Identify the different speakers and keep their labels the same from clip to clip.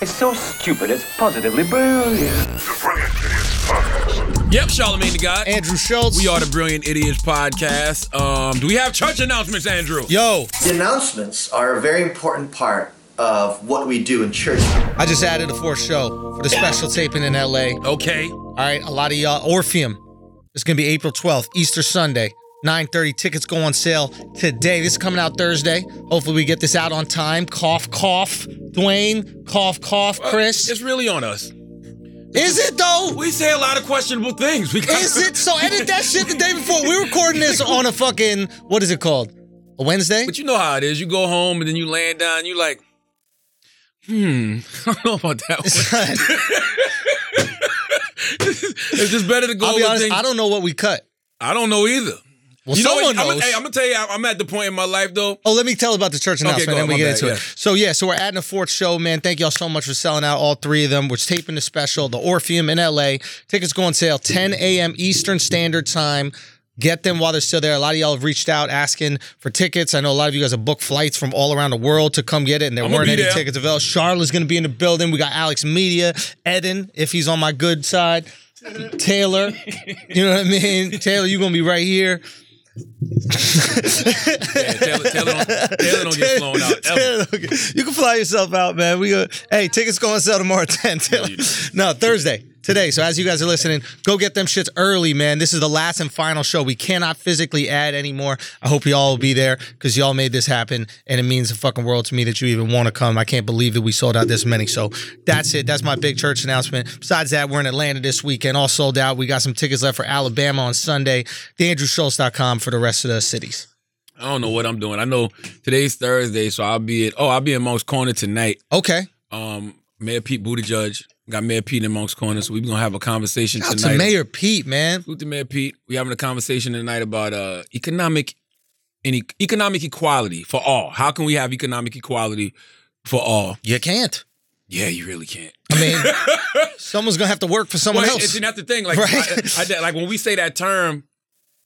Speaker 1: It's so stupid, it's positively brilliant.
Speaker 2: Yep, Charlemagne the God.
Speaker 3: Andrew Schultz.
Speaker 2: we are the Brilliant Idiots podcast. Um, do we have church announcements, Andrew?
Speaker 3: Yo,
Speaker 4: The announcements are a very important part of what we do in church.
Speaker 3: I just added a fourth show for the special taping in LA.
Speaker 2: Okay.
Speaker 3: All right, a lot of y'all. Orpheum. It's gonna be April 12th, Easter Sunday. 9:30 tickets go on sale today. This is coming out Thursday. Hopefully we get this out on time. Cough, cough. Dwayne, cough, cough.
Speaker 2: Uh,
Speaker 3: Chris,
Speaker 2: It's really on us.
Speaker 3: is it though?
Speaker 2: We say a lot of questionable things. We got-
Speaker 3: Is it? So edit that shit the day before. We're recording this on a fucking what is it called? A Wednesday?
Speaker 2: But you know how it is. You go home and then you land down. You like, hmm, I don't know about that. One. it's just better to go.
Speaker 3: I'll be
Speaker 2: with
Speaker 3: honest.
Speaker 2: things-
Speaker 3: I don't know what we cut.
Speaker 2: I don't know either.
Speaker 3: Well,
Speaker 2: you know
Speaker 3: someone
Speaker 2: what? I'm,
Speaker 3: knows.
Speaker 2: gonna- hey, I'm gonna tell you. I'm- I'm at the point in my life though.
Speaker 3: Oh, let me tell about the church announcement,
Speaker 2: go
Speaker 3: and then
Speaker 2: on,
Speaker 3: we
Speaker 2: my
Speaker 3: get
Speaker 2: bad,
Speaker 3: into
Speaker 2: yeah.
Speaker 3: it. So yeah, so we're adding a fourth show, man. Thank y'all so much for selling out all three of them. We're taping the special, the Orpheum in LA. Tickets go on sale 10 a.m. Eastern Standard Time. Get them while they're still there. A lot of y'all have reached out asking for tickets. I know a lot of you guys have booked flights from all around the world to come get it, and there
Speaker 2: I'm gonna
Speaker 3: weren't
Speaker 2: be
Speaker 3: any
Speaker 2: there.
Speaker 3: tickets available. Charlotte's going to be in the building. We got Alex Media, Eden, if he's on my good side, Taylor. You know what I mean? Taylor, you're going to be right here.
Speaker 2: Yeah, Taylor, Taylor, don't, Taylor don't get flown out. Ever.
Speaker 3: Taylor, okay. You can fly yourself out, man. We go. Hey, tickets go on sale tomorrow at ten. Taylor. No, Thursday. Today, so as you guys are listening, go get them shits early, man. This is the last and final show. We cannot physically add anymore. I hope y'all will be there because y'all made this happen, and it means the fucking world to me that you even want to come. I can't believe that we sold out this many. So that's it. That's my big church announcement. Besides that, we're in Atlanta this weekend, all sold out. We got some tickets left for Alabama on Sunday. TheAndrewSchultz.com for the rest of the cities.
Speaker 2: I don't know what I'm doing. I know today's Thursday, so I'll be at. Oh, I'll be in Monk's Corner tonight.
Speaker 3: Okay,
Speaker 2: Um, Mayor Pete Buttigieg got Mayor Pete in Monk's Corner, so we're gonna have a conversation
Speaker 3: out
Speaker 2: tonight.
Speaker 3: to Mayor Pete, man.
Speaker 2: Salute to Mayor Pete. We're having a conversation tonight about uh, economic and economic equality for all. How can we have economic equality for all?
Speaker 3: You can't.
Speaker 2: Yeah, you really can't.
Speaker 3: I mean, someone's gonna have to work for someone
Speaker 2: Well, it's
Speaker 3: else.
Speaker 2: and that's the thing. Like,
Speaker 3: Right?
Speaker 2: I, I, I- like when we say that term,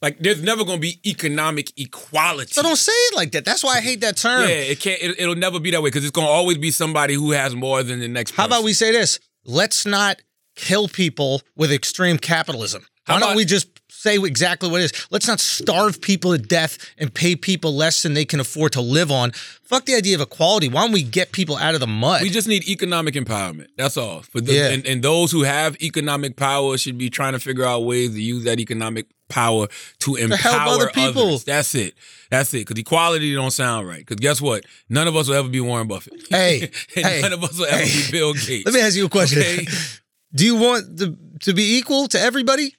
Speaker 2: like there's never going to be economic equality.
Speaker 3: So don't say it like that. That's why I hate that
Speaker 2: yeah,
Speaker 3: term.
Speaker 2: it can't. It, it'll never be that way because it's going to always be somebody who has more than the next.
Speaker 3: How about
Speaker 2: person.
Speaker 3: we say this? Let's not kill people with extreme capitalism.
Speaker 2: How
Speaker 3: Why
Speaker 2: about-
Speaker 3: don't we just say exactly what it is? Let's not starve people to death and pay people less than they can afford to live on. Fuck the idea of equality. Why don't we get people out of the mud?
Speaker 2: We just need economic empowerment. That's all. For the,
Speaker 3: Yeah.
Speaker 2: and, and those who have economic power should be trying to figure out ways to use that economic power to empower
Speaker 3: help other people.
Speaker 2: others. That's it. That's it. Because equality don't sound right. Because guess what? None of us will ever be Warren Buffett.
Speaker 3: Hey,
Speaker 2: and
Speaker 3: hey,
Speaker 2: none of us will ever
Speaker 3: hey.
Speaker 2: be Bill Gates.
Speaker 3: Let me ask you a question.
Speaker 2: Okay.
Speaker 3: Do you want the, to be equal to everybody?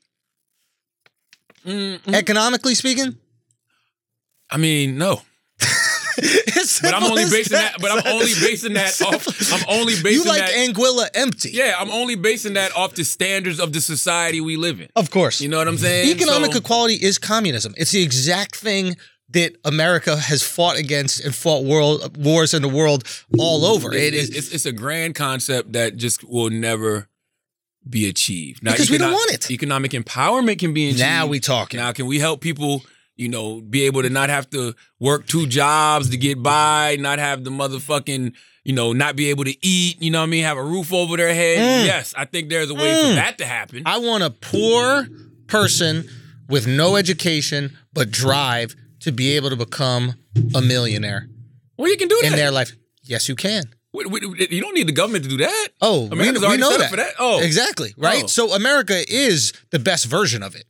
Speaker 2: Mm-hmm.
Speaker 3: Economically speaking,
Speaker 2: I mean, no.
Speaker 3: It's
Speaker 2: But I'm
Speaker 3: simple
Speaker 2: only
Speaker 3: as
Speaker 2: basing that. But I'm only basing that off. I'm only basing
Speaker 3: you like
Speaker 2: that.
Speaker 3: Anguilla empty.
Speaker 2: yeah, I'm only basing that off the standards of the society we live in.
Speaker 3: Of course.
Speaker 2: You know what I'm saying?
Speaker 3: Oh. Economic
Speaker 2: So-
Speaker 3: equality is communism. It's the exact thing that America has fought against and fought world wars in the world all over.
Speaker 2: It
Speaker 3: It
Speaker 2: is.
Speaker 3: is
Speaker 2: It's, it's a grand concept that just will never be achieved. Now,
Speaker 3: Because we don't want it.
Speaker 2: Economic empowerment can be achieved.
Speaker 3: now we talking.
Speaker 2: Now, can we help people? You know, be able to not have to work two jobs to get by, not have the motherfucking, you know, not be able to eat. You know what I mean? Have a roof over their head.
Speaker 3: Mm.
Speaker 2: Yes, I think there's a way for that to happen.
Speaker 3: I want a poor person with no education but drive to be able to become a millionaire
Speaker 2: well, you can do that.
Speaker 3: in their life. Yes, you can.
Speaker 2: Wait, wait, wait, you don't need the government to do that.
Speaker 3: Oh, we,
Speaker 2: America's
Speaker 3: we
Speaker 2: already
Speaker 3: know
Speaker 2: set up
Speaker 3: that.
Speaker 2: for that. Oh,
Speaker 3: exactly. Right.
Speaker 2: Oh.
Speaker 3: So America is the best version of it.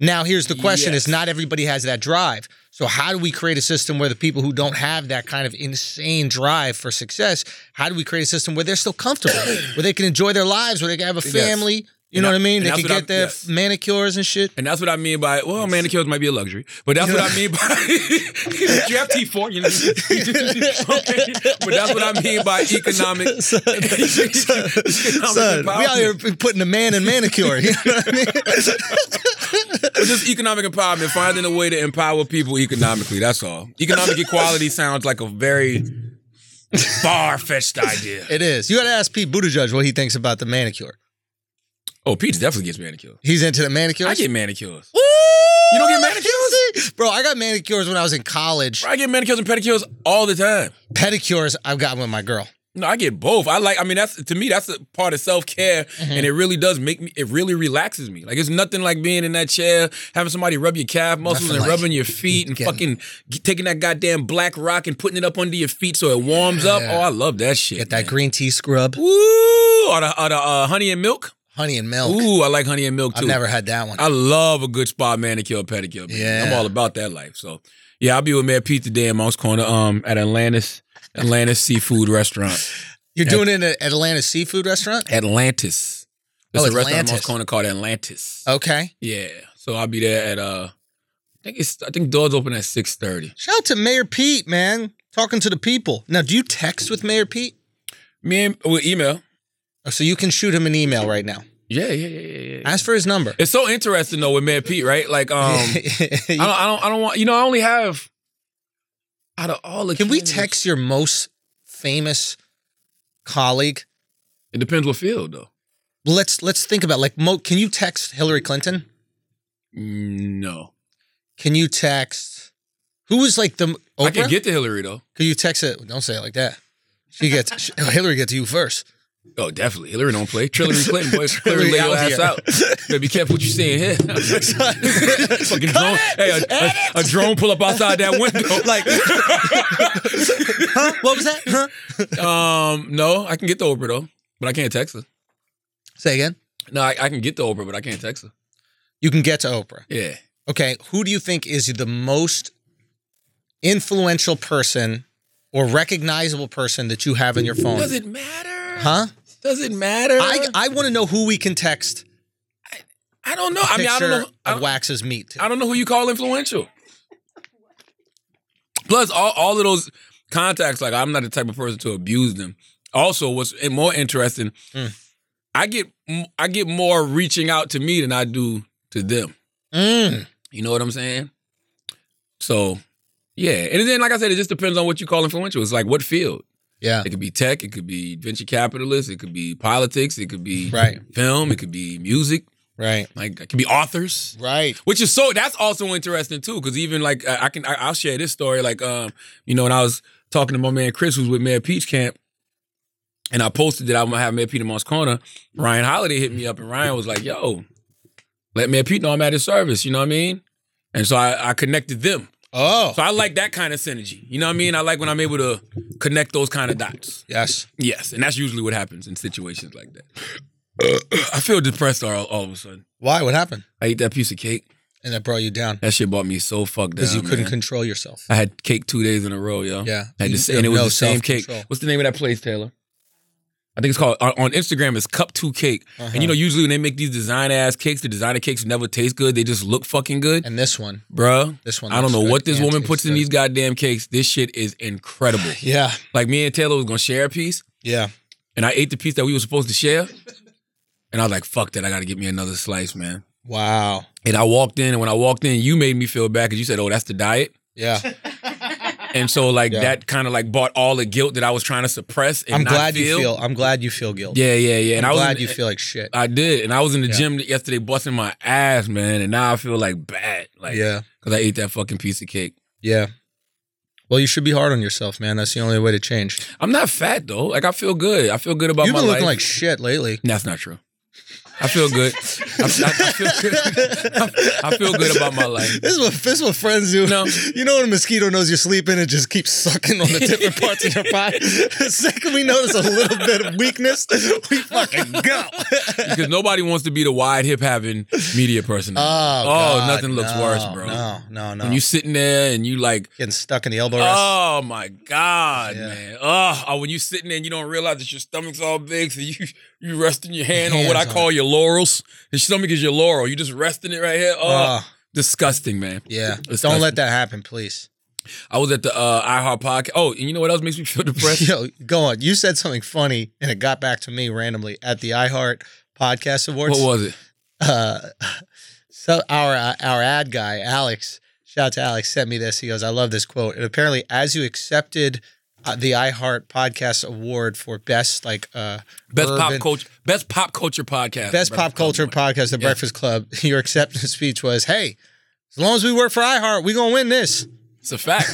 Speaker 3: Now, here's the question:
Speaker 2: Yes.
Speaker 3: Is not everybody has that drive? So how do we create a system where the people who don't have that kind of insane drive for success? How do we create a system where they're still comfortable, where they can enjoy their lives, where they can have a family? You
Speaker 2: And
Speaker 3: know
Speaker 2: I-
Speaker 3: what I mean?
Speaker 2: and
Speaker 3: They
Speaker 2: that's
Speaker 3: can
Speaker 2: what
Speaker 3: get
Speaker 2: I'm-
Speaker 3: their
Speaker 2: yes.
Speaker 3: manicures and shit.
Speaker 2: And that's what I mean by well, manicures might be a luxury, but that's what I mean by Did you have T four, you know. Okay. But that's what I mean by economic. economic
Speaker 3: Son, we out here
Speaker 2: empowerment.
Speaker 3: putting a man in manicure. You know what I mean?
Speaker 2: But just economic empowerment, finding a way to empower people economically. That's all. Economic equality sounds like a very far fetched idea.
Speaker 3: It is. You got to ask Pete Buttigieg what he thinks about the manicure.
Speaker 2: Oh, Pete definitely gets manicures.
Speaker 3: He's into the manicures.
Speaker 2: I get manicures.
Speaker 3: You
Speaker 2: don't get manicures?
Speaker 3: Bro, I got manicures when I was in college.
Speaker 2: I get manicures and pedicures all the time.
Speaker 3: Pedicures I've gotten with my girl.
Speaker 2: No, I get both. I like. I mean, that's to me, that's a part of self care,
Speaker 3: Mm-hmm.
Speaker 2: and it really does make me. It really relaxes me. Like it's nothing like being in that chair, having somebody rub your calf muscles
Speaker 3: Nothing
Speaker 2: and
Speaker 3: like
Speaker 2: rubbing your feet and
Speaker 3: getting-
Speaker 2: fucking g- taking that goddamn black rock and putting it up under your feet so it warms up.
Speaker 3: Yeah.
Speaker 2: Oh, I love that shit.
Speaker 3: Get
Speaker 2: man.
Speaker 3: that green tea scrub,
Speaker 2: Ooh, or the, or the uh, honey and milk.
Speaker 3: honey and milk.
Speaker 2: Ooh, I like honey and milk too.
Speaker 3: I've never had that one.
Speaker 2: I love a good spa manicure pedicure. Baby.
Speaker 3: Yeah.
Speaker 2: I'm all about that life. So yeah, I'll be with Mayor Pete today in Mouse Corner um, at Atlantis Atlantis Seafood Restaurant.
Speaker 3: You're doing it at Atlanta seafood restaurant.
Speaker 2: Atlantis. There's a
Speaker 3: Oh,
Speaker 2: restaurant
Speaker 3: Atlantis. Uh,
Speaker 2: on Moss Corner called Atlantis.
Speaker 3: Okay.
Speaker 2: Yeah. So I'll be there at uh I think it's I think doors open at six thirty.
Speaker 3: Shout out to Mayor Pete, man. Talking to the people. Now, do you text with Mayor Pete?
Speaker 2: Me and with email.
Speaker 3: Oh, So you can shoot him an email right now.
Speaker 2: Yeah, yeah, yeah, yeah, yeah.
Speaker 3: Ask for his number.
Speaker 2: It's so interesting though with Mayor Pete, right? Like um I
Speaker 3: You-
Speaker 2: don't I don't I don't want you know, I only have out of all the
Speaker 3: can we
Speaker 2: candidates-
Speaker 3: text your most famous colleague?
Speaker 2: It depends what field though.
Speaker 3: Let's let's think about like Mo, can you text Hillary Clinton?
Speaker 2: Mm, No.
Speaker 3: Can you text who was like the Oprah?
Speaker 2: I can get to Hillary though.
Speaker 3: Could you text it? Don't say it like that. She gets she- Hillary gets you first.
Speaker 2: Oh, definitely. Hillary don't play. Hillary Clinton boy,
Speaker 3: Hillary
Speaker 2: Hillary lay your
Speaker 3: out
Speaker 2: ass
Speaker 3: here.
Speaker 2: out. Better be careful what you saying here. Fucking drone. Hey, a, a, a drone pull up outside that window.
Speaker 3: Like, huh? What was that? Huh?
Speaker 2: Um, no, I can get to Oprah though, but I can't text her.
Speaker 3: Say again.
Speaker 2: No, I, I can get to Oprah, but I can't text her.
Speaker 3: You can get to Oprah.
Speaker 2: Yeah,
Speaker 3: Okay, who do you think is the most influential person or recognizable person that you have in your phone?
Speaker 2: does it matter?
Speaker 3: Huh?
Speaker 2: Does it matter?
Speaker 3: I, I want to know who we can text.
Speaker 2: I don't know. I mean,
Speaker 3: Picture
Speaker 2: I don't know. I,
Speaker 3: of Wax's meat.
Speaker 2: I don't know who you call influential. Plus, all, all of those contacts, like I'm not the type of person to abuse them. Also, what's more interesting,
Speaker 3: Mm.
Speaker 2: I get I get more reaching out to me than I do to them.
Speaker 3: Mm.
Speaker 2: You know what I'm saying? So, yeah. And then, like I said, it just depends on what you call influential. It's like what field.
Speaker 3: Yeah.
Speaker 2: It could be tech. It could be venture capitalist. It could be politics. It could be
Speaker 3: Right.
Speaker 2: film. It could be music.
Speaker 3: Right.
Speaker 2: Like it could be authors.
Speaker 3: Right.
Speaker 2: Which is so that's also interesting too, because even like I I can I, I'll share this story. Like um, you know, when I was talking to my man Chris, who's with Mayor Peach Camp, and I posted that I'm gonna have Mayor Pete in Moss Corner. Ryan Holiday hit me up, and Ryan was like, "Yo, let Mayor Pete know I'm at his service." You know what I mean? And so I, I connected them.
Speaker 3: Oh.
Speaker 2: So I like that kind of synergy. You know what I mean? I like when I'm able to connect those kind of dots.
Speaker 3: Yes.
Speaker 2: Yes, and that's usually what happens in situations like that. I feel depressed all, all of a sudden.
Speaker 3: Why? What happened?
Speaker 2: I ate that piece of cake.
Speaker 3: And that brought you down
Speaker 2: That shit brought me so fucked down.
Speaker 3: because you couldn't
Speaker 2: man.
Speaker 3: control yourself.
Speaker 2: I had cake two days in a row, yo.
Speaker 3: Yeah.
Speaker 2: I had
Speaker 3: You-
Speaker 2: the sa-
Speaker 3: you
Speaker 2: and it
Speaker 3: have
Speaker 2: was
Speaker 3: no
Speaker 2: the same cake.
Speaker 3: self-control.
Speaker 2: What's the name of that place, Taylor? I think it's called on on Instagram. It's Cup Two Cake, and you
Speaker 3: Uh-huh.
Speaker 2: know usually when they make these design ass cakes, the designer cakes never taste good. They just look fucking good,
Speaker 3: And this one.
Speaker 2: bruh.
Speaker 3: This one
Speaker 2: I don't
Speaker 3: looks
Speaker 2: know
Speaker 3: good
Speaker 2: what this
Speaker 3: and
Speaker 2: woman
Speaker 3: tastes
Speaker 2: puts in
Speaker 3: good.
Speaker 2: these goddamn cakes. This shit is incredible.
Speaker 3: Yeah.
Speaker 2: like me and Taylor was gonna share a piece,
Speaker 3: Yeah.
Speaker 2: and I ate the piece that we were supposed to share, and I was like, "Fuck that! I gotta get me another slice, man."
Speaker 3: Wow.
Speaker 2: And I walked in, and when I walked in, you made me feel bad because you said, "Oh, that's the diet."
Speaker 3: Yeah.
Speaker 2: And so like
Speaker 3: Yeah.
Speaker 2: that kind of like bought all the guilt that I was trying to suppress. And
Speaker 3: I'm
Speaker 2: not
Speaker 3: glad
Speaker 2: feel.
Speaker 3: you feel. I'm glad you feel guilty.
Speaker 2: Yeah, yeah, yeah. And
Speaker 3: I'm
Speaker 2: I was
Speaker 3: glad
Speaker 2: in- Uh,
Speaker 3: you feel like shit.
Speaker 2: I did, and I was in the
Speaker 3: Yeah.
Speaker 2: gym yesterday busting my ass, man. And now I feel like bad, like
Speaker 3: yeah.
Speaker 2: because I ate that fucking piece of cake.
Speaker 3: Yeah. Well, you should be hard on yourself, man. That's the only way to change.
Speaker 2: I'm not fat though. Like I feel good. I feel good about
Speaker 3: You've
Speaker 2: my
Speaker 3: been looking
Speaker 2: life.
Speaker 3: like shit lately.
Speaker 2: That's not true. I feel good. I, I- I feel good. I feel good about my life.
Speaker 3: This is what this is what friends do.
Speaker 2: No.
Speaker 3: You know when a mosquito knows you're sleeping, it just keeps sucking on the different parts of your body. The second we notice a little bit of weakness, we fucking go.
Speaker 2: Because nobody wants to be the wide hip having media person.
Speaker 3: Oh, God,
Speaker 2: nothing looks
Speaker 3: no,
Speaker 2: worse, bro.
Speaker 3: No, no, no.
Speaker 2: When you sitting there and you like
Speaker 3: getting stuck in the elbow rest.
Speaker 2: Oh my God,
Speaker 3: Yeah.
Speaker 2: man. Oh, oh, when you sitting there and you don't realize that your stomach's all big, so you you resting your hand on what I
Speaker 3: Hands on
Speaker 2: call your laurels. Your stomach is your laurel. You just resting it right here. Oh,
Speaker 3: Oh,
Speaker 2: disgusting, man.
Speaker 3: yeah.
Speaker 2: Disgusting.
Speaker 3: Don't let that happen, please.
Speaker 2: I was at the uh, iHeart podcast. Oh, and you know what else makes me feel depressed?
Speaker 3: Yo, go on. You said something funny and it got back to me randomly at the iHeart Podcast Awards.
Speaker 2: what was it?
Speaker 3: uh, so our uh, our ad guy Alex, shout out to Alex, sent me this. He goes, "I love this quote." And apparently, as you accepted uh, the iHeart Podcast Award for best like uh,
Speaker 2: Best
Speaker 3: urban-
Speaker 2: pop culture. Best pop culture podcast.
Speaker 3: best pop culture podcast, The
Speaker 2: Yeah.
Speaker 3: Breakfast Club, your acceptance speech was, "Hey." As long as we work for iHeart, we gonna win this.
Speaker 2: It's a fact.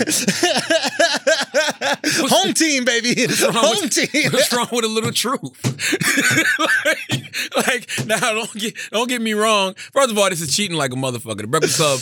Speaker 3: Home team, baby.
Speaker 2: wrong
Speaker 3: Home
Speaker 2: with-
Speaker 3: team.
Speaker 2: What's wrong with a little truth? like, like, now don't get don't get me wrong. First of all, this is cheating like a motherfucker. The Breakfast Club,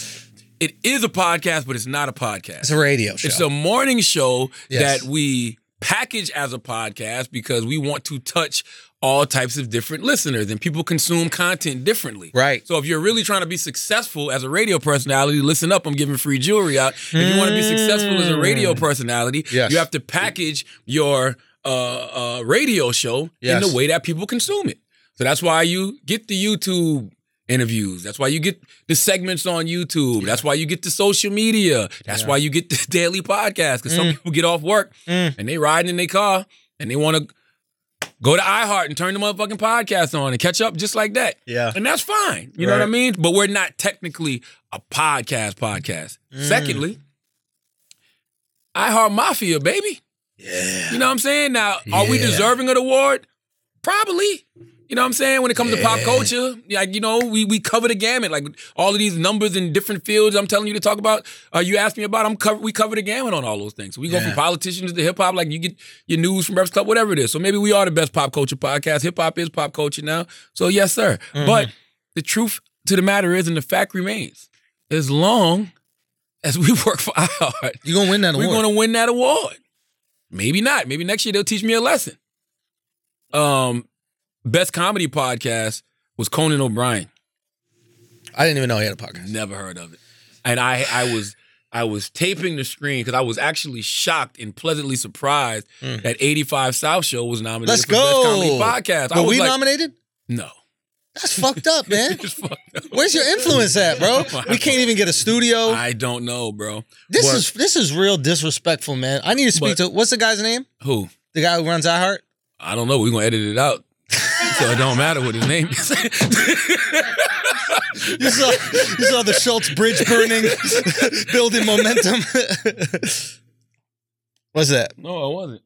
Speaker 2: it is a podcast, but it's not a podcast.
Speaker 3: It's a radio show.
Speaker 2: It's a morning show
Speaker 3: Yes.
Speaker 2: that we package as a podcast because we want to touch all types of different listeners and people consume content differently.
Speaker 3: Right.
Speaker 2: So if you're really trying to be successful as a radio personality, listen up, I'm giving free jewelry out. If you want to be successful as a radio personality,
Speaker 3: Mm. Yes.
Speaker 2: you have to package your uh, uh, radio show
Speaker 3: Yes.
Speaker 2: in the way that people consume it. So that's why you get the YouTube interviews. That's why you get the segments on YouTube. That's why you get the social media. That's why you get the daily podcast. Because
Speaker 3: Mm.
Speaker 2: some people get off work and they riding in their car and they want to go to iHeart and turn the motherfucking podcast on and catch up just like that.
Speaker 3: Yeah.
Speaker 2: And that's fine. You know what I
Speaker 3: Right.
Speaker 2: mean? But we're not technically a podcast podcast.
Speaker 3: Mm.
Speaker 2: Secondly, iHeart Mafia, baby. Yeah. You know what I'm saying? Now, are we
Speaker 3: Yeah.
Speaker 2: deserving of the award? Probably. You know what I'm saying? When it comes to pop culture, like you know, we we cover the gamut. Like all of these numbers in different fields, I'm telling you to talk about. Uh, you asked me about. I'm cover. We cover the gamut on all those things. we go from politicians to hip hop. Like you get your news from Reps Club, whatever it is. So maybe we are the best pop culture podcast. Hip hop is pop culture now. So yes, sir. But the truth to the matter is, and the fact remains, as long as we work for iHeart,
Speaker 3: You're going to win that
Speaker 2: we're
Speaker 3: award.
Speaker 2: going to win that award. Maybe not. Maybe next year they'll teach me a lesson. Um, best comedy podcast was Conan O'Brien.
Speaker 3: I didn't even know he had a podcast.
Speaker 2: Never heard of it. And I, I was, I was taping the screen because I was actually shocked and pleasantly surprised that 85 South Show was nominated
Speaker 3: Hmm. Let's
Speaker 2: for best comedy
Speaker 3: go.
Speaker 2: podcast. I
Speaker 3: Were
Speaker 2: was
Speaker 3: we
Speaker 2: like,
Speaker 3: nominated?
Speaker 2: no.
Speaker 3: That's fucked up, man.
Speaker 2: It's fucked up.
Speaker 3: Where's your influence at, bro? We can't even get a studio.
Speaker 2: I don't know, bro.
Speaker 3: This
Speaker 2: But-
Speaker 3: is this is real disrespectful, man. I need to speak
Speaker 2: But-
Speaker 3: to what's the guy's name?
Speaker 2: who?
Speaker 3: The guy who runs iHeart?
Speaker 2: I don't know. We're gonna edit it out. so it don't matter what his name is.
Speaker 3: You saw, you saw the Schultz bridge burning, building momentum. What's that?
Speaker 2: no, it wasn't.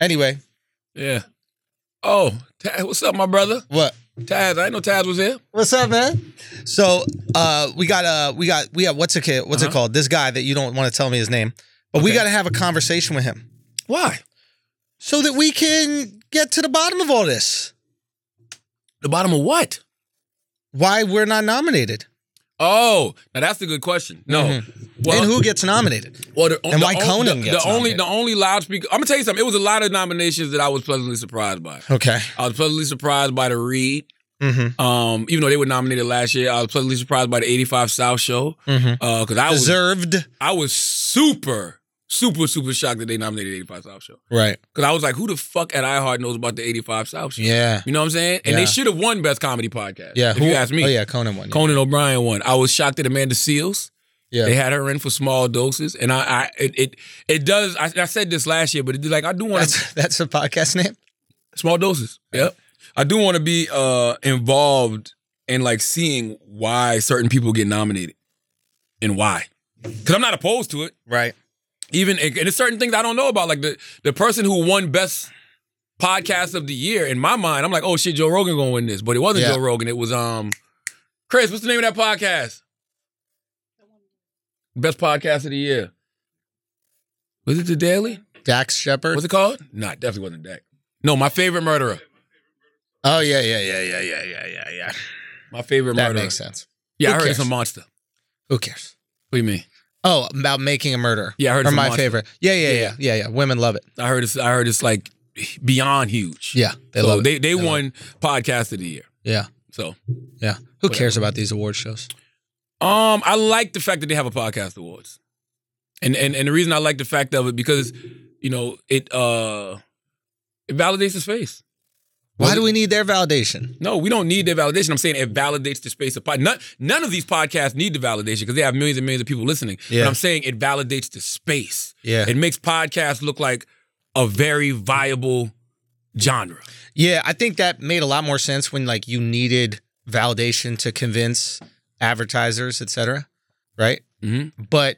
Speaker 3: Anyway,
Speaker 2: Yeah. Oh, Taz, what's up, my brother?
Speaker 3: what?
Speaker 2: Taz, I didn't know Taz was here.
Speaker 3: What's up, man? So uh, we got uh, we got we have what's it ca- what's it called? This guy that you don't want to tell me his name, but
Speaker 2: Uh-huh.
Speaker 3: we
Speaker 2: Okay.
Speaker 3: got to have a conversation with him
Speaker 2: Why?
Speaker 3: so that we can get to the bottom of all this.
Speaker 2: The bottom of what?
Speaker 3: Why we're not nominated
Speaker 2: Oh, now that's a good question. No. Well,
Speaker 3: Mm-hmm. and who gets nominated?
Speaker 2: well, the,
Speaker 3: and
Speaker 2: the
Speaker 3: why
Speaker 2: on-
Speaker 3: Conan
Speaker 2: The,
Speaker 3: gets
Speaker 2: the only,
Speaker 3: nominated?
Speaker 2: the only loudspeaker. I'm gonna tell you something. It was a lot of nominations that I was pleasantly surprised by.
Speaker 3: Okay.
Speaker 2: I was pleasantly surprised by the read.
Speaker 3: Mm-hmm.
Speaker 2: Um, even though they were nominated last year, I was pleasantly surprised by the '85 South Show
Speaker 3: Mm-hmm.
Speaker 2: because I was
Speaker 3: Deserved.
Speaker 2: I was super super super shocked that they nominated '85 South Show
Speaker 3: Right.
Speaker 2: because I was like, who the fuck at iHeart knows about the '85 South Show?
Speaker 3: Yeah.
Speaker 2: You know what I'm saying? And
Speaker 3: Yeah.
Speaker 2: they should have won Best Comedy Podcast.
Speaker 3: Yeah.
Speaker 2: If you ask me.
Speaker 3: Oh yeah, Conan won. yeah.
Speaker 2: Conan O'Brien won. I was shocked that Amanda Seals.
Speaker 3: yeah.
Speaker 2: They had her in for small doses. And I, I it, it it does I, I said this last year, but it, like I do want to
Speaker 3: That's that's the podcast name.
Speaker 2: small doses. Yep. I do want to be uh involved in like seeing why certain people get nominated and why. Cause I'm not opposed to it.
Speaker 3: Right.
Speaker 2: even and there's certain things I don't know about. Like the the person who won best podcast of the year in my mind, I'm like, oh shit, Joe Rogan gonna win this, but it wasn't
Speaker 3: Yeah.
Speaker 2: Joe Rogan. It was um, Chris. What's the name of that podcast? Best podcast of the year. Was it the Daily?
Speaker 3: Dax Shepard.
Speaker 2: What's it called? Nah, it definitely wasn't that. No, my favorite murderer.
Speaker 3: Oh yeah, yeah, yeah, yeah, yeah, yeah, yeah, yeah.
Speaker 2: My favorite
Speaker 3: That
Speaker 2: murderer.
Speaker 3: makes sense.
Speaker 2: Yeah,
Speaker 3: Who
Speaker 2: I heard
Speaker 3: cares?
Speaker 2: it's a monster.
Speaker 3: Who cares?
Speaker 2: What do you mean?
Speaker 3: Oh, about making a murder.
Speaker 2: Yeah, I heard
Speaker 3: Or
Speaker 2: it's a
Speaker 3: my
Speaker 2: monster.
Speaker 3: favorite. Yeah, yeah, yeah, yeah, yeah. Women love it.
Speaker 2: I heard it's I heard it's like beyond huge.
Speaker 3: Yeah, they
Speaker 2: so
Speaker 3: love
Speaker 2: they
Speaker 3: it.
Speaker 2: they
Speaker 3: love
Speaker 2: won podcast of the year.
Speaker 3: Yeah,
Speaker 2: So
Speaker 3: yeah. Who cares about these award shows?
Speaker 2: Um, I like the fact that they have a podcast awards, and and and the reason I like the fact of it because you know it uh it validates the space.
Speaker 3: Why do we need their validation?
Speaker 2: No, we don't need their validation. I'm saying it validates the space of pod. None, none of these podcasts need the validation because they have millions and millions of people listening.
Speaker 3: Yeah.
Speaker 2: But I'm saying it validates the space.
Speaker 3: Yeah.
Speaker 2: It makes podcasts look like a very viable genre.
Speaker 3: Yeah, I think that made a lot more sense when like you needed validation to convince advertisers, et cetera. Right?
Speaker 2: Mhm.
Speaker 3: But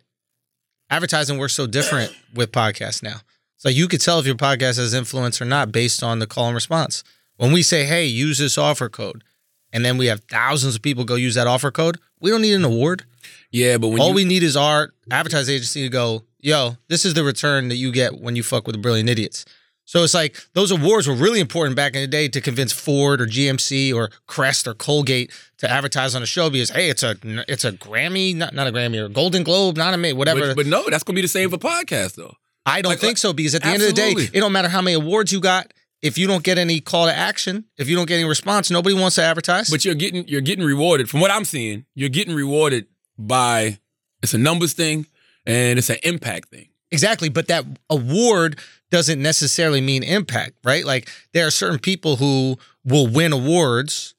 Speaker 3: advertising works so different with podcasts now. So you could tell if your podcast has influence or not based on the call and response. When we say, hey, use this offer code, and then we have thousands of people go use that offer code, we don't need an award.
Speaker 2: Yeah, but when
Speaker 3: All
Speaker 2: you,
Speaker 3: we need is our advertising agency to go, yo, this is the return that you get when you fuck with brilliant idiots. So it's like those awards were really important back in the day to convince Ford or GMC or Crest or Colgate to advertise on a show because hey, it's a it's a Grammy, not not a Grammy or Golden Globe, not a Emmy, whatever.
Speaker 2: But, but no, that's gonna be the same for podcasts though.
Speaker 3: I don't
Speaker 2: Like,
Speaker 3: think
Speaker 2: like-
Speaker 3: so because at the end of the day,
Speaker 2: Absolutely.
Speaker 3: it don't matter how many awards you got. If you don't get any call to action, if you don't get any response, nobody wants to advertise.
Speaker 2: But you're getting you're getting rewarded from what I'm seeing. You're getting rewarded by it's a numbers thing and it's an impact thing.
Speaker 3: exactly, but that award doesn't necessarily mean impact, right? Like there are certain people who will win awards,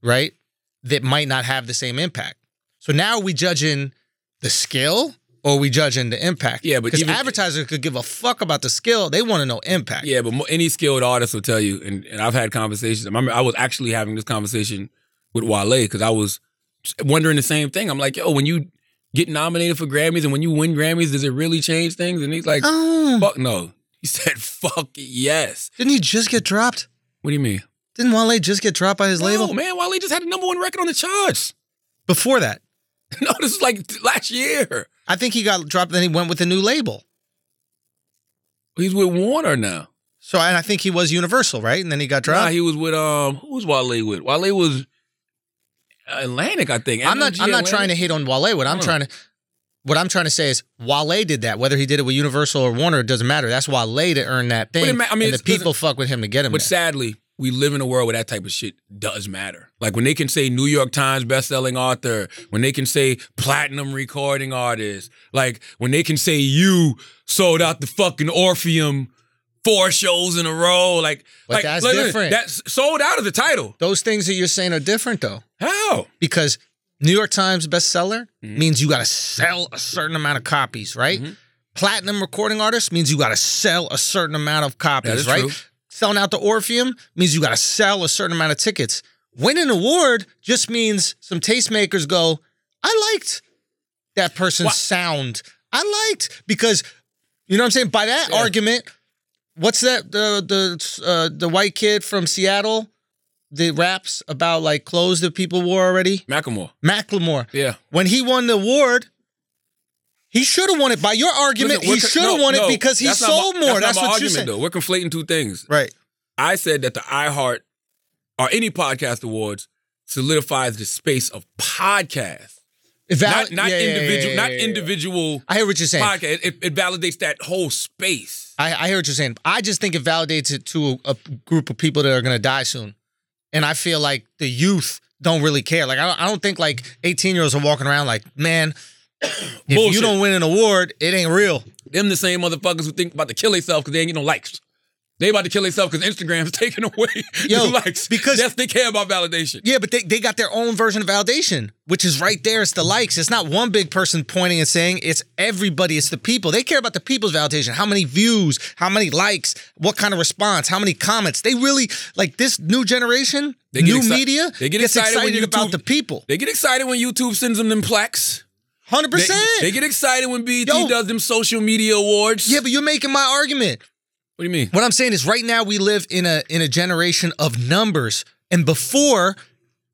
Speaker 3: right, that might not have the same impact. So now are we judging the skill or are we judging the impact?
Speaker 2: Yeah, but
Speaker 3: because
Speaker 2: even-
Speaker 3: advertisers could give a fuck about the skill; they want to know impact.
Speaker 2: Yeah, but mo- any skilled artist will tell you, and, and I've had conversations. I remember I was actually having this conversation with Wale because I was wondering the same thing. I'm like, yo, when you get nominated for Grammys and when you win Grammys, does it really change things? And he's like,
Speaker 3: Oh,
Speaker 2: fuck no. He said, fuck yes.
Speaker 3: didn't he just get dropped?
Speaker 2: What do you mean?
Speaker 3: Didn't Wale just get dropped by his label?
Speaker 2: No, man, Wale just had the number one record on the charts.
Speaker 3: Before that,
Speaker 2: No, this is like last year.
Speaker 3: I think he got dropped. Then he went with a new label.
Speaker 2: He's with Warner now.
Speaker 3: So and I think he was Universal, right? And then he got
Speaker 2: Nah,
Speaker 3: dropped.
Speaker 2: he was with um. Who was Wale with? Wale was Atlantic, I think.
Speaker 3: I'm not.
Speaker 2: MLG
Speaker 3: I'm not
Speaker 2: Atlantic.
Speaker 3: trying to hit on Wale. What I'm
Speaker 2: Huh.
Speaker 3: trying to, what I'm trying to say is Wale did that. Whether he did it with Universal or Warner, it doesn't matter. That's Wale to earn that thing.
Speaker 2: it ma- I mean,
Speaker 3: and the
Speaker 2: it's- doesn't-
Speaker 3: people fuck with him to get him.
Speaker 2: But
Speaker 3: there.
Speaker 2: sadly, we live in a world where that type of shit does matter. Like when they can say New York Times best-selling author, when they can say platinum recording artist, like when they can say you sold out the fucking Orpheum four shows in a row. Like,
Speaker 3: But
Speaker 2: like
Speaker 3: that's
Speaker 2: look, look,
Speaker 3: different.
Speaker 2: That's sold out of the title.
Speaker 3: Those things that you're saying are different though,
Speaker 2: How?
Speaker 3: because New York Times bestseller
Speaker 2: Mm-hmm.
Speaker 3: means you got to sell a certain amount of copies, right? Platinum recording artist means you got to sell a certain amount of copies,
Speaker 2: is
Speaker 3: right?
Speaker 2: true.
Speaker 3: Selling out the Orpheum means you got to sell a certain amount of tickets. Winning an award just means some tastemakers go, I liked that person's sound. I liked because you know what I'm saying. By that argument, what's that the the uh, the white kid from Seattle? The raps about like clothes that people wore already.
Speaker 2: Macklemore.
Speaker 3: Macklemore.
Speaker 2: Yeah.
Speaker 3: When he won the award, he should have won it. By your argument,
Speaker 2: Listen, we're
Speaker 3: he
Speaker 2: con-
Speaker 3: should have
Speaker 2: no,
Speaker 3: won it
Speaker 2: no,
Speaker 3: because he
Speaker 2: that's not
Speaker 3: sold
Speaker 2: my-
Speaker 3: more.
Speaker 2: not
Speaker 3: That's,
Speaker 2: my
Speaker 3: what you're
Speaker 2: argument,
Speaker 3: saying.
Speaker 2: Though. We're conflating two things.
Speaker 3: Right.
Speaker 2: I said that the iHeart or any podcast awards solidifies the space of podcasts,
Speaker 3: Val-
Speaker 2: not not
Speaker 3: yeah, yeah, yeah,
Speaker 2: individual,
Speaker 3: yeah,
Speaker 2: not
Speaker 3: yeah, yeah.
Speaker 2: individual
Speaker 3: I hear what you're saying.
Speaker 2: podcast. It, it validates that whole space.
Speaker 3: I, I hear what you're saying. I just think it validates it to a, a group of people that are going to die soon, and I feel like the youth don't really care. Like I don't, I don't think like 18 year olds are walking around like, man, if you
Speaker 2: Bullshit.
Speaker 3: don't win an award, it ain't real.
Speaker 2: Them the same motherfuckers who think about to kill themselves because they ain't getting no likes. They about to kill themselves because Instagram's taking away
Speaker 3: Yo,
Speaker 2: the likes.
Speaker 3: because-
Speaker 2: yes, they care about validation.
Speaker 3: Yeah, but they, they got their own version of validation, which is right there. It's the likes. It's not one big person pointing and saying, it's everybody. It's the people. They care about the people's validation. How many views, how many likes, what kind of response, how many comments. They really, like this new generation,
Speaker 2: get
Speaker 3: new
Speaker 2: exci-
Speaker 3: media,
Speaker 2: they get
Speaker 3: gets
Speaker 2: excited
Speaker 3: excited,
Speaker 2: when
Speaker 3: about
Speaker 2: YouTube-
Speaker 3: the people.
Speaker 2: They get excited when YouTube sends them them plaques.
Speaker 3: 100%.
Speaker 2: They, they get excited when BET
Speaker 3: Yo.
Speaker 2: does them social media awards.
Speaker 3: yeah, but you're making my argument.
Speaker 2: What do you mean?
Speaker 3: What I'm saying is right now we live in a in a generation of numbers. And before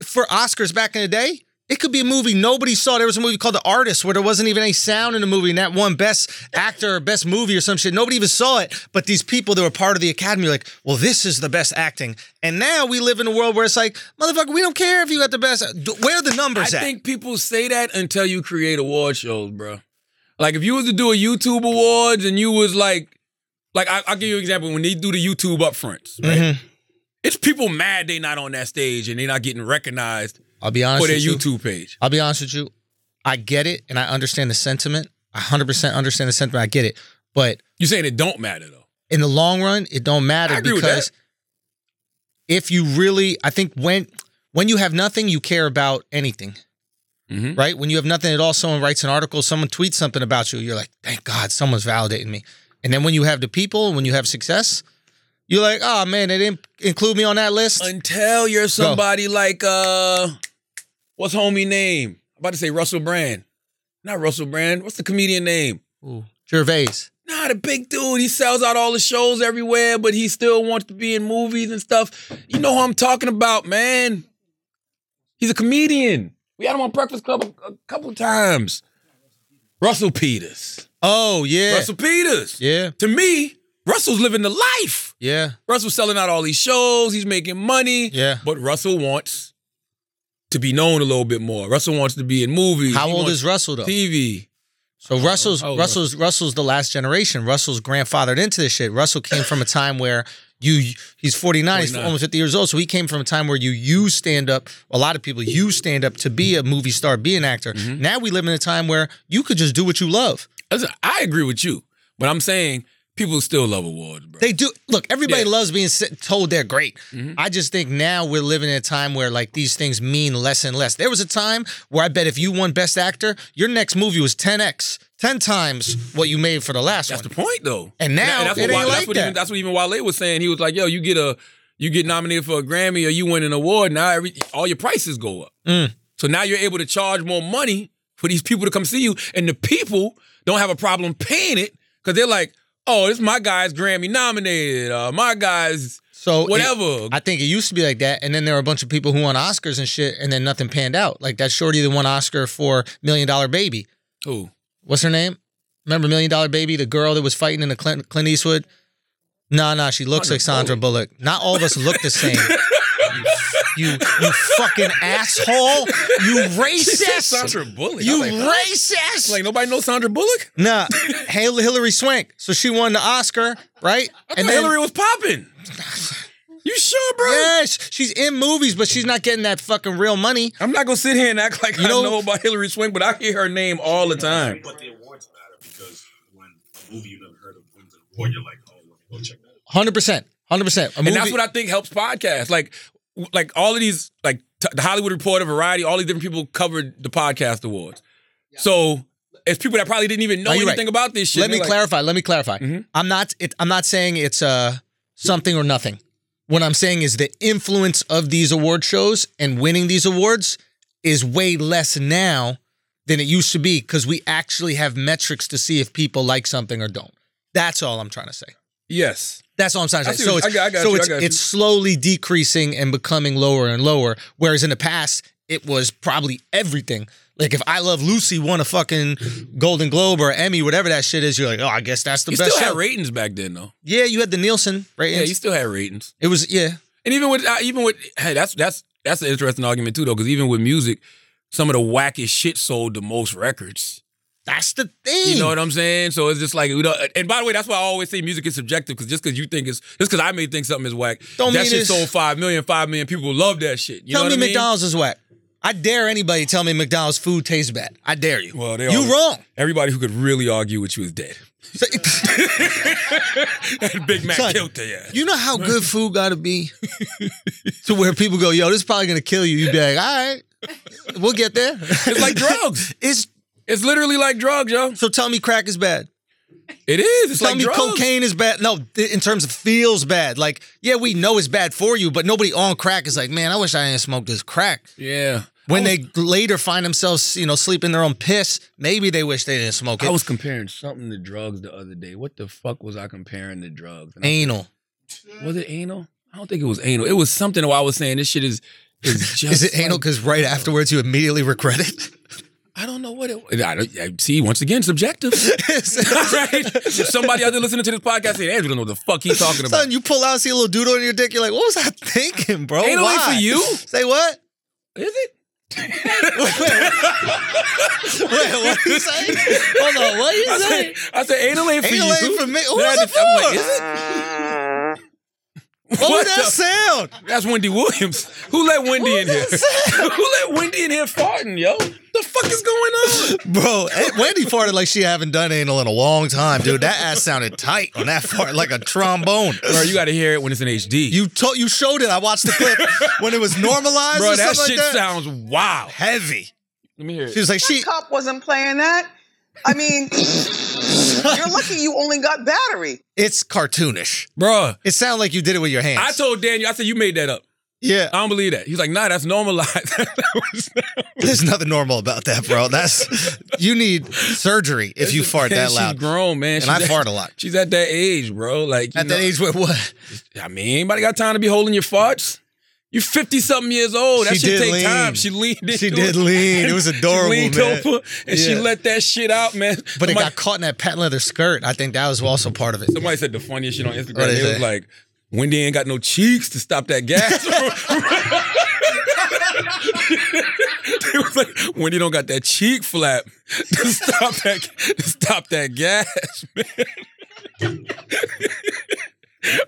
Speaker 3: for Oscars back in the day, it could be a movie nobody saw. There was a movie called The Artist where there wasn't even any sound in the movie, and that one best actor or best movie or some shit. Nobody even saw it. But these people that were part of the academy were like, well, this is the best acting. And now we live in a world where it's like, motherfucker, we don't care if you got the best. d- Where are the numbers
Speaker 2: I
Speaker 3: at?
Speaker 2: think people say that until you create award shows, bro. Like if you was to do a YouTube awards and you was like, like I, I'll give you an example when they do the YouTube upfronts, right? It's people mad they not on that stage and they not getting recognized
Speaker 3: I'll be honest
Speaker 2: for their
Speaker 3: with you.
Speaker 2: YouTube page.
Speaker 3: I'll be honest with you. I get it and I understand the sentiment. I 100% understand the sentiment. I get it. But
Speaker 2: You saying it don't matter though?
Speaker 3: in the long run, it don't matter
Speaker 2: I agree with
Speaker 3: because if you really, I think when when you have nothing, you care about anything,
Speaker 2: Mhm.
Speaker 3: right? When you have nothing at all, someone writes an article, someone tweets something about you, you're like, thank God, someone's validating me. And then when you have the people, when you have success, you're like, oh man, they didn't include me on that list.
Speaker 2: Until you're somebody like uh, what's homie name? I'm about to say Russell Brand, not Russell Brand. What's the comedian name?
Speaker 3: Ooh, Gervais.
Speaker 2: Nah, the big dude, he sells out all the shows everywhere, but he still wants to be in movies and stuff. You know who I'm talking about, man. He's a comedian. We had him on Breakfast Club a, a couple times. Russell Peters.
Speaker 3: Oh yeah,
Speaker 2: Russell Peters.
Speaker 3: yeah,
Speaker 2: To me, Russell's living the life.
Speaker 3: yeah.
Speaker 2: Russell's selling out all these shows. He's making money.
Speaker 3: Yeah.
Speaker 2: But Russell wants to be known a little bit more. Russell wants to be in movies.
Speaker 3: How
Speaker 2: He
Speaker 3: old
Speaker 2: wants
Speaker 3: is Russell though?
Speaker 2: TV?
Speaker 3: So Russell's
Speaker 2: Oh,
Speaker 3: Russell's Russell's the last generation. Russell's grandfathered into this shit. Russell came from a time where you he's 49, he's
Speaker 2: 49.
Speaker 3: almost 50 years old. So he came from a time where you use stand up, a lot of people use stand up to be a movie star, be an actor.
Speaker 2: Mm-hmm.
Speaker 3: Now we live in a time where you could just do what you love.
Speaker 2: Listen, I agree with you, but I'm saying people still love awards, bro.
Speaker 3: They do look, everybody
Speaker 2: Yeah. Mm-hmm.
Speaker 3: loves being s- told they're great. I just think now we're living in a time where like these things mean less and less. There was a time where I bet if you won best actor, your next movie was 10x, 10 times what you made for the last
Speaker 2: that's
Speaker 3: one.
Speaker 2: the point, though.
Speaker 3: And now
Speaker 2: that's what,
Speaker 3: it ain't
Speaker 2: Wa-
Speaker 3: like
Speaker 2: that's what
Speaker 3: that.
Speaker 2: Even, that's what even Wale was saying. He was like, "Yo, you get a, you get nominated for a Grammy or you win an award. Now every all your prices go up.
Speaker 3: Mm.
Speaker 2: So now you're able to charge more money for these people to come see you, and the people don't have a problem paying it because they're like, "Oh, this my guy's Grammy nominated. Uh, my guy's
Speaker 3: So it-
Speaker 2: whatever."
Speaker 3: I think it used to be like that, and then there were a bunch of people who won Oscars and shit, and then nothing panned out. Like that shorty that won Oscar for Million Dollar Baby.
Speaker 2: Who?
Speaker 3: What's her name? Remember Million Dollar Baby, the girl that was fighting in the Clint, Clint Eastwood? Nah, nah, she looks like
Speaker 2: Oh,
Speaker 3: Sandra Bullock. Not all of us look the same. You, you, you fucking asshole! You racist!
Speaker 2: Sandra Bullock.
Speaker 3: You
Speaker 2: I was like,
Speaker 3: racist!
Speaker 2: like nobody knows Sandra Bullock.
Speaker 3: nah, Hil- Hillary Swank. So she won the Oscar, right?
Speaker 2: And
Speaker 3: then-
Speaker 2: Hillary was popping. You sure, bro?
Speaker 3: Yes, she's in movies, but she's not getting that fucking real money.
Speaker 2: I'm not gonna sit here and act like
Speaker 3: You
Speaker 2: I
Speaker 3: know-
Speaker 2: know, about Hillary Swank, but I hear her name all the time.
Speaker 5: But the awards matter because when a movie you never heard of wins an award, you're like, oh, let me go check that out.
Speaker 3: Hundred percent, hundred percent.
Speaker 2: And that's what I think helps podcasts. Like, like all of these, like t- the Hollywood Reporter, Variety, all these different people covered the podcast awards. So it's people that probably didn't even know
Speaker 3: No, you're
Speaker 2: anything
Speaker 3: right.
Speaker 2: about this shit.
Speaker 3: Let me
Speaker 2: They're like, Mm-hmm.
Speaker 3: clarify. Let me clarify. I'm not. It, I'm not saying it's uh something or nothing. What I'm saying is the influence of these award shows and winning these awards is way less now than it used to be because we actually have metrics to see if people like something or don't. That's all I'm trying to say.
Speaker 2: Yes,
Speaker 3: That's all I'm trying to
Speaker 2: I see
Speaker 3: say. So
Speaker 2: what-
Speaker 3: it's,
Speaker 2: I got- I got
Speaker 3: so
Speaker 2: you, I
Speaker 3: it's,
Speaker 2: got you.
Speaker 3: it's slowly decreasing and becoming lower and lower. Whereas in the past, it was probably everything. Like if I Love Lucy won a fucking Golden Globe or Emmy, whatever that shit is, you're like, oh, I guess that's the
Speaker 2: you
Speaker 3: best
Speaker 2: still had
Speaker 3: show.
Speaker 2: ratings back then, though.
Speaker 3: yeah, you had the Nielsen
Speaker 2: Yeah,
Speaker 3: ratings.
Speaker 2: you still had ratings.
Speaker 3: it was yeah,
Speaker 2: And even with uh, even with hey, that's that's that's an interesting argument too, though, because even with music, some of the wackest shit sold the most records.
Speaker 3: that's the thing.
Speaker 2: You know what I'm saying? So it's just like we don't. And by the way, that's why I always say music is subjective because just because you think it's just because I may think something is whack.
Speaker 3: Don't
Speaker 2: that
Speaker 3: mean
Speaker 2: shit
Speaker 3: it's-
Speaker 2: sold five million, five million people love that shit. You
Speaker 3: tell
Speaker 2: know
Speaker 3: me
Speaker 2: what I mean?
Speaker 3: McDonald's is whack. I dare anybody to tell me McDonald's food tastes bad. I dare you.
Speaker 2: Well, they
Speaker 3: you
Speaker 2: always-
Speaker 3: wrong.
Speaker 2: Everybody who could really argue with you is dead. Big Mac
Speaker 3: Son,
Speaker 2: killed their ass.
Speaker 3: You know how good food gotta be to where people go, yo, this is probably gonna kill you. You'd be like, all right, we'll get there.
Speaker 2: It's like drugs.
Speaker 3: It's
Speaker 2: It's literally like drugs, yo.
Speaker 3: so tell me crack is bad.
Speaker 2: It is. It's
Speaker 3: tell
Speaker 2: like
Speaker 3: me
Speaker 2: drugs.
Speaker 3: cocaine is bad. No, th- in terms of feels bad. Like, yeah, we know it's bad for you, but nobody on crack is like, man, I wish I didn't smoke this crack.
Speaker 2: Yeah.
Speaker 3: When
Speaker 2: I was-
Speaker 3: they later find themselves, you know, sleeping their own piss, maybe they wish they didn't smoke it.
Speaker 2: I was comparing something to drugs the other day. What the fuck was I comparing to drugs? And I-
Speaker 3: anal.
Speaker 2: was it anal? I don't think it was anal. It was something where I was saying this shit is is just
Speaker 3: Is it
Speaker 2: like-
Speaker 3: anal because right afterwards you immediately regret it?
Speaker 2: I don't know what it. I don't, I- see, once again, subjective. right? Somebody out there listening to this podcast saying, Andrew don't know what the fuck he's talking about.
Speaker 3: Son, you pull out, see a little doodle on your dick. You're like, what was I thinking, bro?
Speaker 2: Ain't no way
Speaker 3: Why?"
Speaker 2: for you.
Speaker 3: Say what?
Speaker 2: Is it?
Speaker 3: Wait, what are you saying? Hold on, what are you
Speaker 2: I
Speaker 3: saying?
Speaker 2: said, I said, ain't no ain't for
Speaker 3: Ain't no
Speaker 2: you.
Speaker 3: way for me. Who
Speaker 2: Then I
Speaker 3: was it
Speaker 2: just- I'm like,
Speaker 3: for?
Speaker 2: is it?
Speaker 3: What, was
Speaker 2: What
Speaker 3: that
Speaker 2: the-
Speaker 3: sound?
Speaker 2: That's Wendy Williams. Who let Wendy in here? Who let Wendy in here farting, yo? The fuck is going on?
Speaker 3: Bro, eh, Wendy farted like she haven't done anal in a long time, dude. That ass sounded tight on that fart, like a trombone.
Speaker 2: Bro, you got to hear it when it's in HD.
Speaker 3: You told, you showed it. I watched the clip when it was normalized.
Speaker 2: Bro,
Speaker 3: or
Speaker 2: that shit
Speaker 3: something like that.
Speaker 2: sounds wild.
Speaker 3: heavy.
Speaker 2: Let me hear
Speaker 3: She
Speaker 2: it.
Speaker 3: was like, she.
Speaker 6: cop wasn't playing that. I mean, you're lucky you only got battery.
Speaker 3: It's cartoonish.
Speaker 2: Bro,
Speaker 3: It sounded like you did it with your hands.
Speaker 2: I told Um, Daniel, I said, you made that up.
Speaker 3: yeah,
Speaker 2: I don't believe that. He's like, nah, that's normalized.
Speaker 3: there's nothing normal about that, bro. That's you need surgery if you fart that
Speaker 2: She's
Speaker 3: loud.
Speaker 2: grown, man.
Speaker 3: And I
Speaker 2: She's-
Speaker 3: fart a lot.
Speaker 2: She's at that age, bro. Like you
Speaker 3: At that
Speaker 2: know-
Speaker 3: age where what?
Speaker 2: I mean, anybody got time to be holding your farts? You fifty something years old. That
Speaker 3: She
Speaker 2: should
Speaker 3: did
Speaker 2: take
Speaker 3: lean.
Speaker 2: time. She leaned. Into
Speaker 3: She did
Speaker 2: it.
Speaker 3: lean. It was adorable,
Speaker 2: she leaned
Speaker 3: man.
Speaker 2: over and she
Speaker 3: Yeah.
Speaker 2: let that shit out, man.
Speaker 3: But it
Speaker 2: Somebody-
Speaker 3: got caught in that patent leather skirt. I think that was also part of it.
Speaker 2: Somebody said the funniest shit on Instagram.
Speaker 3: What'd
Speaker 2: They
Speaker 3: they
Speaker 2: was
Speaker 3: say?
Speaker 2: like, Wendy ain't got no cheeks to stop that gas. they was like, Wendy don't got that cheek flap to stop that to stop that gas, man.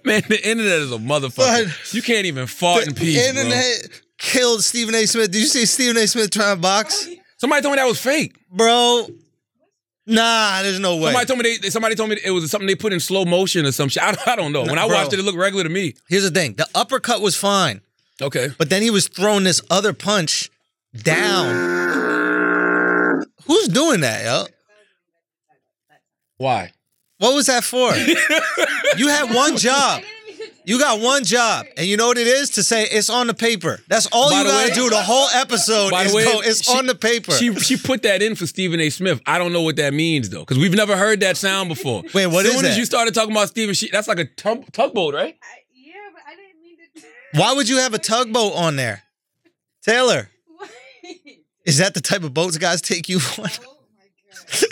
Speaker 2: man, the internet is a motherfucker.
Speaker 3: But-
Speaker 2: you can't even fart in peace. bro.
Speaker 3: internet killed Stephen A. Smith. Did you see Stephen A. Smith trying to box?
Speaker 2: Somebody told me that was fake.
Speaker 3: Bro. Nah, there's no way.
Speaker 2: Somebody told me they, somebody told me it was something they put in slow motion or some shit. I, don't- I don't know. When I
Speaker 3: bro.
Speaker 2: watched it, it looked regular to me.
Speaker 3: Here's the thing the uppercut was fine,
Speaker 2: Okay.
Speaker 3: but then he was throwing this other punch down. Who's doing that, yo?
Speaker 2: Why?
Speaker 3: What was that for? you had one job. You got one job, and you know what it is to say it's on the paper. That's all
Speaker 2: By
Speaker 3: you
Speaker 2: the
Speaker 3: gotta
Speaker 2: way-
Speaker 3: do. The whole episode
Speaker 2: By
Speaker 3: is
Speaker 2: the way,
Speaker 3: go. It's
Speaker 2: she-
Speaker 3: on the paper.
Speaker 2: She she put that in for Stephen A. Smith. I don't know what that means though, because we've never heard that sound before.
Speaker 3: Wait, what
Speaker 2: as
Speaker 3: is
Speaker 2: soon as
Speaker 3: that?
Speaker 2: you started talking about Stephen, she, that's like a tub, tugboat, right?
Speaker 7: I, yeah, but I didn't mean to.
Speaker 3: Why would you have a tugboat on there, Taylor?
Speaker 7: What?
Speaker 3: Is that the type of boats guys take you on?
Speaker 7: oh my god.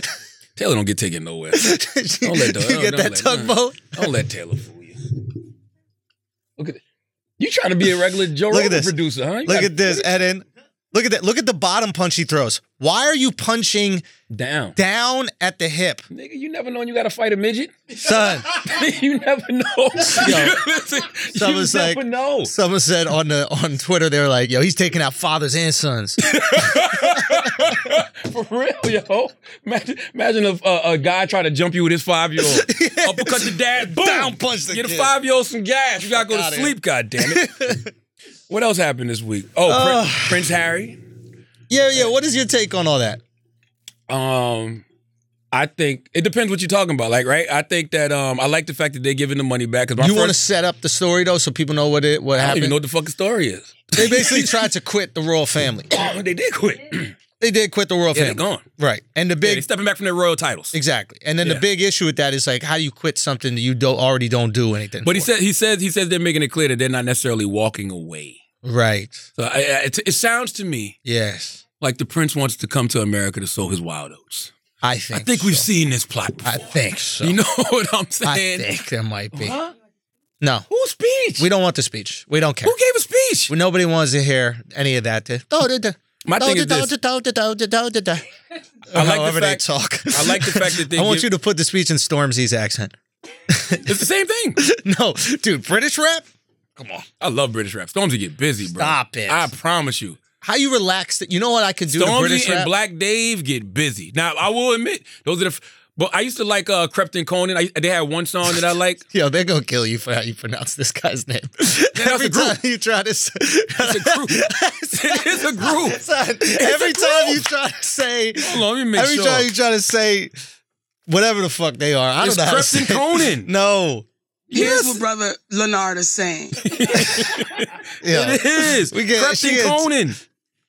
Speaker 2: Taylor don't get taken nowhere.
Speaker 3: don't
Speaker 2: let the-
Speaker 3: you get
Speaker 2: don't
Speaker 3: that
Speaker 2: let-
Speaker 3: tugboat.
Speaker 2: Don't let Taylor fool you. Look at you trying to be a regular Joe
Speaker 3: Look at
Speaker 2: Rogan
Speaker 3: this.
Speaker 2: producer, huh? You
Speaker 3: Look
Speaker 2: got-
Speaker 3: at this, Eden. Look at that. Look at the bottom punch he throws. Why are you punching
Speaker 2: down.
Speaker 3: down at the hip,
Speaker 2: Nigga, you never know when you got to fight a midget.
Speaker 3: son?
Speaker 2: you never know. Listen, you
Speaker 3: Someone's
Speaker 2: never
Speaker 3: like-
Speaker 2: know.
Speaker 3: Someone said on the on Twitter they were like, "Yo, he's taking out fathers and sons."
Speaker 2: For real, yo. Imagine, imagine if uh, a guy tried to jump you with his five year old. Uppercut the dad, boom.
Speaker 3: Down punch the
Speaker 2: Get a
Speaker 3: kid.
Speaker 2: five year old some gas. You gotta go
Speaker 3: Fuck
Speaker 2: to
Speaker 3: outta
Speaker 2: sleep, God damn it. what else happened this week? Oh, Prin- Prince Harry.
Speaker 3: Yeah, yeah. What is your take on all that?
Speaker 2: Um, I think it depends what you're talking about. Like, right? I think that um, I like the fact that they're giving the money back. 'cause my
Speaker 3: you want to
Speaker 2: first-
Speaker 3: set up the story though, so people know what it what
Speaker 2: I don't even
Speaker 3: happened.
Speaker 2: know what the fucking story is.
Speaker 3: they basically tried to quit the royal family.
Speaker 2: they did quit. yeah,
Speaker 3: They did quit the royal
Speaker 2: they're
Speaker 3: family,
Speaker 2: gone.
Speaker 3: right? And the
Speaker 2: Yeah,
Speaker 3: big
Speaker 2: they're stepping back from their royal titles.
Speaker 3: exactly. And then
Speaker 2: Yeah.
Speaker 3: the big issue with that is like, how do you quit something that you do, already don't do anything?
Speaker 2: But he
Speaker 3: for?
Speaker 2: said he says he says they're making it clear that they're not necessarily walking away.
Speaker 3: right?
Speaker 2: So I, I, it, it sounds to me
Speaker 3: Yes,
Speaker 2: like the prince wants to come to America to sow his wild oats.
Speaker 3: I think.
Speaker 2: I think we've
Speaker 3: so.
Speaker 2: seen this plot before.
Speaker 3: I think so.
Speaker 2: You know what I'm
Speaker 3: I
Speaker 2: saying?
Speaker 3: think there might be.
Speaker 2: Huh?
Speaker 3: No,
Speaker 2: Who's speech?
Speaker 3: we don't want the speech. We don't care.
Speaker 2: Who gave a speech?
Speaker 3: Nobody wants to hear any of that.
Speaker 2: My thing is this. I like
Speaker 3: However
Speaker 2: the fact.
Speaker 3: they talk.
Speaker 2: I like the fact that they
Speaker 3: I want
Speaker 2: give-
Speaker 3: you to put the speech in Stormzy's accent.
Speaker 2: It's the same thing.
Speaker 3: no, dude, British rap.
Speaker 2: I love British rap. Stormzy get busy, bro.
Speaker 3: Stop it.
Speaker 2: I promise you.
Speaker 3: How you relax? That you know what I could do to
Speaker 2: Stormzy
Speaker 3: British
Speaker 2: and
Speaker 3: rap.
Speaker 2: Black Dave get busy. Now I will admit those are the. F- but I used to like uh, Crepton Conan. I, they had one song that I liked.
Speaker 3: Yo, they're gonna kill you for how you pronounce this guy's name.
Speaker 2: that's
Speaker 3: every
Speaker 2: a group.
Speaker 3: time you try to, s-
Speaker 2: It's a group. it is a group.
Speaker 3: son, every
Speaker 2: a
Speaker 3: time
Speaker 2: group.
Speaker 3: you try to say,
Speaker 2: Hold on, let me make
Speaker 3: every
Speaker 2: sure.
Speaker 3: time you try to say whatever the fuck they are, I don't
Speaker 2: It's
Speaker 3: know. how to
Speaker 2: Crepton
Speaker 3: say it.
Speaker 2: Conan.
Speaker 3: No,
Speaker 6: Here's
Speaker 2: Yes.
Speaker 6: what brother Leonard is saying.
Speaker 3: yeah,
Speaker 2: It is.
Speaker 3: We get- she
Speaker 2: Crepton
Speaker 3: gets-
Speaker 2: Conan.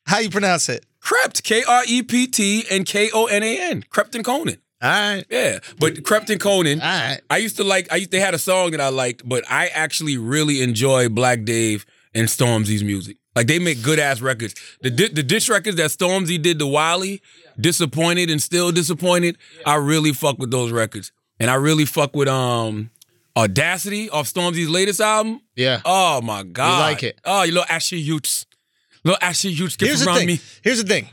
Speaker 3: how you pronounce it?
Speaker 2: Crept, K R E P T and K O N A N. Crepton Conan.
Speaker 3: All right,
Speaker 2: Yeah. But Crepton Conan,
Speaker 3: all right.
Speaker 2: I used to like, I used, they had a song that I liked, but I actually really enjoy Black Dave and Stormzy's music. Like they make good ass records. The, di- the dish records that Stormzy did to Wiley, Disappointed and Still Disappointed, I really fuck with those records. And I really fuck with um Audacity off Stormzy's latest album.
Speaker 3: Yeah.
Speaker 2: Oh my God.
Speaker 3: like it.
Speaker 2: Oh, you little ashy Utes. Little ashy Utes get
Speaker 3: Here's the
Speaker 2: around
Speaker 3: thing.
Speaker 2: me.
Speaker 3: Here's the thing.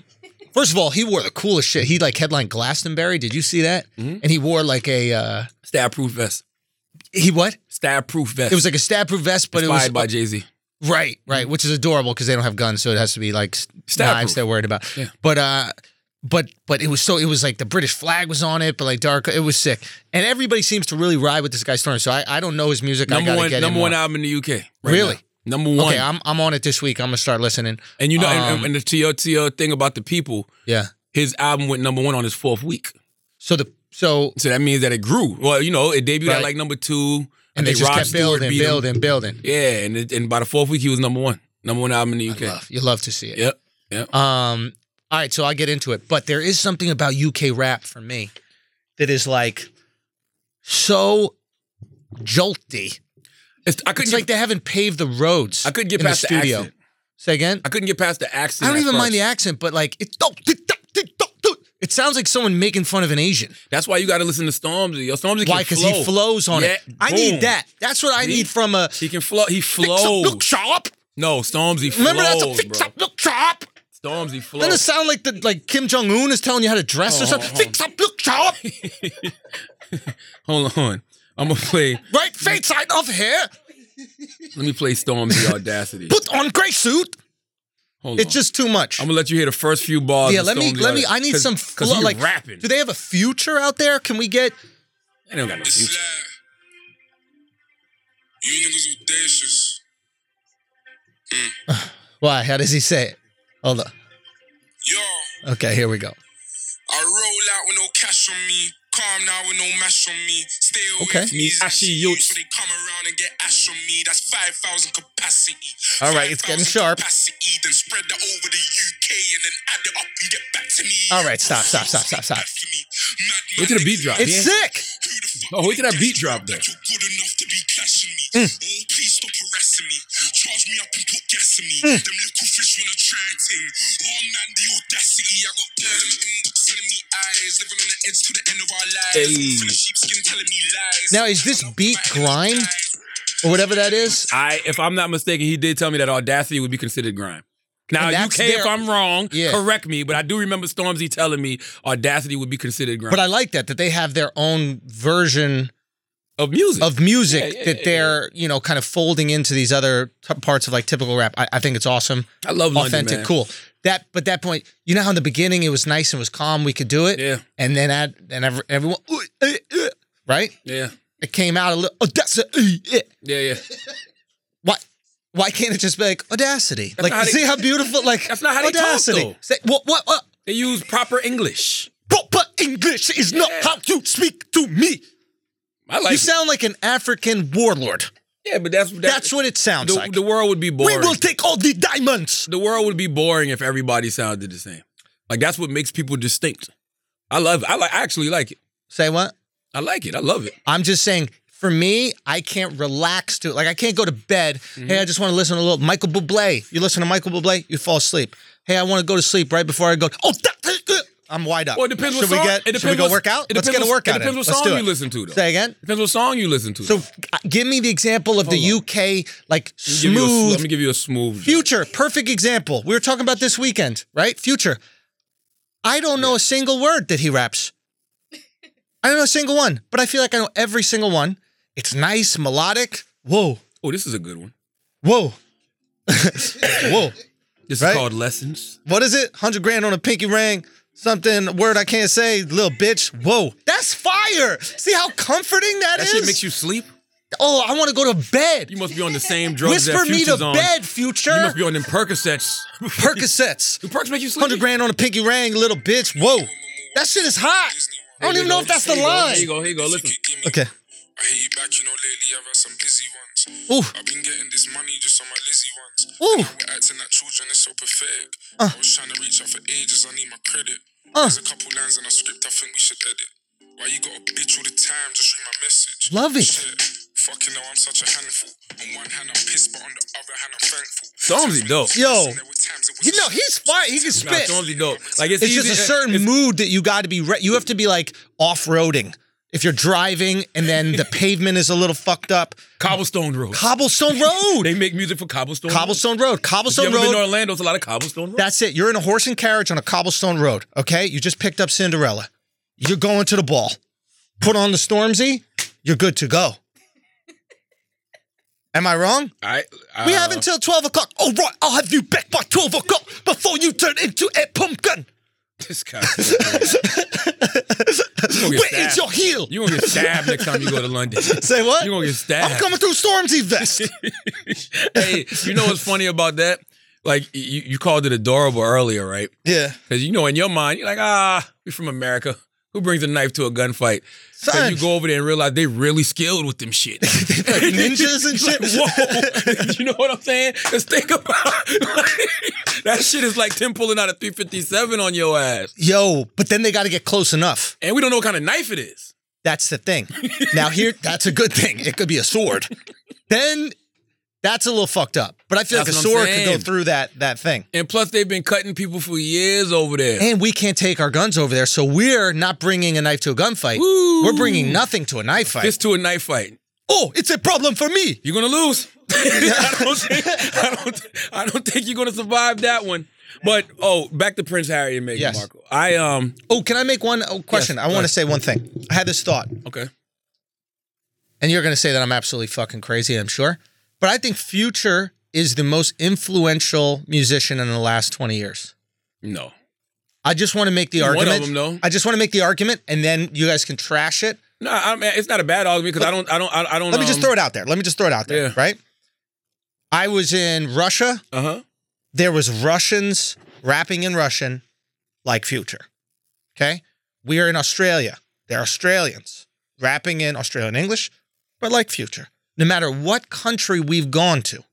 Speaker 3: First of all, he wore the coolest shit. He like headlined Glastonbury. Did you see that?
Speaker 2: Mm-hmm.
Speaker 3: And he wore like a uh
Speaker 2: Stab proof vest.
Speaker 3: he what?
Speaker 2: Stab proof vest.
Speaker 3: It was like a stab proof vest, but
Speaker 2: inspired
Speaker 3: it was
Speaker 2: by Jay Z.
Speaker 3: Right, right, which is adorable because they don't have guns, so it has to be like s-
Speaker 2: Stab proof.
Speaker 3: knives they're worried about.
Speaker 2: Yeah.
Speaker 3: But uh, but but it was so it was like the British flag was on it, but like dark, it was sick, and everybody seems to really ride with this guy Storm. So I, I don't know his music. I
Speaker 2: Number
Speaker 3: gotta
Speaker 2: one,
Speaker 3: get in
Speaker 2: number one
Speaker 3: more.
Speaker 2: album in the UK. right
Speaker 3: Really?
Speaker 2: now. Number one.
Speaker 3: Okay, I'm I'm on it this week. I'm gonna start listening.
Speaker 2: and you know, and,
Speaker 3: um,
Speaker 2: and the to your, to your thing about the people,
Speaker 3: Yeah.
Speaker 2: his album went number one on his fourth week.
Speaker 3: So the so
Speaker 2: So that means that it grew. Well, you know, it debuted at
Speaker 3: Right.
Speaker 2: like number two. I
Speaker 3: and they
Speaker 2: think
Speaker 3: just
Speaker 2: Rod
Speaker 3: kept
Speaker 2: Stewart
Speaker 3: building,
Speaker 2: beat him.
Speaker 3: building, building.
Speaker 2: Yeah, and it, and by the fourth week he was number one, number one album in the UK.
Speaker 3: Love. You love to see it.
Speaker 2: Yep, yep.
Speaker 3: Um. All right, so I get into it, but there is something about UK rap for me that is like so jolty.
Speaker 2: It's, I couldn't.
Speaker 3: It's
Speaker 2: Get,
Speaker 3: like they haven't paved the roads.
Speaker 2: I couldn't get
Speaker 3: in
Speaker 2: past the,
Speaker 3: the studio.
Speaker 2: accent.
Speaker 3: Say again.
Speaker 2: I couldn't get past the accent.
Speaker 3: I don't
Speaker 2: at
Speaker 3: even mind the
Speaker 2: first.
Speaker 3: accent, but like it. It sounds like someone making fun of an Asian.
Speaker 2: That's why you got to listen to Stormzy. Yo, Stormzy can
Speaker 3: Why? Because
Speaker 2: Because
Speaker 3: he flows on it.
Speaker 2: Yeah,
Speaker 3: I need
Speaker 2: boom.
Speaker 3: that. That's what I
Speaker 2: See?
Speaker 3: need from a.
Speaker 2: He can flow. He
Speaker 3: Look
Speaker 2: flows.
Speaker 3: sharp.
Speaker 2: No, Stormzy flows,
Speaker 3: Remember that's a fix
Speaker 2: bro.
Speaker 3: up. Look sharp.
Speaker 2: Stormzy
Speaker 3: Doesn't it
Speaker 2: flows.
Speaker 3: sound like the like Kim Jong Un is telling you how to dress or
Speaker 2: Oh,
Speaker 3: something?
Speaker 2: oh, oh.
Speaker 3: Fix up. Look sharp.
Speaker 2: Hold on. I'm gonna play.
Speaker 3: Right fade side of hair.
Speaker 2: Let me play Stormzy Audacity.
Speaker 3: Put on gray suit.
Speaker 2: Hold
Speaker 3: It's
Speaker 2: on.
Speaker 3: just too much.
Speaker 2: I'm gonna let you hear the first few bars.
Speaker 3: yeah,
Speaker 2: of
Speaker 3: let me
Speaker 2: Stormzy
Speaker 3: let me.
Speaker 2: Audacity.
Speaker 3: I need
Speaker 2: Cause,
Speaker 3: some
Speaker 2: Cause
Speaker 3: flow.
Speaker 2: he
Speaker 3: Like,
Speaker 2: rapping.
Speaker 3: do they have a future out there? Can we get?
Speaker 2: They don't got no future.
Speaker 8: You niggas audacious.
Speaker 3: Why? How does he say it? Hold on.
Speaker 8: Y'all.
Speaker 3: Okay, here we go.
Speaker 8: I roll out with no cash on me. Calm now with no mash on me. Stay away
Speaker 3: Okay.
Speaker 8: from these
Speaker 2: Ashy
Speaker 8: ashy
Speaker 2: youths.
Speaker 8: youths. So they come around and get ash on me. That's 5,000 capacity.
Speaker 3: All right, it's getting
Speaker 8: 5,000
Speaker 3: sharp.
Speaker 8: Capacity, then spread that over the UK and then add it up and get back to me.
Speaker 3: All right, stop, stop, stop, stop, stop.
Speaker 2: Wait till the beat drop.
Speaker 3: It's
Speaker 2: yeah?
Speaker 3: sick.
Speaker 2: Oh, wait till that beat drop though.
Speaker 8: You're good enough to be clashing me.
Speaker 3: Hmm.
Speaker 8: Oh, please stop harassing me. Charge me up and put gas in me.
Speaker 3: Hmm.
Speaker 8: Them little fish wanna try a thing. Oh, man, the audacity. I got them inbox telling me eyes. Living on the edge to the end of our lives.
Speaker 2: Hey.
Speaker 8: Full of sheepskin telling me lies.
Speaker 3: Now, is this beat grime or whatever that is?
Speaker 2: I, if I'm not mistaken, he did tell me that Audacity would be considered grime. Now
Speaker 3: And
Speaker 2: you
Speaker 3: that's
Speaker 2: can, if
Speaker 3: their-
Speaker 2: I'm wrong,
Speaker 3: Yeah.
Speaker 2: correct me. But I do remember Stormzy telling me Audacity would be considered grime
Speaker 3: But I like that that they have their own version
Speaker 2: of music.
Speaker 3: of music
Speaker 2: Yeah, yeah,
Speaker 3: that
Speaker 2: yeah,
Speaker 3: they're you know kind of folding into these other t- parts of like typical rap. I, I think it's awesome,
Speaker 2: I love London,
Speaker 3: authentic,
Speaker 2: man.
Speaker 3: cool. That but that point, you know how in the beginning it was nice and was calm, we could do it,
Speaker 2: Yeah,
Speaker 3: and then at and every, everyone "Ooh, eh, eh," right,
Speaker 2: yeah,
Speaker 3: it came out a little. Oh, that's a, eh, eh."
Speaker 2: yeah, yeah.
Speaker 3: why why can't it just be like audacity? like
Speaker 2: not how they-
Speaker 3: see how beautiful like
Speaker 2: That's not how they talk,
Speaker 3: audacity.
Speaker 2: though.
Speaker 3: Say, what what what?
Speaker 2: They use proper English.
Speaker 3: Proper English is not
Speaker 2: Yeah.
Speaker 3: how you speak to me.
Speaker 2: I like.
Speaker 3: you
Speaker 2: it.
Speaker 3: sound like an African warlord.
Speaker 2: yeah, but that's that,
Speaker 3: That's what it sounds
Speaker 2: the,
Speaker 3: like.
Speaker 2: the world would be
Speaker 3: we
Speaker 2: boring.
Speaker 3: will take all the diamonds.
Speaker 2: the world would be boring if everybody sounded the same. Like that's what makes people distinct. I love. It. I like. I actually like it.
Speaker 3: Say what?
Speaker 2: I like it. I love it.
Speaker 3: I'm just saying. For me, I can't relax to it. Like I can't go to bed.
Speaker 2: Mm-hmm.
Speaker 3: Hey, I just want to listen to a little Michael Bublé. You listen to Michael Bublé, you fall asleep. Hey, I want to go to sleep right before I go. Oh, that- I'm wide up.
Speaker 2: Well, it depends
Speaker 3: Should
Speaker 2: what song.
Speaker 3: we get?
Speaker 2: it depends
Speaker 3: should we go
Speaker 2: what-
Speaker 3: work out?
Speaker 2: it
Speaker 3: Let's
Speaker 2: depends
Speaker 3: get a
Speaker 2: what-
Speaker 3: workout.
Speaker 2: It depends what
Speaker 3: in. Let's do
Speaker 2: song
Speaker 3: it.
Speaker 2: you listen to. Though.
Speaker 3: Say again.
Speaker 2: Depends what song you listen to.
Speaker 3: So uh, give me the example of the UK like
Speaker 2: Let me give you a sl-
Speaker 3: smooth
Speaker 2: let me give you a smooth.
Speaker 3: future. Perfect example. We were talking about this weekend, right? Future. I don't know a single word that he raps. I don't know a single one, but I feel like I know every single one. It's nice, melodic. Whoa,
Speaker 2: Oh, this is a good one.
Speaker 3: whoa, whoa.
Speaker 2: This
Speaker 3: Right?
Speaker 2: is called Lessons.
Speaker 3: What is it? Hundred grand on a pinky ring. Something a word I can't say. Little bitch. Whoa, that's fire. See how comforting
Speaker 2: That
Speaker 3: is?
Speaker 2: shit makes you sleep.
Speaker 3: Oh, I want to go to bed.
Speaker 2: You must be on the same drugs
Speaker 3: Whisper
Speaker 2: that
Speaker 3: me to
Speaker 2: Future's on.
Speaker 3: bed, future.
Speaker 2: You must be on them Percocets.
Speaker 3: Percocets.
Speaker 2: Do Percs make you sleep?
Speaker 3: 100 grand on a pinky ring, little bitch. Whoa. That shit is hot. I don't even know if that's the
Speaker 2: Here you
Speaker 3: line.
Speaker 2: go. Here you go. Listen.
Speaker 3: Okay.
Speaker 8: I hit you back, you know, lately I've had some busy ones.
Speaker 3: Ooh.
Speaker 8: I've been getting this money just on my Lizzie ones.
Speaker 3: Ooh.
Speaker 8: Now we're acting like children, it's so pathetic.
Speaker 3: Uh.
Speaker 8: I was trying to reach out for ages, I need my credit.
Speaker 3: Uh.
Speaker 8: There's a couple lines in our script I think we should edit. Why you got a bitch all the time? Just read my message.
Speaker 3: Love it.
Speaker 8: Shit. Fucking hell, I'm such a handful. On one hand, I'm pissed, but on the other hand, I'm thankful.
Speaker 2: Stormzy dope.
Speaker 3: Yo.
Speaker 8: There were times it was
Speaker 3: You know, he's fire. He
Speaker 2: Nah,
Speaker 3: can spit.
Speaker 2: Stormzy dope. Like it's,
Speaker 3: It's
Speaker 2: easy.
Speaker 3: just a certain mood that you got to be, re- you have to be like off roading. If you're driving and then the pavement is a little fucked up,
Speaker 2: cobblestone road.
Speaker 3: Cobblestone Road.
Speaker 2: They make music for cobblestone.
Speaker 3: Cobblestone Road.
Speaker 2: Road. You
Speaker 3: Cobblestone
Speaker 2: ever been to
Speaker 3: Road.
Speaker 2: Orlando? It's a lot of cobblestone. road.
Speaker 3: That's it. You're in a horse and carriage on a cobblestone road, okay? You just picked up Cinderella. You're going to the ball. Put on the Stormzy, you're good to go. Am I wrong?
Speaker 2: I,
Speaker 3: We
Speaker 2: uh,
Speaker 3: have until 12 o'clock. All right, I'll have you back by 12 o'clock before you turn into a pumpkin.
Speaker 2: This guy. you gonna
Speaker 3: Where
Speaker 2: get
Speaker 3: is
Speaker 2: stabbed.
Speaker 3: your heel?
Speaker 2: You gonna get stabbed next time you go to London.
Speaker 3: Say what?
Speaker 2: You gonna get stabbed.
Speaker 3: I'm coming through Stormzy vest.
Speaker 2: hey, you know what's funny about that? Like you, you called it adorable earlier, right?
Speaker 3: yeah.
Speaker 2: Because you know, in your mind, you're like, ah, we're from America. Who brings a knife to a gunfight? So
Speaker 3: Son.
Speaker 2: you go over there and realize they really skilled with them shit.
Speaker 3: Like ninjas and shit.
Speaker 2: Whoa, you know what I'm saying? Just think about that shit is like Tim pulling out a 357 on your ass,
Speaker 3: Yo, but then they got to get close enough.
Speaker 2: and we don't know what kind of knife it is.
Speaker 3: That's the thing. Now here, that's a good thing. It could be a sword. then that's a little fucked up. But I feel
Speaker 2: That's
Speaker 3: like a
Speaker 2: what I'm
Speaker 3: sword could go
Speaker 2: saying.
Speaker 3: through that that thing.
Speaker 2: And plus, they've been cutting people for years over there.
Speaker 3: And we can't take our guns over there, so we're not bringing a knife to a gunfight.
Speaker 2: Woo.
Speaker 3: We're bringing nothing to a knife fight.
Speaker 2: This to a knife fight.
Speaker 3: oh, it's a problem for me.
Speaker 2: You're gonna lose. I, don't think, I, don't, I don't think you're gonna survive that one. But oh, back to Prince Harry and Meghan
Speaker 3: Yes.
Speaker 2: Markle. I um
Speaker 3: Oh, can I make one oh, question?
Speaker 2: Yes,
Speaker 3: I
Speaker 2: go
Speaker 3: want
Speaker 2: ahead.
Speaker 3: to say one thing. I had this thought,
Speaker 2: okay.
Speaker 3: and you're going to say that I'm absolutely fucking crazy, I'm sure. But I think Future is the most influential musician in the last 20 years.
Speaker 2: No.
Speaker 3: I just want to make the
Speaker 2: One of
Speaker 3: argument.
Speaker 2: them, though.
Speaker 3: I just want to make the argument, and then you guys can trash it.
Speaker 2: No, I mean, it's not a bad argument because I don't, I don't, I I don't. um,
Speaker 3: Let me just throw it out there. Let me just throw it out there,
Speaker 2: yeah.
Speaker 3: right? I was in Russia.
Speaker 2: Uh huh.
Speaker 3: There was Russians rapping in Russian, like Future. Okay, we are in Australia. They're Australians rapping in Australian English, but like Future. No matter what country we've gone to,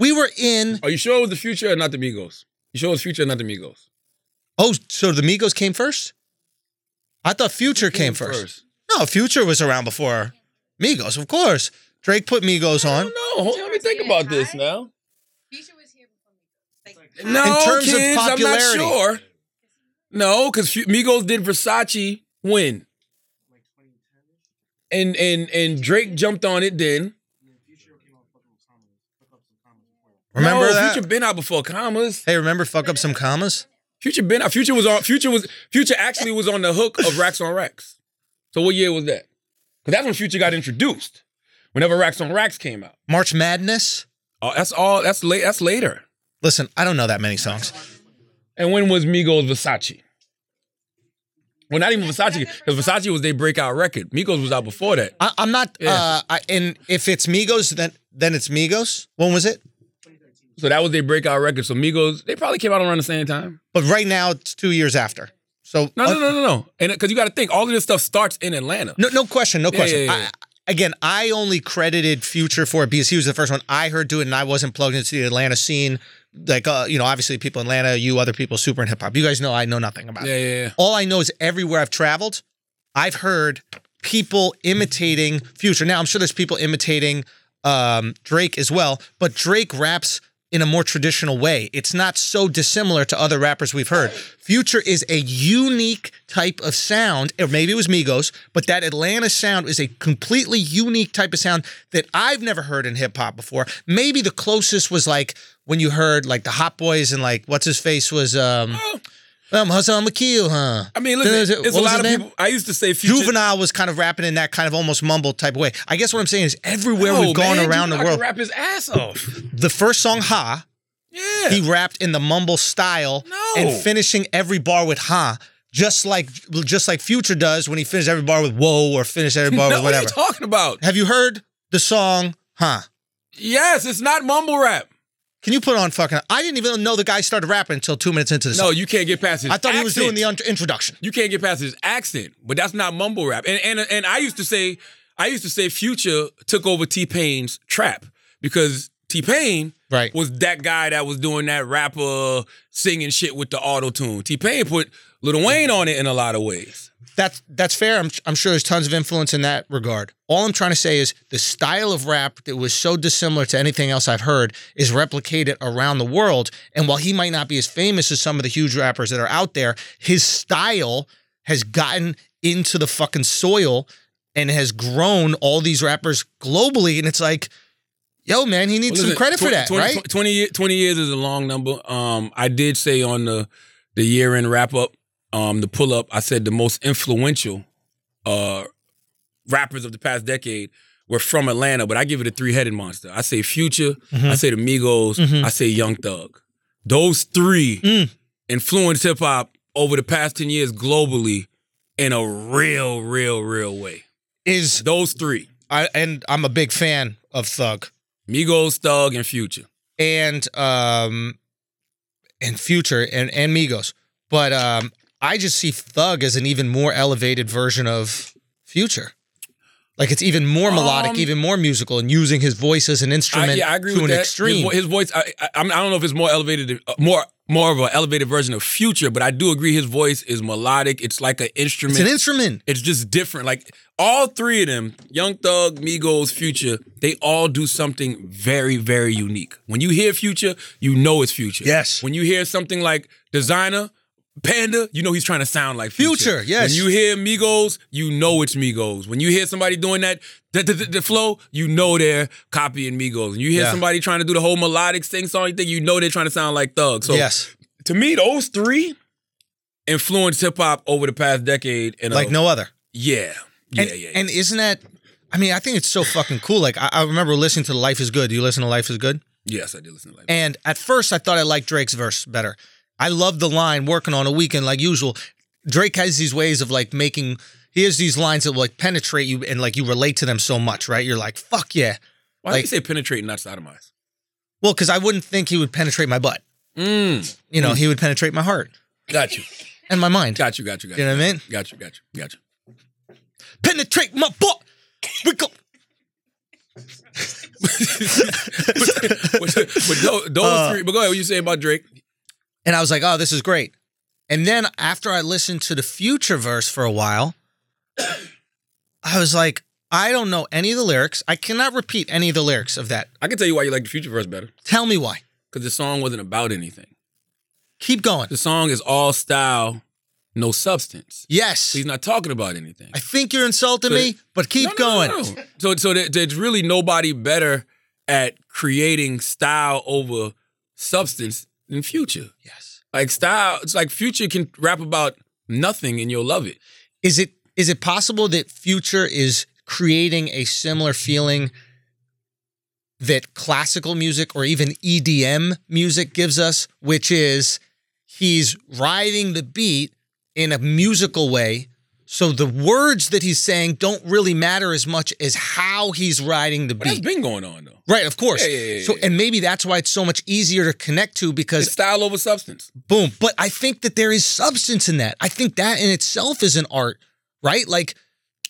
Speaker 3: we were in.
Speaker 2: Are you sure it was the future or not the Migos? You sure it was future or not the Migos?
Speaker 3: Oh, so the Migos came first. I thought Future came first. No, Future was around before Migos, of course. Drake put Migos
Speaker 2: I
Speaker 3: on.
Speaker 2: don't know. Hold- Let me think about this now.
Speaker 7: Keisha was here before me. Like,
Speaker 2: No,
Speaker 3: terms of
Speaker 2: kids,
Speaker 3: popularity.
Speaker 2: I'm not sure. No, because Migos did Versace when, and and and Drake jumped on it then.
Speaker 3: Remember
Speaker 2: no,
Speaker 3: that?
Speaker 2: Future been out before commas.
Speaker 3: Hey, remember fuck up some commas?
Speaker 2: Future been out. Future was on. Future was. Future actually was on the hook of Racks on Racks. So what year was that? Because that's when Future got introduced. Whenever Racks on Racks came out.
Speaker 3: March Madness?
Speaker 2: Oh, that's all. That's late. That's later.
Speaker 3: Listen, I don't know that many songs.
Speaker 2: And when was Migos Versace? Well, not even Versace, because Versace was their breakout record. Migos was out before that.
Speaker 3: I, I'm not.
Speaker 2: Yeah.
Speaker 3: Uh, I, and if it's Migos, then then it's Migos. When was it?
Speaker 2: So that was their breakout record. So Migos, they probably came out around the same time.
Speaker 3: But right now it's two years after. So uh,
Speaker 2: No, no, no, no, no. And because you got to think, all of this stuff starts in Atlanta.
Speaker 3: no, no question, no
Speaker 2: Yeah,
Speaker 3: question.
Speaker 2: yeah, yeah.
Speaker 3: I, again, I only credited Future for it because he was the first one I heard do it, and I wasn't plugged into the Atlanta scene. Like uh, you know, obviously people in Atlanta, you other people, super in hip hop. You guys know I know nothing about. it.
Speaker 2: Yeah, yeah, yeah.
Speaker 3: All I know is everywhere I've traveled, I've heard people imitating Future. Now I'm sure there's people imitating um, Drake as well, but Drake raps in a more traditional way. It's not so dissimilar to other rappers we've heard. Future is a unique type of sound, or maybe it was Migos, but that Atlanta sound is a completely unique type of sound that I've never heard in hip hop before. Maybe the closest was like when you heard like the Hot Boys and like what's his face was um um, Hassan McKeel, huh?
Speaker 2: Oh. I mean, listen,
Speaker 3: There's
Speaker 2: it's a
Speaker 3: what was
Speaker 2: lot
Speaker 3: his
Speaker 2: of
Speaker 3: name?
Speaker 2: people. I used to say Future.
Speaker 3: Juvenile was kind of rapping in that kind of almost mumble type of way. I guess what I'm saying is everywhere
Speaker 2: No,
Speaker 3: we've gone
Speaker 2: man,
Speaker 3: around the
Speaker 2: Juvenile
Speaker 3: world,
Speaker 2: can Rap his ass off.
Speaker 3: the first song Ha,
Speaker 2: Yeah.
Speaker 3: he rapped in the mumble style
Speaker 2: No.
Speaker 3: and finishing every bar with Ha, just like just like Future does when he finished every bar with Whoa or finished every bar
Speaker 2: no,
Speaker 3: with
Speaker 2: what are
Speaker 3: whatever.
Speaker 2: you talking about?
Speaker 3: Have you heard the song Ha?
Speaker 2: Yes, it's not mumble rap.
Speaker 3: Can you put on fucking? I didn't even know the guy started rapping until two minutes into the
Speaker 2: No,
Speaker 3: song.
Speaker 2: you can't get past his.
Speaker 3: I thought he was
Speaker 2: accent.
Speaker 3: doing the un- introduction.
Speaker 2: You can't get past his accent, but that's not mumble rap. And and and I used to say, I used to say Future took over T Pain's trap because T Pain
Speaker 3: Right.
Speaker 2: was that guy that was doing that rapper singing shit with the auto tune. T Pain put Lil Wayne on it in a lot of ways.
Speaker 3: that's that's fair. I'm, I'm sure there's tons of influence in that regard. All I'm trying to say is the style of rap that was so dissimilar to anything else I've heard is replicated around the world. And while he might not be as famous as some of the huge rappers that are out there, his style has gotten into the fucking soil and has grown all these rappers globally. And it's like, yo, man, he needs some
Speaker 2: Listen,
Speaker 3: credit for
Speaker 2: tw-
Speaker 3: that,
Speaker 2: 20,
Speaker 3: right?
Speaker 2: 20, year- 20 years is a long number. Um, I did say on the the year end wrap up, um, the pull up, I said the most influential uh, rappers of the past decade were from Atlanta, but I give it a three headed monster. I say Future,
Speaker 3: Mm-hmm.
Speaker 2: I say the Migos, I say Young Thug. Those three
Speaker 3: Mm.
Speaker 2: influenced hip hop over the past 10 years globally in a real, real, real way.
Speaker 3: Is
Speaker 2: Those three
Speaker 3: I and I'm a big fan of Thug.
Speaker 2: Migos, Thug, and Future.
Speaker 3: and um and Future and and Migos. But um I just see Thug as an even more elevated version of Future. Like it's even more melodic,
Speaker 2: Um,
Speaker 3: even more musical, and using his voice as an instrument
Speaker 2: I, yeah, I agree
Speaker 3: to
Speaker 2: with
Speaker 3: an
Speaker 2: that. His
Speaker 3: extreme.
Speaker 2: vo- His, voice, I, I, I'm- I don't know if it's more elevated, uh, more more of an elevated version of Future, but I do agree his voice is melodic. It's like an instrument.
Speaker 3: It's an instrument.
Speaker 2: It's just different. Like all three of them, Young Thug, Migos, Future, they all do something very, very unique. When you hear Future, you know it's Future.
Speaker 3: Yes.
Speaker 2: When you hear something like Designer, Panda, you know he's trying to sound like Future.
Speaker 3: Future, yes.
Speaker 2: When you hear Migos, you know it's Migos. When you hear somebody doing that, the, the, flow, you know they're copying Migos. When you hear
Speaker 3: Yeah.
Speaker 2: somebody trying to do the whole melodic sing song thing, you know they're trying to sound like Thug. So
Speaker 3: yes.
Speaker 2: to me, those three influenced hip hop over the past decade. And
Speaker 3: Like no other.
Speaker 2: yeah, yeah,
Speaker 3: and,
Speaker 2: yeah, yeah.
Speaker 3: and isn't that? I mean, I think it's so fucking cool. Like I, I remember listening to "Life Is Good." Do you listen to "Life Is Good"?
Speaker 2: yes, I did listen to like.
Speaker 3: And at first, I thought I liked Drake's verse better. I love the line working on a weekend like usual. Drake has these ways of like making, he has these lines that will like penetrate you and like you relate to them so much, right? You're like, fuck yeah.
Speaker 2: Why
Speaker 3: like-
Speaker 2: do you say penetrate, and not sodomize?
Speaker 3: Well, because I wouldn't think he would penetrate my butt.
Speaker 2: Mm,
Speaker 3: You know, he would penetrate my heart
Speaker 2: got you,
Speaker 3: and my mind.
Speaker 2: got you, got you, got
Speaker 3: You
Speaker 2: you,
Speaker 3: know what I mean?
Speaker 2: got you, got you, got you.
Speaker 3: Penetrate my butt. We go.
Speaker 2: but tho- those
Speaker 3: Uh,
Speaker 2: three. But go ahead. What you say about Drake?
Speaker 3: And I was like, oh, this is great. And then after I listened to the future verse for a while, I was like, I don't know any of the lyrics. I cannot repeat any of the lyrics of that.
Speaker 2: I can tell you why you like the future verse better.
Speaker 3: Tell me why.
Speaker 2: Because the song wasn't about anything.
Speaker 3: Keep going.
Speaker 2: The song is all style, no substance.
Speaker 3: Yes.
Speaker 2: He's not talking about anything.
Speaker 3: I think you're insulting
Speaker 2: So-
Speaker 3: me, but
Speaker 2: No,
Speaker 3: keep
Speaker 2: no,
Speaker 3: going.
Speaker 2: no, no. So so there, there's really nobody better at creating style over substance than Future.
Speaker 3: Yes.
Speaker 2: Like style, it's like Future can rap about nothing and you'll love it.
Speaker 3: Is it is it possible that future is creating a similar feeling that classical music or even EDM music gives us, which is he's riding the beat in a musical way. So the words that he's saying don't really matter as much as how he's riding the
Speaker 2: But that's
Speaker 3: beat.
Speaker 2: been going on though.
Speaker 3: Right, of course.
Speaker 2: Yeah, yeah, yeah,
Speaker 3: so
Speaker 2: yeah.
Speaker 3: and maybe that's why it's so much easier to connect to because
Speaker 2: It's style over substance.
Speaker 3: boom. But I think that there is substance in that. I think that in itself is an art, right? Like,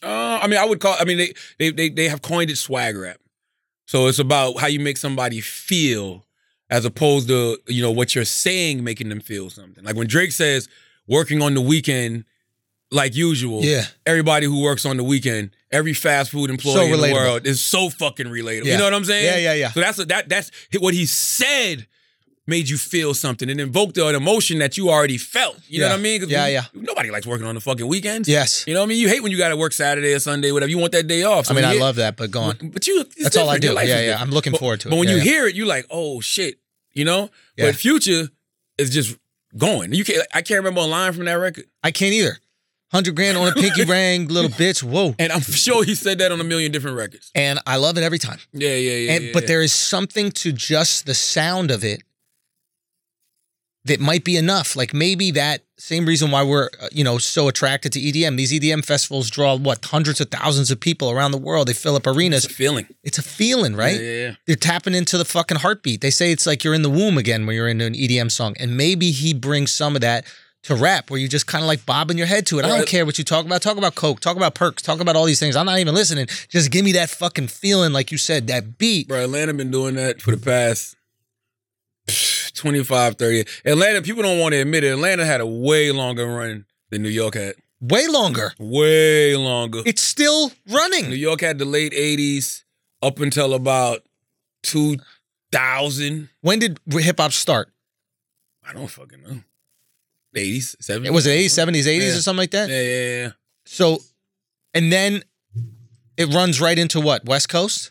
Speaker 2: Uh, I mean, I would call. I mean, they, they they they have coined it swag rap. So it's about how you make somebody feel, as opposed to you know what you're saying making them feel something. Like when Drake says working on the weekend, like usual.
Speaker 3: Yeah.
Speaker 2: Everybody who works on the weekend, every fast food employee in
Speaker 3: relatable.
Speaker 2: the world is so fucking relatable.
Speaker 3: Yeah.
Speaker 2: You know what I'm saying?
Speaker 3: Yeah, yeah, yeah.
Speaker 2: So that's that that's what he said made you feel something and invoked an emotion that you already felt. You know
Speaker 3: Yeah.
Speaker 2: what I mean? 'Cause
Speaker 3: Yeah,
Speaker 2: we-
Speaker 3: yeah.
Speaker 2: Nobody likes working on the fucking weekends.
Speaker 3: yes.
Speaker 2: You know what I mean? You hate when you got to work Saturday or Sunday, whatever. You want that day off.
Speaker 3: I
Speaker 2: So
Speaker 3: mean,
Speaker 2: when
Speaker 3: I
Speaker 2: you-
Speaker 3: love that, but go on.
Speaker 2: But you, it's
Speaker 3: That's all I
Speaker 2: different. Your
Speaker 3: do.
Speaker 2: life
Speaker 3: Yeah,
Speaker 2: is
Speaker 3: yeah.
Speaker 2: different.
Speaker 3: I'm looking
Speaker 2: But-
Speaker 3: forward to it.
Speaker 2: But when
Speaker 3: Yeah,
Speaker 2: you
Speaker 3: yeah.
Speaker 2: hear it, you like, oh shit, you know.
Speaker 3: Yeah.
Speaker 2: But Future is just going. You can't. I can't remember a line from that record,
Speaker 3: I can't either. Hundred grand on a pinky ring, little bitch. Whoa.
Speaker 2: and I'm sure he said that on a million different records.
Speaker 3: And I love it every time.
Speaker 2: Yeah, yeah, yeah.
Speaker 3: And
Speaker 2: yeah,
Speaker 3: but
Speaker 2: yeah.
Speaker 3: there is something to just the sound of it that might be enough. Like maybe that same reason why we're uh, you know so attracted to EDM. These EDM festivals draw what hundreds of thousands of people around the world. They fill up
Speaker 2: it's a
Speaker 3: arenas.
Speaker 2: feeling,
Speaker 3: It's a feeling, right?
Speaker 2: Yeah, yeah, yeah.
Speaker 3: You're tapping into the fucking heartbeat. They say it's like you're in the womb again when you're into an EDM song. And maybe he brings some of that to rap where you just kind of like bobbing your head to it. I
Speaker 2: Well,
Speaker 3: don't
Speaker 2: it-
Speaker 3: care what you talk about. Talk about Coke. Talk about perks. Talk about all these things. I'm not even listening. Just give me that fucking feeling, like you said, that beat.
Speaker 2: bro. Atlanta been doing that for the past. pff, 25, 30. Atlanta, people don't want to admit it. Atlanta had a way longer run than New York had.
Speaker 3: Way longer.
Speaker 2: Way longer.
Speaker 3: It's still
Speaker 2: New
Speaker 3: running.
Speaker 2: York had the late '80s up until about 2000.
Speaker 3: When did hip hop start?
Speaker 2: I don't fucking know. '80s, '70s.
Speaker 3: It was it 80s, 70s, 80s or
Speaker 2: Yeah.
Speaker 3: something like that?
Speaker 2: Yeah, yeah, yeah.
Speaker 3: So, and then it runs right into what? West Coast?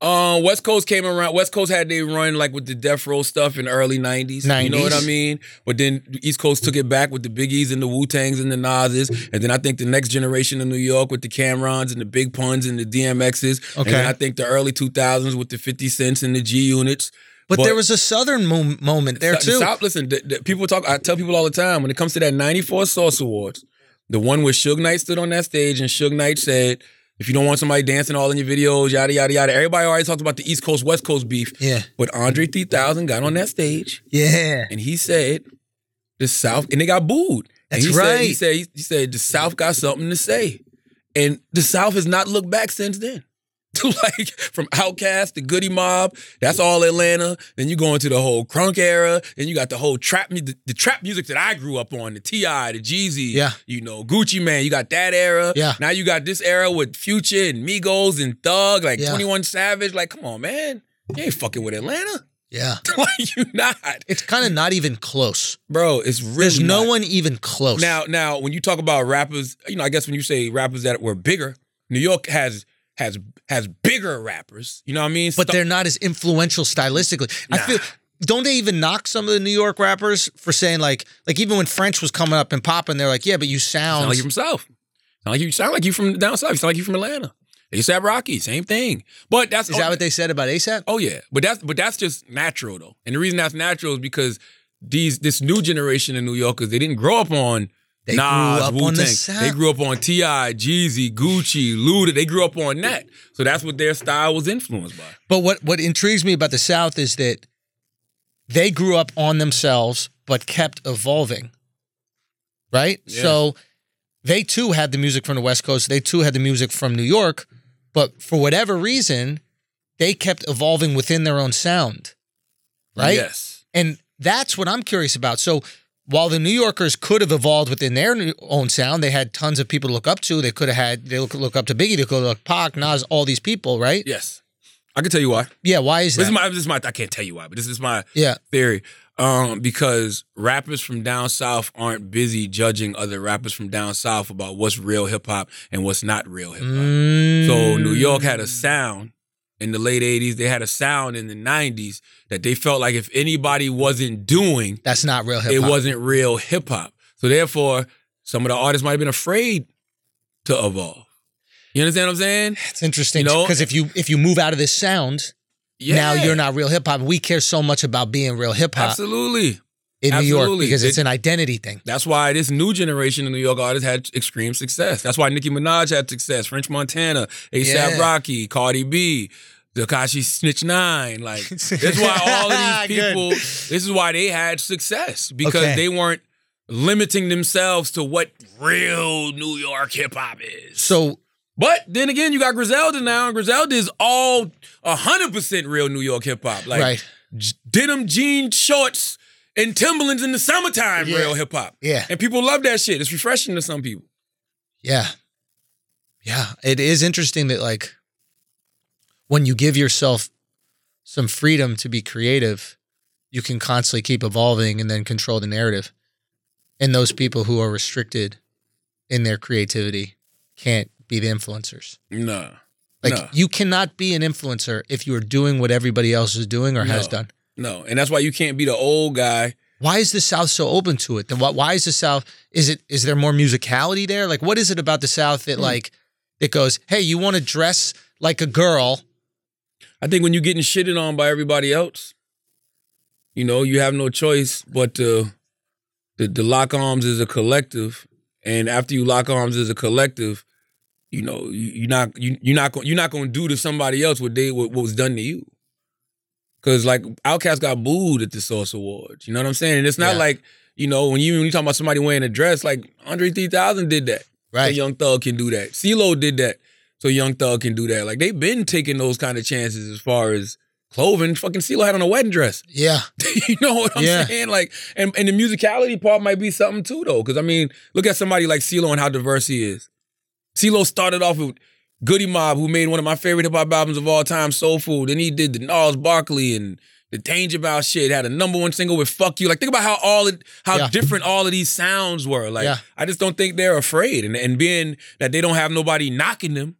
Speaker 2: Um, West Coast came around. West Coast had they run like with the death row stuff in the early nineties. You know what I
Speaker 3: 90s.
Speaker 2: mean? But then East Coast took it back with the Biggies and the Wu Tangs and the Nas's, and then I think the next generation in New York with the Camrons and the Big Puns and the DMXs.
Speaker 3: Okay.
Speaker 2: And then I think the early two thousands with the Fifty Cents and the G Units.
Speaker 3: But, there was a Southern mo- moment there
Speaker 2: So-
Speaker 3: too.
Speaker 2: Stop. Listen, the, the people talk. I tell people all the time when it comes to that '94 Sauce Awards, the one where Suge Knight stood on that stage and Suge Knight said, "If you don't want somebody dancing all in your videos, yada yada yada." Everybody already talked about the East Coast West Coast beef.
Speaker 3: Yeah.
Speaker 2: But Andre 3000 got on that stage
Speaker 3: Yeah.
Speaker 2: and he said, "The South," and they got booed. And
Speaker 3: That's
Speaker 2: he Said, he
Speaker 3: right.
Speaker 2: said, he, he said, "The South got something to say," and the South has not looked back since then. like from Outkast to Goody Mob, that's all Atlanta. Then you go into the whole crunk era. Then you got the whole trap, mu- the, the trap music that I grew up on, the Ti, the Jeezy,
Speaker 3: Yeah.
Speaker 2: you know, Gucci Man. You got that era.
Speaker 3: Yeah.
Speaker 2: Now you got this era with Future and Migos and Thug, like
Speaker 3: Yeah.
Speaker 2: Twenty One Savage. Like, come on, man, you ain't fucking with Atlanta.
Speaker 3: Yeah.
Speaker 2: like you not,
Speaker 3: It's kind of not even close.
Speaker 2: bro. It's really
Speaker 3: There's no
Speaker 2: not.
Speaker 3: one even close.
Speaker 2: Now, now, when you talk about rappers, you know, I guess when you say rappers that were bigger, New York has has has bigger rappers. You know what I mean?
Speaker 3: but
Speaker 2: Stu-
Speaker 3: they're not as influential stylistically. I
Speaker 2: Nah.
Speaker 3: feel. Don't they even knock some of the New York rappers for saying like, like even when French was coming up and popping, they're like, yeah, but you sound.
Speaker 2: sound like you from South. Sound like you sound like you from down south. You sound like you from Atlanta. ASAP Rocky, same thing. But that's
Speaker 3: is that what they said about ASAP?
Speaker 2: Oh yeah, but that's but that's just natural though, and the reason that's natural is because these this new generation of New Yorkers they didn't grow up on
Speaker 3: They
Speaker 2: Nas,
Speaker 3: grew up
Speaker 2: Wu-Tang.
Speaker 3: on the sound.
Speaker 2: They grew up on Ti, Jeezy, Gucci, Luda. They grew up on that, so that's what their style was influenced by.
Speaker 3: But what what intrigues me about the South is that they grew up on themselves, but kept evolving. Right.
Speaker 2: Yeah.
Speaker 3: So they too had the music from the West Coast. They too had the music from New York, but for whatever reason, they kept evolving within their own sound. Right.
Speaker 2: Yes.
Speaker 3: And that's what I'm curious about. So while the New Yorkers could have evolved within their new- own sound, they had tons of people to look up to. They could have had they look, look up to Biggie, they could look Pac, Nas, all these people, right?
Speaker 2: Yes, I can tell you why.
Speaker 3: Yeah. Why is
Speaker 2: This
Speaker 3: that?
Speaker 2: is my this is my I can't tell you why, but this is my
Speaker 3: yeah.
Speaker 2: theory. Um, because rappers from down south aren't busy judging other rappers from down south about what's real hip hop and what's not real hip hop. So New York had
Speaker 3: Mm.
Speaker 2: a sound in the late '80s. They had a sound in the '90s that they felt like if anybody wasn't doing,
Speaker 3: That's not real hip
Speaker 2: it
Speaker 3: hop.
Speaker 2: wasn't real hip hop. So therefore, some of the artists might have been afraid to evolve. You understand what I'm saying?
Speaker 3: It's interesting
Speaker 2: You know-
Speaker 3: because if you if you move out of this sound, now
Speaker 2: Yeah,
Speaker 3: you're not real hip hop. We care so much about being real hip hop
Speaker 2: absolutely.
Speaker 3: in New York
Speaker 2: absolutely.
Speaker 3: because it's
Speaker 2: It-
Speaker 3: an identity thing.
Speaker 2: That's why this new generation of New York artists had extreme success. That's why Nicki Minaj had success, French Montana, ASAP
Speaker 3: Yeah.
Speaker 2: Rocky, Cardi B, Takashi Snitch Nine. Like this is why all of these
Speaker 3: Good.
Speaker 2: people. this is why they had success because
Speaker 3: Okay.
Speaker 2: they weren't limiting themselves to what real New York hip hop is.
Speaker 3: So
Speaker 2: but then again, you got Griselda now, and Griselda is all hundred percent real New York hip hop. Like
Speaker 3: right,
Speaker 2: j- denim jean shorts and Timberlands in the summertime,
Speaker 3: Yeah.
Speaker 2: real hip hop.
Speaker 3: yeah,
Speaker 2: And people love that shit. It's refreshing to some people.
Speaker 3: yeah, yeah. It is interesting that like when you give yourself some freedom to be creative, you can constantly keep evolving and then control the narrative. And those people who are restricted in their creativity can't be the influencers.
Speaker 2: Nah.
Speaker 3: Like
Speaker 2: No.
Speaker 3: you cannot be an influencer if you are doing what everybody else is doing or has
Speaker 2: No.
Speaker 3: done.
Speaker 2: No. And that's why you can't be the old guy.
Speaker 3: Why is the South so open to it? Then why, why is the South? Is it is there more musicality there? Like what is it about the South that like that goes? Hey, you want to dress like a girl?
Speaker 2: I think when you're getting shitted on by everybody else, you know, you have no choice but to the, the lock arms is a collective. And after you lock arms as a collective, you know, you, you're not you, you're not gonna- you're not going to do to somebody else what they what, what was done to you. Cause like Outkast got booed at the Source Awards. You know what I'm saying? And it's not
Speaker 3: Yeah.
Speaker 2: like you know when you when you talking about somebody wearing a dress like Andre 3000 did that. So
Speaker 3: Right.
Speaker 2: Young Thug can do that. CeeLo did that. So Young Thug can do that. Like they've been taking those kind of chances as far as clothing. Fucking CeeLo had on a wedding dress.
Speaker 3: Yeah.
Speaker 2: you know what I'm
Speaker 3: Yeah.
Speaker 2: saying? Like, and, and the musicality part might be something too, though. Cause I mean, look at somebody like CeeLo and how diverse he is. CeeLo started off with Goody Mob, who made one of my favorite hip hop albums of all time, Soul Food. Then he did the Nas Barkley and the Danger Mouse shit, had a number one single with Fuck You. Like, think about how all it, how
Speaker 3: Yeah.
Speaker 2: different all of these sounds were. Like,
Speaker 3: Yeah.
Speaker 2: I just don't think they're afraid. And, and being that they don't have nobody knocking them,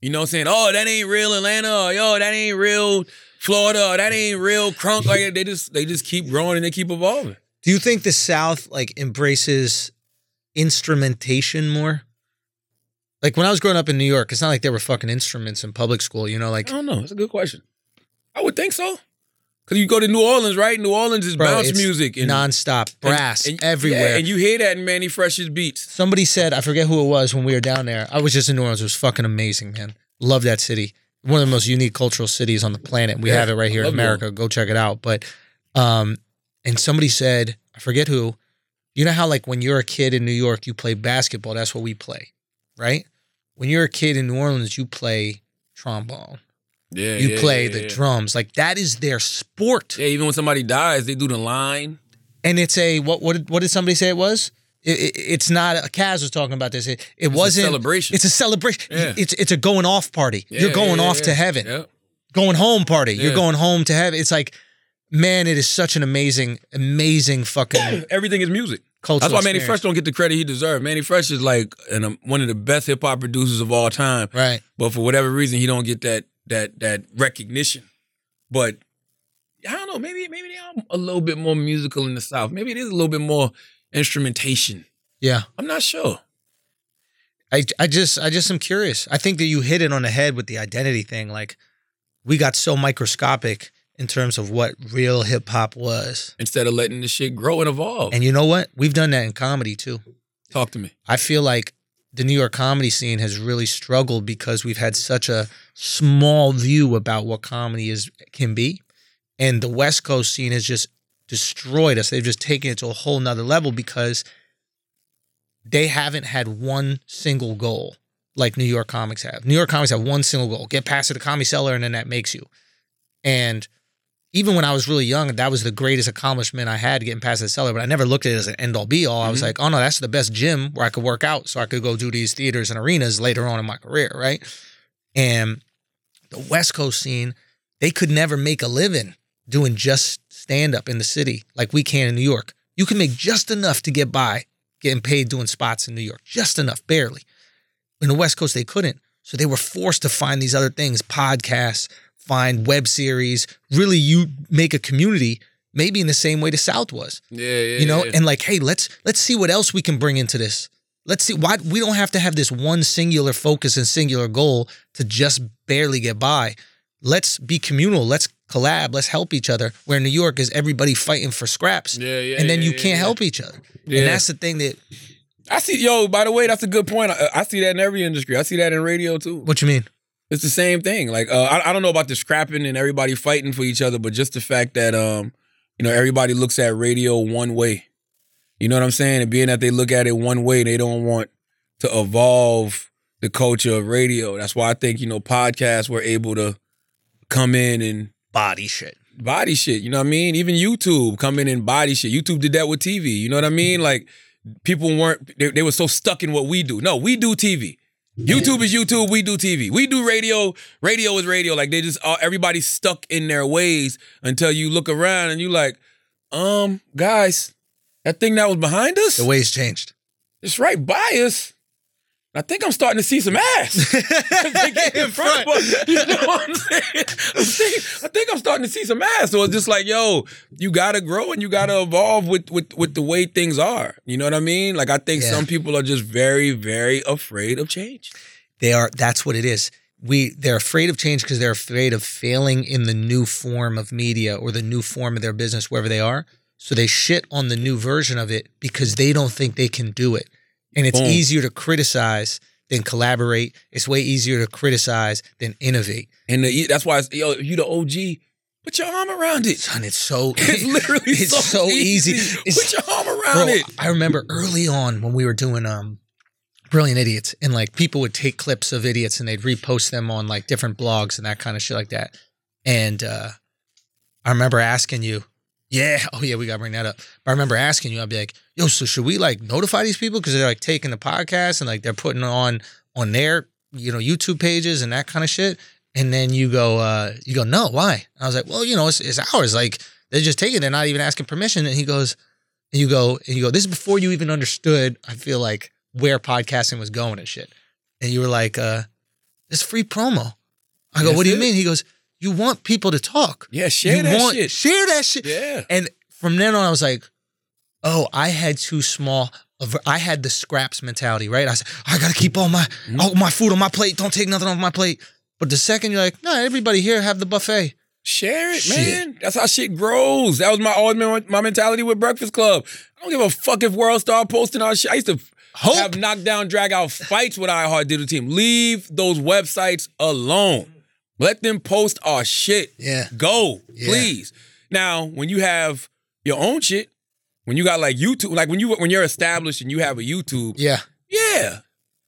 Speaker 2: you know, saying, oh, that ain't real Atlanta, or, yo, that ain't real Florida, or, that ain't real crunk. Like, they just, they just keep growing and they keep evolving.
Speaker 3: Do you think the South like embraces instrumentation more? Like when I was growing up in New York, it's not like there were fucking instruments in public school. You know, like
Speaker 2: I don't know. That's a good question. I would think so. Cause you go to New Orleans, right? New Orleans is
Speaker 3: bro,
Speaker 2: bounce
Speaker 3: it's
Speaker 2: music and
Speaker 3: nonstop,
Speaker 2: and-
Speaker 3: brass
Speaker 2: and-
Speaker 3: everywhere.
Speaker 2: yeah, and you hear that in Manny Fresh's beats.
Speaker 3: Somebody said, I forget who it was when we were down there. I was just in New Orleans. It was fucking amazing, man. Love that city. One of the most unique cultural cities on the planet. We
Speaker 2: Yeah,
Speaker 3: have it right here in
Speaker 2: love New
Speaker 3: America. Go check it out. But, um, and somebody said, I forget who, you know how, like, when you're a kid in New York, you play basketball. That's what we play, right? When you're a kid in New Orleans, you play trombone.
Speaker 2: Yeah,
Speaker 3: You
Speaker 2: yeah,
Speaker 3: play
Speaker 2: yeah,
Speaker 3: the
Speaker 2: yeah.
Speaker 3: drums. Like that is their sport.
Speaker 2: Yeah, even when somebody dies, they do the line.
Speaker 3: And it's a what what did, what did somebody say it was? It, it, it's not a Kaz was talking about this. It, it wasn't
Speaker 2: celebration.
Speaker 3: It's a celebration.
Speaker 2: Yeah.
Speaker 3: It's it's a going off party.
Speaker 2: Yeah,
Speaker 3: You're going
Speaker 2: yeah,
Speaker 3: off
Speaker 2: yeah.
Speaker 3: to heaven.
Speaker 2: Yep.
Speaker 3: Going home party. You're
Speaker 2: Yeah.
Speaker 3: going home to heaven. It's like, man, it is such an amazing, amazing fucking
Speaker 2: Everything is music.
Speaker 3: cultural.
Speaker 2: That's why Manny
Speaker 3: experience.
Speaker 2: Fresh don't get the credit he deserves. Manny Fresh is like an, um, one of the best hip hop producers of all time,
Speaker 3: Right.
Speaker 2: but for whatever reason, he don't get that that that recognition. But I don't know. Maybe maybe they are a little bit more musical in the South. Maybe it is a little bit more instrumentation.
Speaker 3: Yeah.
Speaker 2: I'm not sure.
Speaker 3: I, I just I just am curious. I think that you hit it on the head with the identity thing. Like we got so microscopic in terms of what real hip hop was.
Speaker 2: Instead of letting this shit grow and evolve,
Speaker 3: And you know what? We've done that in comedy too.
Speaker 2: talk to me.
Speaker 3: I feel like the New York comedy scene has really struggled because we've had such a small view about what comedy is can be. And the West Coast scene has just destroyed us. They've just taken it to a whole nother level because they haven't had one single goal like New York comics have. New York comics have one single goal get past to the comedy cellar, and then that makes you. And even when I was really young, that was the greatest accomplishment I had getting past the cellar, but I never looked at it as an end all be all. I was like, oh no, that's the best gym where I could work out so I could go do these theaters and arenas later on in my career, right? And the West Coast scene, they could never make a living doing just stand up in the city like we can in New York. You can make just enough to get by getting paid doing spots in New York, just enough, barely. In the West Coast, they couldn't. So they were forced to find these other things podcasts, find web series, really, you make a community. Maybe in the same way the South was,
Speaker 2: Yeah, yeah.
Speaker 3: you know,
Speaker 2: yeah.
Speaker 3: and like, hey, let's let's see what else we can bring into this. Let's see why we don't have to have this one singular focus and singular goal to just barely get by. Let's be communal. Let's collab. Let's help each other. Where in New York is everybody fighting for scraps,
Speaker 2: Yeah, yeah,
Speaker 3: and then
Speaker 2: yeah,
Speaker 3: you
Speaker 2: yeah,
Speaker 3: can't
Speaker 2: yeah.
Speaker 3: help each other.
Speaker 2: Yeah.
Speaker 3: And that's the thing that
Speaker 2: I see. Yo, by the way, that's a good point. I, I see that in every industry. I see that in radio too.
Speaker 3: What you mean?
Speaker 2: It's the same thing. Like uh, I, I don't know about the scrapping and everybody fighting for each other, but just the fact that um, you know, everybody looks at radio one way. You know what I'm saying? And being that they look at it one way, they don't want to evolve the culture of radio. That's why I think you know podcasts were able to come in and
Speaker 3: Body shit.
Speaker 2: body shit. You know what I mean? Even YouTube come in and body shit. YouTube did that with TV. You know what I mean? Like people weren't they, they were so stuck in what we do. No, we do TV. YouTube is YouTube. We do TV. We do radio. Radio is radio. Like they just all, everybody's stuck in their ways until you look around and you like, um, guys, that thing that was behind us,
Speaker 3: The way's changed.
Speaker 2: it's right by us. I think I'm starting to see some ass. They get in front of us. You know what I'm saying? I think, I think I'm starting to see some ass. So it's just like, yo, you gotta grow and you gotta evolve with with with the way things are. You know what I mean? Like I think
Speaker 3: Yeah.
Speaker 2: some people are just very, very afraid of change.
Speaker 3: They are that's what it is. We they're afraid of change because they're afraid of failing in the new form of media or the new form of their business, wherever they are. So they shit on the new version of it because they don't think they can do it. And it's
Speaker 2: Boom.
Speaker 3: easier to criticize than collaborate. It's way easier to criticize than innovate.
Speaker 2: And the, that's why it's, yo, if you the OG, put your arm around it.
Speaker 3: Son, it's so e-,
Speaker 2: It's literally
Speaker 3: it's so, easy.
Speaker 2: Put
Speaker 3: It's-
Speaker 2: your arm around
Speaker 3: Bro,
Speaker 2: it.
Speaker 3: I remember early on when we were doing um Brilliant Idiots and like people would take clips of idiots and they'd repost them on like different blogs and that kind of shit like that. And uh I remember asking you, yeah, oh yeah, we gotta bring that up. But I remember asking you, I'd be like, yo, so should we like notify these people? Cause they're like taking the podcast and like they're putting it on on their, you know, YouTube pages and that kind of shit. And then you go, uh, you go, no, why? And I was like, well, you know, it's, it's ours. Like they're just taking, it. they're not even asking permission. And he goes, and you go and you go this is before you even understood i feel like where podcasting was going and shit and you were like uh it's free promo i go
Speaker 2: That's
Speaker 3: what do you
Speaker 2: it.
Speaker 3: mean he goes you want people to talk
Speaker 2: Yeah, share
Speaker 3: you
Speaker 2: that
Speaker 3: want
Speaker 2: shit.
Speaker 3: share that shit
Speaker 2: yeah.
Speaker 3: and from then on i was like oh i had too small of i had the scraps mentality right i said i gotta keep all my
Speaker 2: Mm-hmm.
Speaker 3: all my food on my plate don't take nothing off my plate but the second you're like no everybody here have the buffet
Speaker 2: Share it,
Speaker 3: Shit.
Speaker 2: man. That's how shit grows. That was my old man, my mentality with Breakfast Club. I don't give a fuck if World Star posting our shit. I used to
Speaker 3: Hope.
Speaker 2: have knockdown, drag out fights with iHeart Digital Team. Leave those websites alone. Let them post our shit.
Speaker 3: Yeah.
Speaker 2: Go, please. Now, when you have your own shit, when you got like YouTube, like when you when you're established and you have a YouTube,
Speaker 3: yeah
Speaker 2: yeah.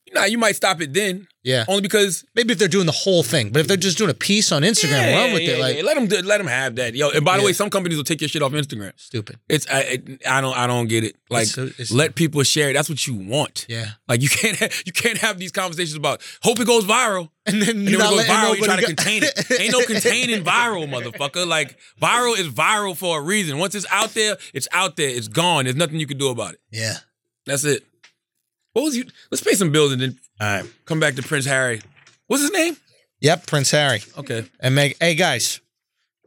Speaker 2: You Nah, you might stop it then.
Speaker 3: Yeah.
Speaker 2: Only because
Speaker 3: Maybe if they're doing the whole thing, but if they're just doing a piece on Instagram,
Speaker 2: yeah,
Speaker 3: run with
Speaker 2: yeah,
Speaker 3: it. Like
Speaker 2: yeah. let them let them have that. Yo, and by the
Speaker 3: Yeah.
Speaker 2: way, some companies will take your shit off Instagram.
Speaker 3: stupid.
Speaker 2: It's I, it- I don't I don't get it. Like
Speaker 3: so- it's-
Speaker 2: let people share. it. That's what you want.
Speaker 3: Yeah.
Speaker 2: Like you can't have, you can't have these conversations about hope it goes viral.
Speaker 3: And then
Speaker 2: And
Speaker 3: you're
Speaker 2: then when it goes
Speaker 3: not letting
Speaker 2: viral, you try
Speaker 3: nobody
Speaker 2: to
Speaker 3: go-
Speaker 2: contain it. Ain't no containing viral, motherfucker. Like viral is viral for a reason. Once it's out there, it's out there. It's gone. There's nothing you can do about it.
Speaker 3: Yeah.
Speaker 2: That's it. What was you? Let's pay some bills and then all right. come back to Prince Harry. What's his name?
Speaker 3: Yep. Prince Harry.
Speaker 2: Okay.
Speaker 3: and make hey guys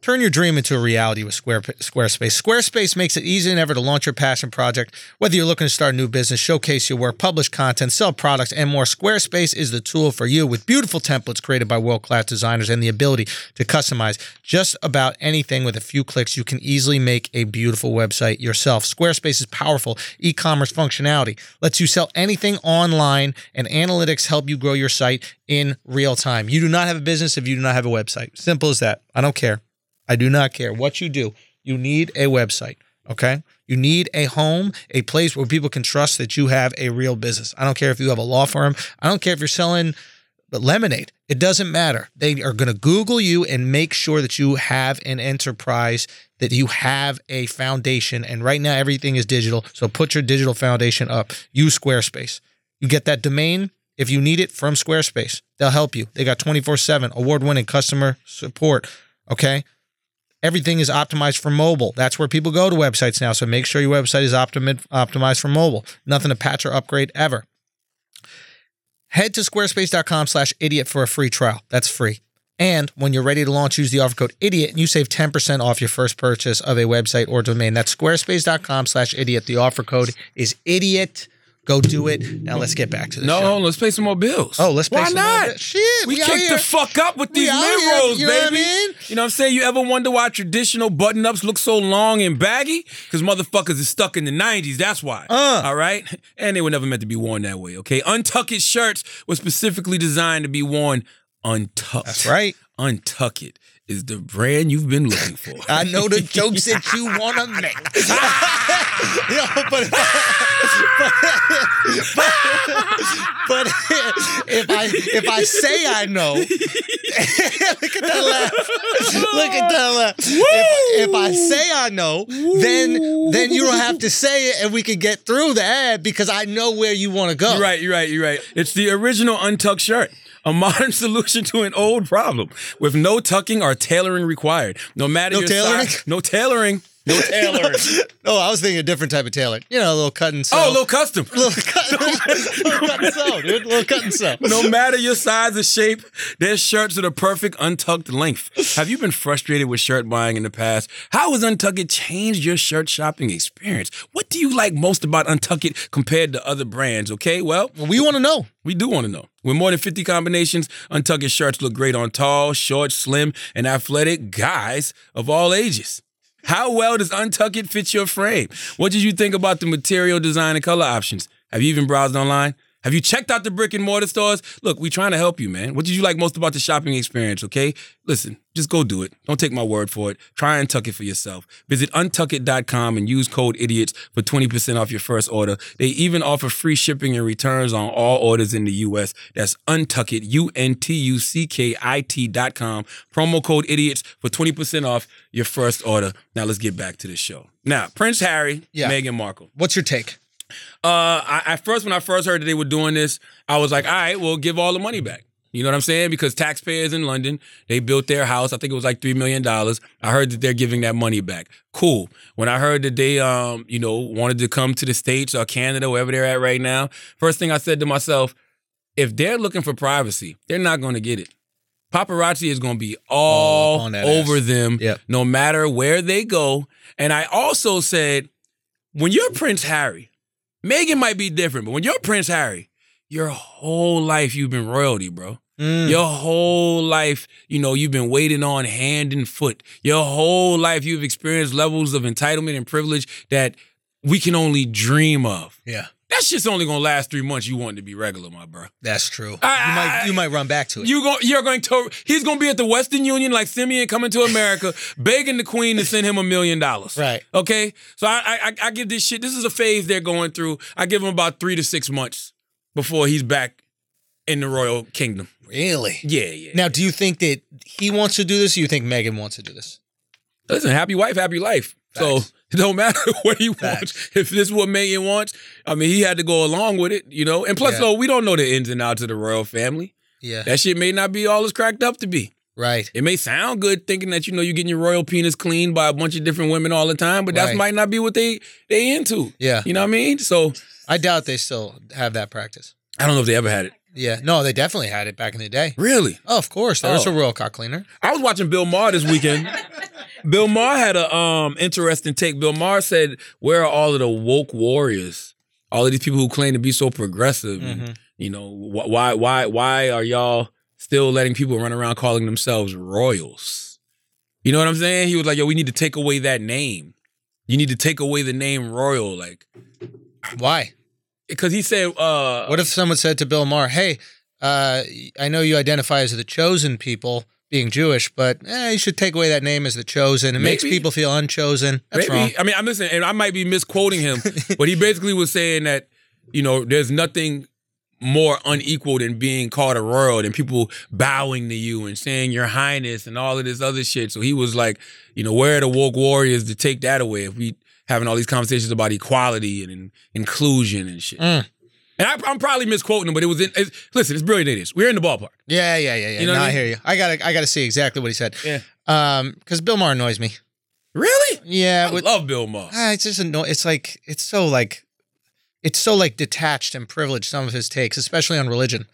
Speaker 3: turn your dream into a reality with Square, squarespace squarespace makes it easier than ever to launch your passion project whether you're looking to start a new business showcase your work publish content sell products and more squarespace is the tool for you with beautiful templates created by world-class designers and the ability to customize just about anything with a few clicks you can easily make a beautiful website yourself squarespace's powerful e-commerce functionality lets you sell anything online and analytics help you grow your site in real time. You do not have a business if you do not have a website. Simple as that. I don't care. I do not care what you do. You need a website. Okay. You need a home, a place where people can trust that you have a real business. I don't care if you have a law firm. I don't care if you're selling lemonade. It doesn't matter. They are going to Google you and make sure that you have an enterprise, that you have a foundation. And right now, everything is digital. So put your digital foundation up. Use Squarespace. You get that domain if you need it from Squarespace. They'll help you. They got 24 7 award winning customer support. Okay. Everything is optimized for mobile. That's where people go to websites now. So make sure your website is optimi- optimized for mobile. Nothing to patch or upgrade ever. Head to squarespace.com slash idiot for a free trial. That's free. And when you're ready to launch, use the offer code idiot and you save 10% off your first purchase of a website or domain. That's squarespace.com slash idiot. The offer code is idiot. Go do it. Now let's get back to the
Speaker 2: No,
Speaker 3: show.
Speaker 2: hold on, let's pay some more bills.
Speaker 3: Oh, let's pay
Speaker 2: Why
Speaker 3: some more
Speaker 2: not?
Speaker 3: bills. Shit,
Speaker 2: we
Speaker 3: we out
Speaker 2: kick
Speaker 3: here.
Speaker 2: the fuck up with
Speaker 3: We
Speaker 2: these
Speaker 3: out here,
Speaker 2: liberals,
Speaker 3: you know
Speaker 2: baby.
Speaker 3: what I mean?
Speaker 2: You know what I'm saying? You ever wonder why traditional button ups look so long and baggy? Because motherfuckers is stuck in the 90s. That's why.
Speaker 3: Uh.
Speaker 2: All right? And they were never meant to be worn that way, okay? Untucked shirts were specifically designed to be worn untucked.
Speaker 3: That's right.
Speaker 2: Untucked is the brand you've been looking for.
Speaker 3: I know the jokes that you want to make. Yo, but, but, but if I if I say I know, look at that laugh. Look at that laugh. If, if I say I know, then then you don't have to say it, and we can get through the ad because I know where you want to go.
Speaker 2: You're right, you're right, you're right. It's the original untucked shirt. A modern solution to an old problem with no tucking or tailoring required. No matter
Speaker 3: No
Speaker 2: your
Speaker 3: tailoring?
Speaker 2: size, no tailoring, no tailoring.
Speaker 3: Oh, I was thinking a different type of tailor. You know, a little cut and sew.
Speaker 2: Oh, little custom.
Speaker 3: little cut, little cut and sew, dude. Little cut and sew.
Speaker 2: No matter your size or shape, there's shirts are the perfect untucked length. Have you been frustrated with shirt buying in the past? How has Untucked changed your shirt shopping experience? What do you like most about Untucked compared to other brands? Okay, well,
Speaker 3: We want to know.
Speaker 2: We do want to know. With more than 50 combinations, Untucked shirts look great on tall, short, slim, and athletic guys of all ages. How well does Untucked fit your frame? What did you think about the material design and color options? Have you even browsed online? Have you checked out the brick and mortar stores? Look, we're trying to help you, man. What did you like most about the shopping experience, okay? Listen, just go do it. Don't take my word for it. Try Untuck It for yourself. Visit untuckit.com and use code IDIOTS for 20% off your first order. They even offer free shipping and returns on all orders in the U.S. That's Untuckit, U-N-T-U-C-K-I-T.com. Promo code IDIOTS for 20% off your first order. Now let's get back to the show. Now, Prince Harry,
Speaker 3: Yeah.
Speaker 2: Meghan Markle.
Speaker 3: What's your take?
Speaker 2: Uh, I, at first, when I first heard that they were doing this, I was like, all right, well, give all the money back. You know what I'm saying? Because taxpayers in London, they built their house. I think it was like $3 million. I heard that they're giving that money back. Cool. When I heard that they, um, you know, wanted to come to the States or Canada, wherever they're at right now, first thing I said to myself, if they're looking for privacy, they're not going to get it. Paparazzi is going to be all
Speaker 3: All on that
Speaker 2: over
Speaker 3: ass.
Speaker 2: them,
Speaker 3: Yep.
Speaker 2: no matter where they go. And I also said, when you're Prince Harry, Megan might be different, but when you're Prince Harry, your whole life you've been royalty, bro. Your whole life, you know, you've been waiting on hand and foot. Your whole life you've experienced levels of entitlement and privilege that we can only dream of.
Speaker 3: Yeah,
Speaker 2: That shit's only gonna last three months. You want to be regular, my bro.
Speaker 3: that's true.
Speaker 2: I-
Speaker 3: you might
Speaker 2: I-
Speaker 3: Ah, you might run back to it.
Speaker 2: You go, you're going to. He's going to be at the Western Union like Simeon coming to America, begging the Queen to send him a million dollars.
Speaker 3: Right.
Speaker 2: Okay. So I, I I give this shit. This is a phase they're going through. I give him about three to six months before he's back in the royal kingdom.
Speaker 3: Really?
Speaker 2: Yeah, yeah.
Speaker 3: Now, do you think that he wants to do this or you think Megan wants to do this?
Speaker 2: Listen, happy wife, happy life.
Speaker 3: Facts.
Speaker 2: So it don't matter what he
Speaker 3: Facts.
Speaker 2: wants. If this is what Megan wants, I mean, he had to go along with it, you know. And plus,
Speaker 3: Yeah.
Speaker 2: though, we don't know the ins and outs of the royal family.
Speaker 3: Yeah.
Speaker 2: That shit may not be all it's cracked up to be.
Speaker 3: Right.
Speaker 2: It may sound good thinking that you know you're getting your royal penis cleaned by a bunch of different women all the time, but
Speaker 3: Right.
Speaker 2: that might not be what they they into.
Speaker 3: Yeah.
Speaker 2: You know what I mean? So
Speaker 3: I doubt they still have that practice.
Speaker 2: I don't know if they ever had it.
Speaker 3: Yeah. No, they definitely had it back in the day.
Speaker 2: Really?
Speaker 3: Oh, of course. There was
Speaker 2: Oh.
Speaker 3: a royal cock cleaner.
Speaker 2: I was watching Bill Maher this weekend. Bill Maher had a um interesting take. Bill Maher said, "Where are all of the woke warriors? All of these people who claim to be so progressive? And, you know, wh- why why why are y'all still letting people run around calling themselves royals? You know what I'm saying? He was like, "Yo, we need to take away that name. You need to take away the name royal, like
Speaker 3: Why?
Speaker 2: because he said, uh,
Speaker 3: What if someone said to Bill Maher, hey, uh, I know you identify as the chosen people being Jewish, but eh, you should take away that name as the chosen. It makes
Speaker 2: Maybe.
Speaker 3: people feel unchosen. That's
Speaker 2: Maybe.
Speaker 3: wrong.
Speaker 2: I mean, I'm listening, and I might be misquoting him, but he basically was saying that you know there's nothing more unequal than being called a royal and people bowing to you and saying your highness and all of this other shit. So he was like, you know, where are the woke warriors to take that away if we having all these conversations about equality and, in- inclusion and shit.
Speaker 3: Mm.
Speaker 2: And I, I'm probably misquoting him, but it was in. It's, listen, it's brilliant. It is. We're in the ballpark.
Speaker 3: Yeah, yeah, yeah, yeah.
Speaker 2: You know
Speaker 3: no,
Speaker 2: what
Speaker 3: I,
Speaker 2: I mean?
Speaker 3: hear you. I gotta, I gotta see exactly what he said.
Speaker 2: Yeah.
Speaker 3: Um, because Bill Maher annoys me.
Speaker 2: Really?
Speaker 3: Yeah,
Speaker 2: I
Speaker 3: with-
Speaker 2: love Bill Maher.
Speaker 3: ah, it's just annoy. It's like it's so like, it's so like detached and privileged. Some of his takes, especially on religion.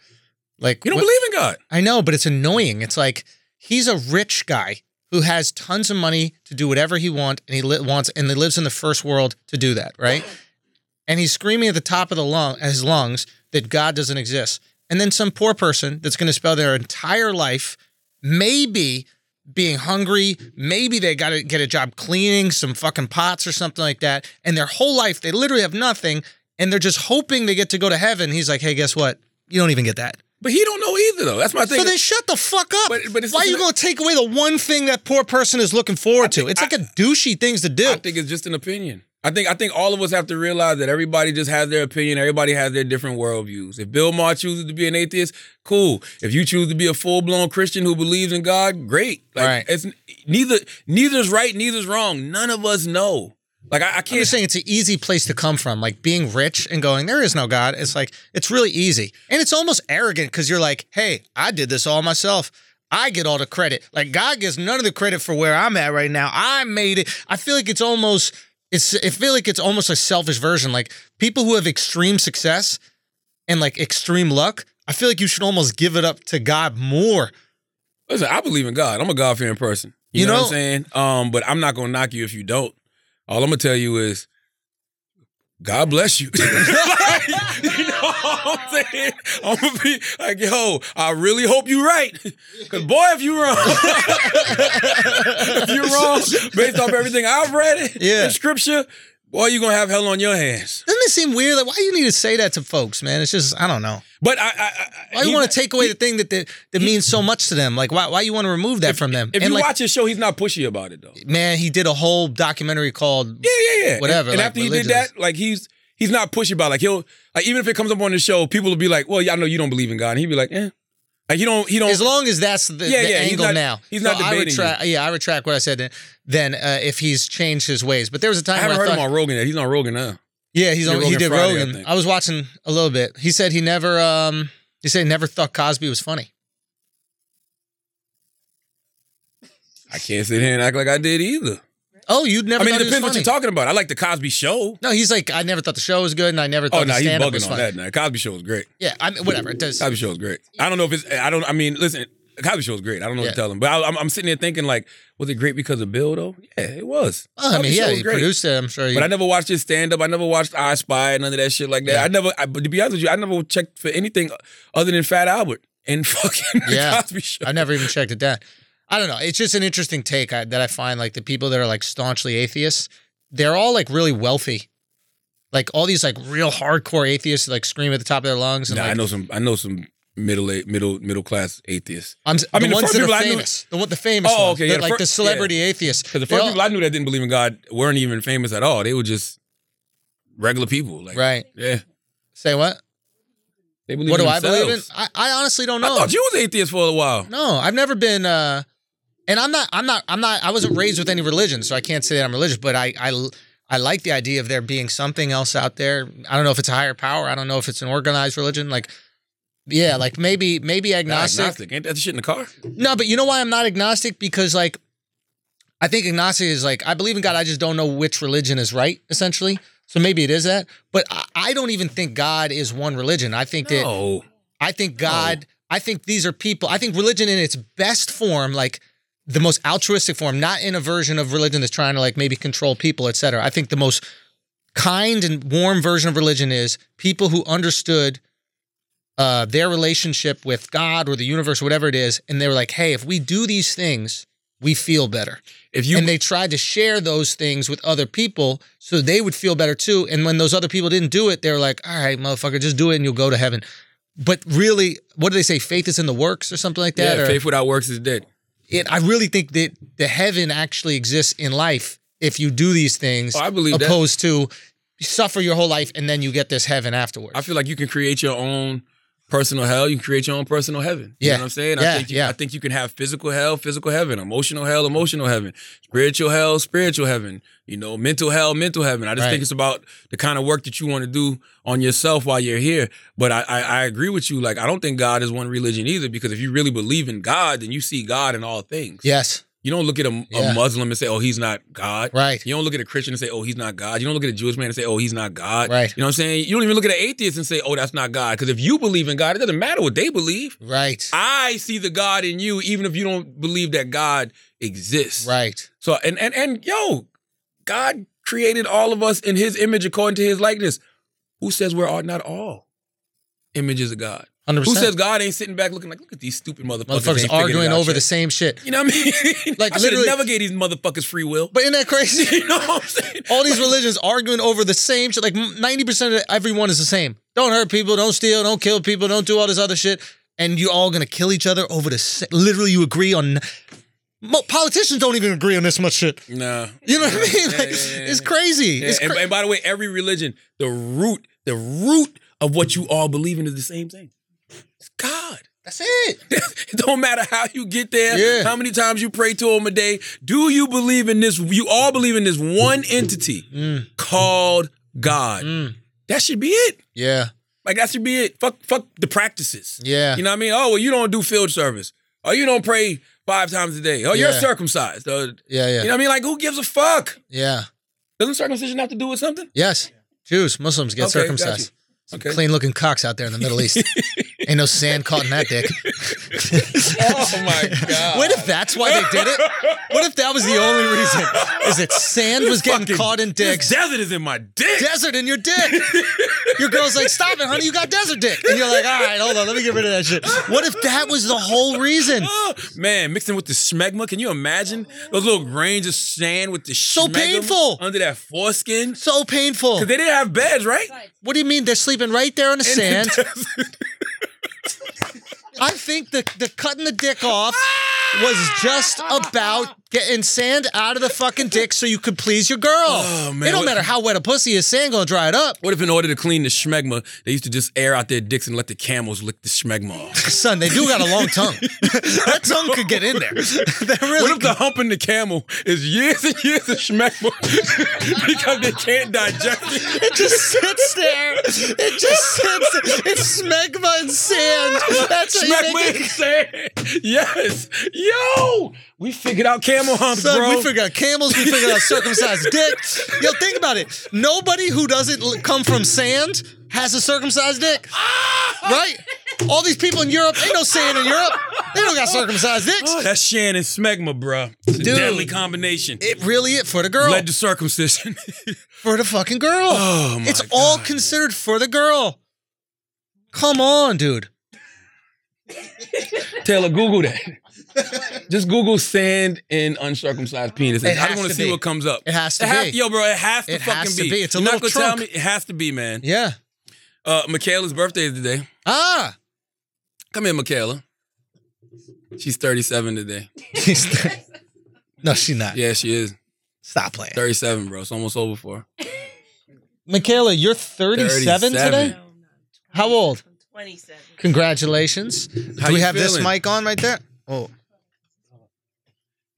Speaker 3: Like
Speaker 2: You don't
Speaker 3: what-
Speaker 2: believe in God?
Speaker 3: I know, but it's annoying. It's like he's a rich guy who has tons of money to do whatever he wants, and he li- wants, and he lives in the first world to do that, right? And he's screaming at the top of the lung, at his lungs, that God doesn't exist. And then some poor person that's going to spend their entire life, maybe being hungry, maybe they got to get a job cleaning some fucking pots or something like that, and their whole life they literally have nothing, and they're just hoping they get to go to heaven. He's like, hey, guess what? You don't even get that.
Speaker 2: But he don't know either, though. That's my thing.
Speaker 3: So then shut the fuck up.
Speaker 2: But- but it's-
Speaker 3: Why are you going to take away the one thing that poor person is looking forward to? It's like a douchey things to
Speaker 2: I
Speaker 3: do.
Speaker 2: think it's just an opinion. I think I think all of us have to realize that everybody just has their opinion. Everybody has their different worldviews. If Bill Maher chooses to be an atheist, cool. If you choose to be a full blown Christian who believes in God, great. Like
Speaker 3: Right.
Speaker 2: it's neither neither's right, neither's wrong. None of us know. Like I, I
Speaker 3: I'm
Speaker 2: can't
Speaker 3: just saying it's an easy place to come from, like being rich and going, there is no God. It's like, it's really easy. And it's almost arrogant because you're like, hey, I did this all myself. I get all the credit. Like, God gets none of the credit for where I'm at right now. I made it. I feel like it's almost, it's, I feel like it's almost a selfish version. Like, people who have extreme success and like extreme luck, I feel like you should almost give it up to God more
Speaker 2: listen, I believe in God. I'm a God fearing person. You,
Speaker 3: You
Speaker 2: know,
Speaker 3: know-
Speaker 2: what I'm saying? Um, but I'm not gonna knock you if you don't. All I'm gonna tell you is God bless you. Like, you know what I'm saying? I'm gonna be like, yo, I really hope you're right. Cause boy, if you wrong, if you're wrong, based off everything I've read
Speaker 3: Yeah.
Speaker 2: in scripture, boy, you're gonna have hell on your hands.
Speaker 3: Doesn't it seem weird? Like, why you need to say that to folks, man? It's just I don't know.
Speaker 2: But I, I, I
Speaker 3: Why you
Speaker 2: he-
Speaker 3: want to take away the thing that that, that means so much to them? Like, why why you want to remove that from them?
Speaker 2: If
Speaker 3: and
Speaker 2: you
Speaker 3: like,
Speaker 2: watch his show, he's not pushy about it though.
Speaker 3: man, he did a whole documentary called
Speaker 2: Yeah, yeah, yeah. And,
Speaker 3: Whatever,
Speaker 2: and
Speaker 3: like
Speaker 2: after he
Speaker 3: religious.
Speaker 2: did that, like he's he's not pushy about it. like he'll like even if it comes up on the show, people will be like, "Well, yeah, I know you don't believe in God," and he'd be like, "Eh." Like he don't he don't.
Speaker 3: As long as that's the,
Speaker 2: Yeah,
Speaker 3: the
Speaker 2: yeah, he's
Speaker 3: angle
Speaker 2: not-
Speaker 3: now,
Speaker 2: he's not
Speaker 3: So I
Speaker 2: debating
Speaker 3: retract, yeah, I retract what I said. Then, then uh, if he's changed his ways, but there was a
Speaker 2: I
Speaker 3: time
Speaker 2: haven't
Speaker 3: where I
Speaker 2: heard
Speaker 3: thought,
Speaker 2: him on Rogan yet. He's on Rogan now.
Speaker 3: yeah, he's
Speaker 2: Yeah,
Speaker 3: on, he
Speaker 2: Rogan
Speaker 3: did
Speaker 2: Friday, I
Speaker 3: Rogan.
Speaker 2: think.
Speaker 3: I, was watching a little bit. He said he never um he said he never thought Cosby was funny.
Speaker 2: I can't sit here and act like I did either.
Speaker 3: Oh, you'd never.
Speaker 2: I mean, it
Speaker 3: thought he was
Speaker 2: depends what
Speaker 3: funny.
Speaker 2: you're talking about. I like the Cosby Show.
Speaker 3: No, he's like I never thought the show was good, and I never
Speaker 2: Oh
Speaker 3: thought
Speaker 2: no,
Speaker 3: the
Speaker 2: he's
Speaker 3: stand up was
Speaker 2: bugging on
Speaker 3: funny.
Speaker 2: that. Now. Cosby Show is great.
Speaker 3: Yeah, I mean, whatever it does.
Speaker 2: Cosby Show is great. I don't know if it's. I don't. I mean, listen. Cosby Show is great. I don't know
Speaker 3: Yeah.
Speaker 2: what to tell him, but I, I'm, I'm sitting there thinking like, was it great because of Bill though? Yeah, it was.
Speaker 3: Well, I
Speaker 2: Cosby
Speaker 3: mean,
Speaker 2: Show
Speaker 3: yeah,
Speaker 2: was
Speaker 3: he
Speaker 2: great.
Speaker 3: produced it. I'm sure. He,
Speaker 2: But I never watched his stand up. I never watched I Spy, none of that shit like that.
Speaker 3: Yeah.
Speaker 2: I never, I, but to be honest with you, I never checked for anything other than Fat Albert and fucking the
Speaker 3: Yeah.
Speaker 2: Cosby Show.
Speaker 3: I've never even checked it down. I don't know. It's just an interesting take I, that I find. Like the people that are like staunchly atheists, they're all like really wealthy. Like all these like real hardcore atheists like scream at the top of their lungs. And,
Speaker 2: Nah,
Speaker 3: like,
Speaker 2: I know some. I know some middle a- middle middle class atheists.
Speaker 3: I'm,
Speaker 2: I
Speaker 3: the
Speaker 2: mean, the
Speaker 3: ones
Speaker 2: first
Speaker 3: that
Speaker 2: people
Speaker 3: are
Speaker 2: I knew-
Speaker 3: famous. The one, the famous
Speaker 2: Oh,
Speaker 3: ones.
Speaker 2: okay,
Speaker 3: The-
Speaker 2: yeah, the
Speaker 3: like the
Speaker 2: fir-
Speaker 3: celebrity atheists.
Speaker 2: Because the
Speaker 3: They
Speaker 2: first
Speaker 3: all-
Speaker 2: people I knew that didn't believe in God weren't even famous at all. They were just regular people. Like,
Speaker 3: right.
Speaker 2: Yeah.
Speaker 3: Say what?
Speaker 2: They believe
Speaker 3: What do
Speaker 2: in
Speaker 3: I believe in?
Speaker 2: themselves.
Speaker 3: I, I honestly don't
Speaker 2: I
Speaker 3: know.
Speaker 2: thought you was atheist for a while.
Speaker 3: No, I've never been. Uh, and I'm not. I'm not. I'm not. I wasn't raised with any religion, so I can't say that I'm religious. But I, I, I like the idea of there being something else out there. I don't know if it's a higher power. I don't know if it's an organized religion. Like, yeah, like maybe, maybe agnostic.
Speaker 2: Agnostic. Ain't that the shit in the car?
Speaker 3: No, but you know why I'm not agnostic? Because like, I think agnostic is like I believe in God. I just don't know which religion is right. Essentially. So maybe it is that, but I, I don't even think God is one religion. I think that
Speaker 2: No.
Speaker 3: I think God, I think these are people, I think religion in its best form, like the most altruistic form, not in a version of religion that's trying to like maybe control people, et cetera. I think the most kind and warm version of religion is people who understood uh, their relationship with God or the universe, whatever it is, and they were like, hey, if we do these things, we feel better
Speaker 2: If you
Speaker 3: and they tried to share those things with other people so they would feel better too. And when those other people didn't do it, they were like, all right, motherfucker, just do it and you'll go to heaven. But really, what do they say? Faith is in the works or something like that?
Speaker 2: yeah,
Speaker 3: or
Speaker 2: faith without works is dead.
Speaker 3: it, I really think that the heaven actually exists in life if you do these things
Speaker 2: Oh, I believe that.
Speaker 3: opposed to suffer your whole life and then you get this heaven afterwards.
Speaker 2: I feel like you can create your own personal hell. You can create your own personal heaven. You
Speaker 3: Yeah.
Speaker 2: know what I'm saying?
Speaker 3: Yeah,
Speaker 2: I think you,
Speaker 3: yeah.
Speaker 2: I think you can have physical hell, physical heaven, emotional hell, emotional heaven, spiritual hell, spiritual heaven, you know, mental hell, mental heaven. I just
Speaker 3: Right.
Speaker 2: think it's about the kind of work that you want to do on yourself while you're here. But I, I, I agree with you. Like, I don't think God is one religion either, because if you really believe in God, then you see God in all things.
Speaker 3: yes.
Speaker 2: You don't look at a,
Speaker 3: Yeah.
Speaker 2: a Muslim and say, "Oh, he's not God."
Speaker 3: Right.
Speaker 2: You don't look at a Christian and say, "Oh, he's not God." You don't look at a Jewish man and say, "Oh, he's not God."
Speaker 3: Right.
Speaker 2: You know what I'm saying? You don't even look at an atheist and say, "Oh, that's not God." Because if you believe in God, it doesn't matter what they believe.
Speaker 3: Right.
Speaker 2: I see the God in you, even if you don't believe that God exists.
Speaker 3: right.
Speaker 2: So and and and yo, God created all of us in His image according to His likeness. Who says we're all, not all images of God?
Speaker 3: 100%.
Speaker 2: Who says God ain't sitting back looking like, look at these stupid motherfuckers,
Speaker 3: Motherfuckers arguing over the
Speaker 2: same.
Speaker 3: same shit.
Speaker 2: You know what I mean?
Speaker 3: Like,
Speaker 2: I should've
Speaker 3: literally-
Speaker 2: never gave these motherfuckers free will.
Speaker 3: But isn't that crazy?
Speaker 2: you know what I'm saying?
Speaker 3: all these religions arguing over the same shit. Like ninety percent of everyone is the same. Don't hurt people. Don't steal. Don't kill people. Don't do all this other shit. And you're all gonna kill each other over the. Sa- Literally, you agree on. Mo- politicians don't even agree on this much shit.
Speaker 2: Nah.
Speaker 3: You know what I mean?
Speaker 2: Yeah,
Speaker 3: Like,
Speaker 2: yeah, yeah,
Speaker 3: It's
Speaker 2: yeah.
Speaker 3: crazy.
Speaker 2: Yeah,
Speaker 3: it's
Speaker 2: and,
Speaker 3: cra-
Speaker 2: and by the way, every religion, the root, the root of what you all believe in is the same thing. It's God.
Speaker 3: that's it.
Speaker 2: it don't matter how you get there,
Speaker 3: Yeah.
Speaker 2: how many times you pray to him a day. Do you believe in this? You all believe in this one entity
Speaker 3: Mm.
Speaker 2: called God. That should be it.
Speaker 3: Yeah,
Speaker 2: Like that should be it. Fuck, fuck the practices.
Speaker 3: Yeah.
Speaker 2: You know what I mean? Oh well, you don't do field service. Oh, you don't pray five times a day. Oh, you're
Speaker 3: Yeah.
Speaker 2: circumcised. Uh,
Speaker 3: yeah, yeah,
Speaker 2: You know what I mean? Like who gives a fuck?
Speaker 3: yeah.
Speaker 2: Doesn't circumcision have to do with something?
Speaker 3: Yes, Jews, Muslims get
Speaker 2: Okay, got
Speaker 3: circumcised.
Speaker 2: you. Okay.
Speaker 3: Clean looking cocks out there in the Middle East. Ain't no sand caught in that dick.
Speaker 2: Oh my god.
Speaker 3: What if that's why they did it? What if that was the only reason? Is that sand was getting
Speaker 2: Fucking-
Speaker 3: caught in dicks?
Speaker 2: This desert is in my dick.
Speaker 3: desert in your dick. Your girl's like, stop it, honey, you got desert dick. And you're like, all right, hold on, let me get rid of that shit. What if that was the whole reason?
Speaker 2: Oh, man, mixing with the smegma. Can you imagine those little grains of sand with the
Speaker 3: So
Speaker 2: smegma
Speaker 3: painful.
Speaker 2: under that foreskin?
Speaker 3: So painful.
Speaker 2: Cause they didn't have beds, right?
Speaker 3: What do you mean? They're sleeping right there on the sand. I think the, the cutting the dick off was just about getting sand out of the fucking dick so you could please your girl.
Speaker 2: Oh, man,
Speaker 3: It don't
Speaker 2: what-
Speaker 3: matter how wet a pussy is, sand gonna dry it up.
Speaker 2: What if, in order to clean the schmegma, they used to just air out their dicks and let the camels lick the schmegma off?
Speaker 3: Son, they do got a long tongue. that tongue could get in there. That really
Speaker 2: What if the hump in the camel is years and years of schmegma because they can't digest it?
Speaker 3: It just sits there. It just sits. It's smegma and sand. That's how you
Speaker 2: Schmegma
Speaker 3: make
Speaker 2: in
Speaker 3: it.
Speaker 2: sand. Yes. Yo, we figured out camel humps,
Speaker 3: Son,
Speaker 2: bro.
Speaker 3: we figured out camels. We figured out circumcised dick. Yo, think about it. Nobody who doesn't l- come from sand has a circumcised dick, right? All these people in Europe, ain't no sand in Europe. They don't got circumcised dicks.
Speaker 2: That's Shan and Smegma, bro. It's a
Speaker 3: Dude.
Speaker 2: deadly combination.
Speaker 3: It really it for the girl,
Speaker 2: Led to circumcision.
Speaker 3: for the fucking girl.
Speaker 2: oh my
Speaker 3: it's all
Speaker 2: God.
Speaker 3: considered for the girl. Come on, dude.
Speaker 2: Taylor, Google that. Just Google sand and uncircumcised penis.
Speaker 3: It
Speaker 2: I
Speaker 3: has
Speaker 2: just want
Speaker 3: to
Speaker 2: to see
Speaker 3: be.
Speaker 2: what comes up.
Speaker 3: It has to be.
Speaker 2: yo, bro, it has to
Speaker 3: It
Speaker 2: fucking
Speaker 3: has to be. It's a
Speaker 2: You're not
Speaker 3: little
Speaker 2: gonna tell me
Speaker 3: trunk.
Speaker 2: it has to be, man.
Speaker 3: Yeah.
Speaker 2: Uh, Michaela's birthday is today.
Speaker 3: Ah.
Speaker 2: Come here, Michaela. She's 37 today.
Speaker 3: no, she's not.
Speaker 2: Yeah, she is.
Speaker 3: Stop playing.
Speaker 2: 37, bro. It's almost over for her.
Speaker 3: Michaela, you're 37,
Speaker 2: 37.
Speaker 3: today? How old?
Speaker 9: 27.
Speaker 3: Congratulations.
Speaker 2: How
Speaker 3: Do we
Speaker 2: you
Speaker 3: have this
Speaker 2: feeling? Uh,
Speaker 3: mic on right there? Oh,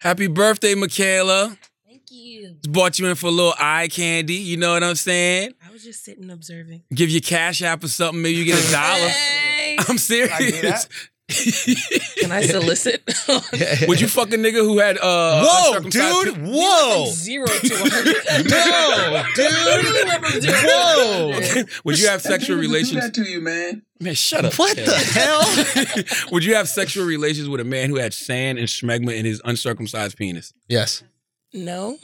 Speaker 2: Happy birthday, Michaela.
Speaker 9: Thank you.
Speaker 2: Just bought you in for a little eye candy. You know what I'm saying?
Speaker 9: I was just sitting observing.
Speaker 2: Give you cash app or something. Maybe you get a dollar.
Speaker 9: Hey,
Speaker 2: I'm serious.
Speaker 1: that?
Speaker 9: can I solicit?
Speaker 2: Would you fuck a nigga who had uh?
Speaker 3: whoa,
Speaker 2: uncircumcised
Speaker 3: dude!
Speaker 2: pe-
Speaker 3: Whoa,
Speaker 9: Zero to 100.
Speaker 3: no, dude! Whoa.
Speaker 9: Whoa.
Speaker 2: Would you have sexual relations?
Speaker 1: to you, man.
Speaker 2: Man, shut up.
Speaker 3: What the hell?
Speaker 2: Would you have sexual relations with a man who had sand and schmegma in his uncircumcised penis?
Speaker 3: Yes.
Speaker 9: No.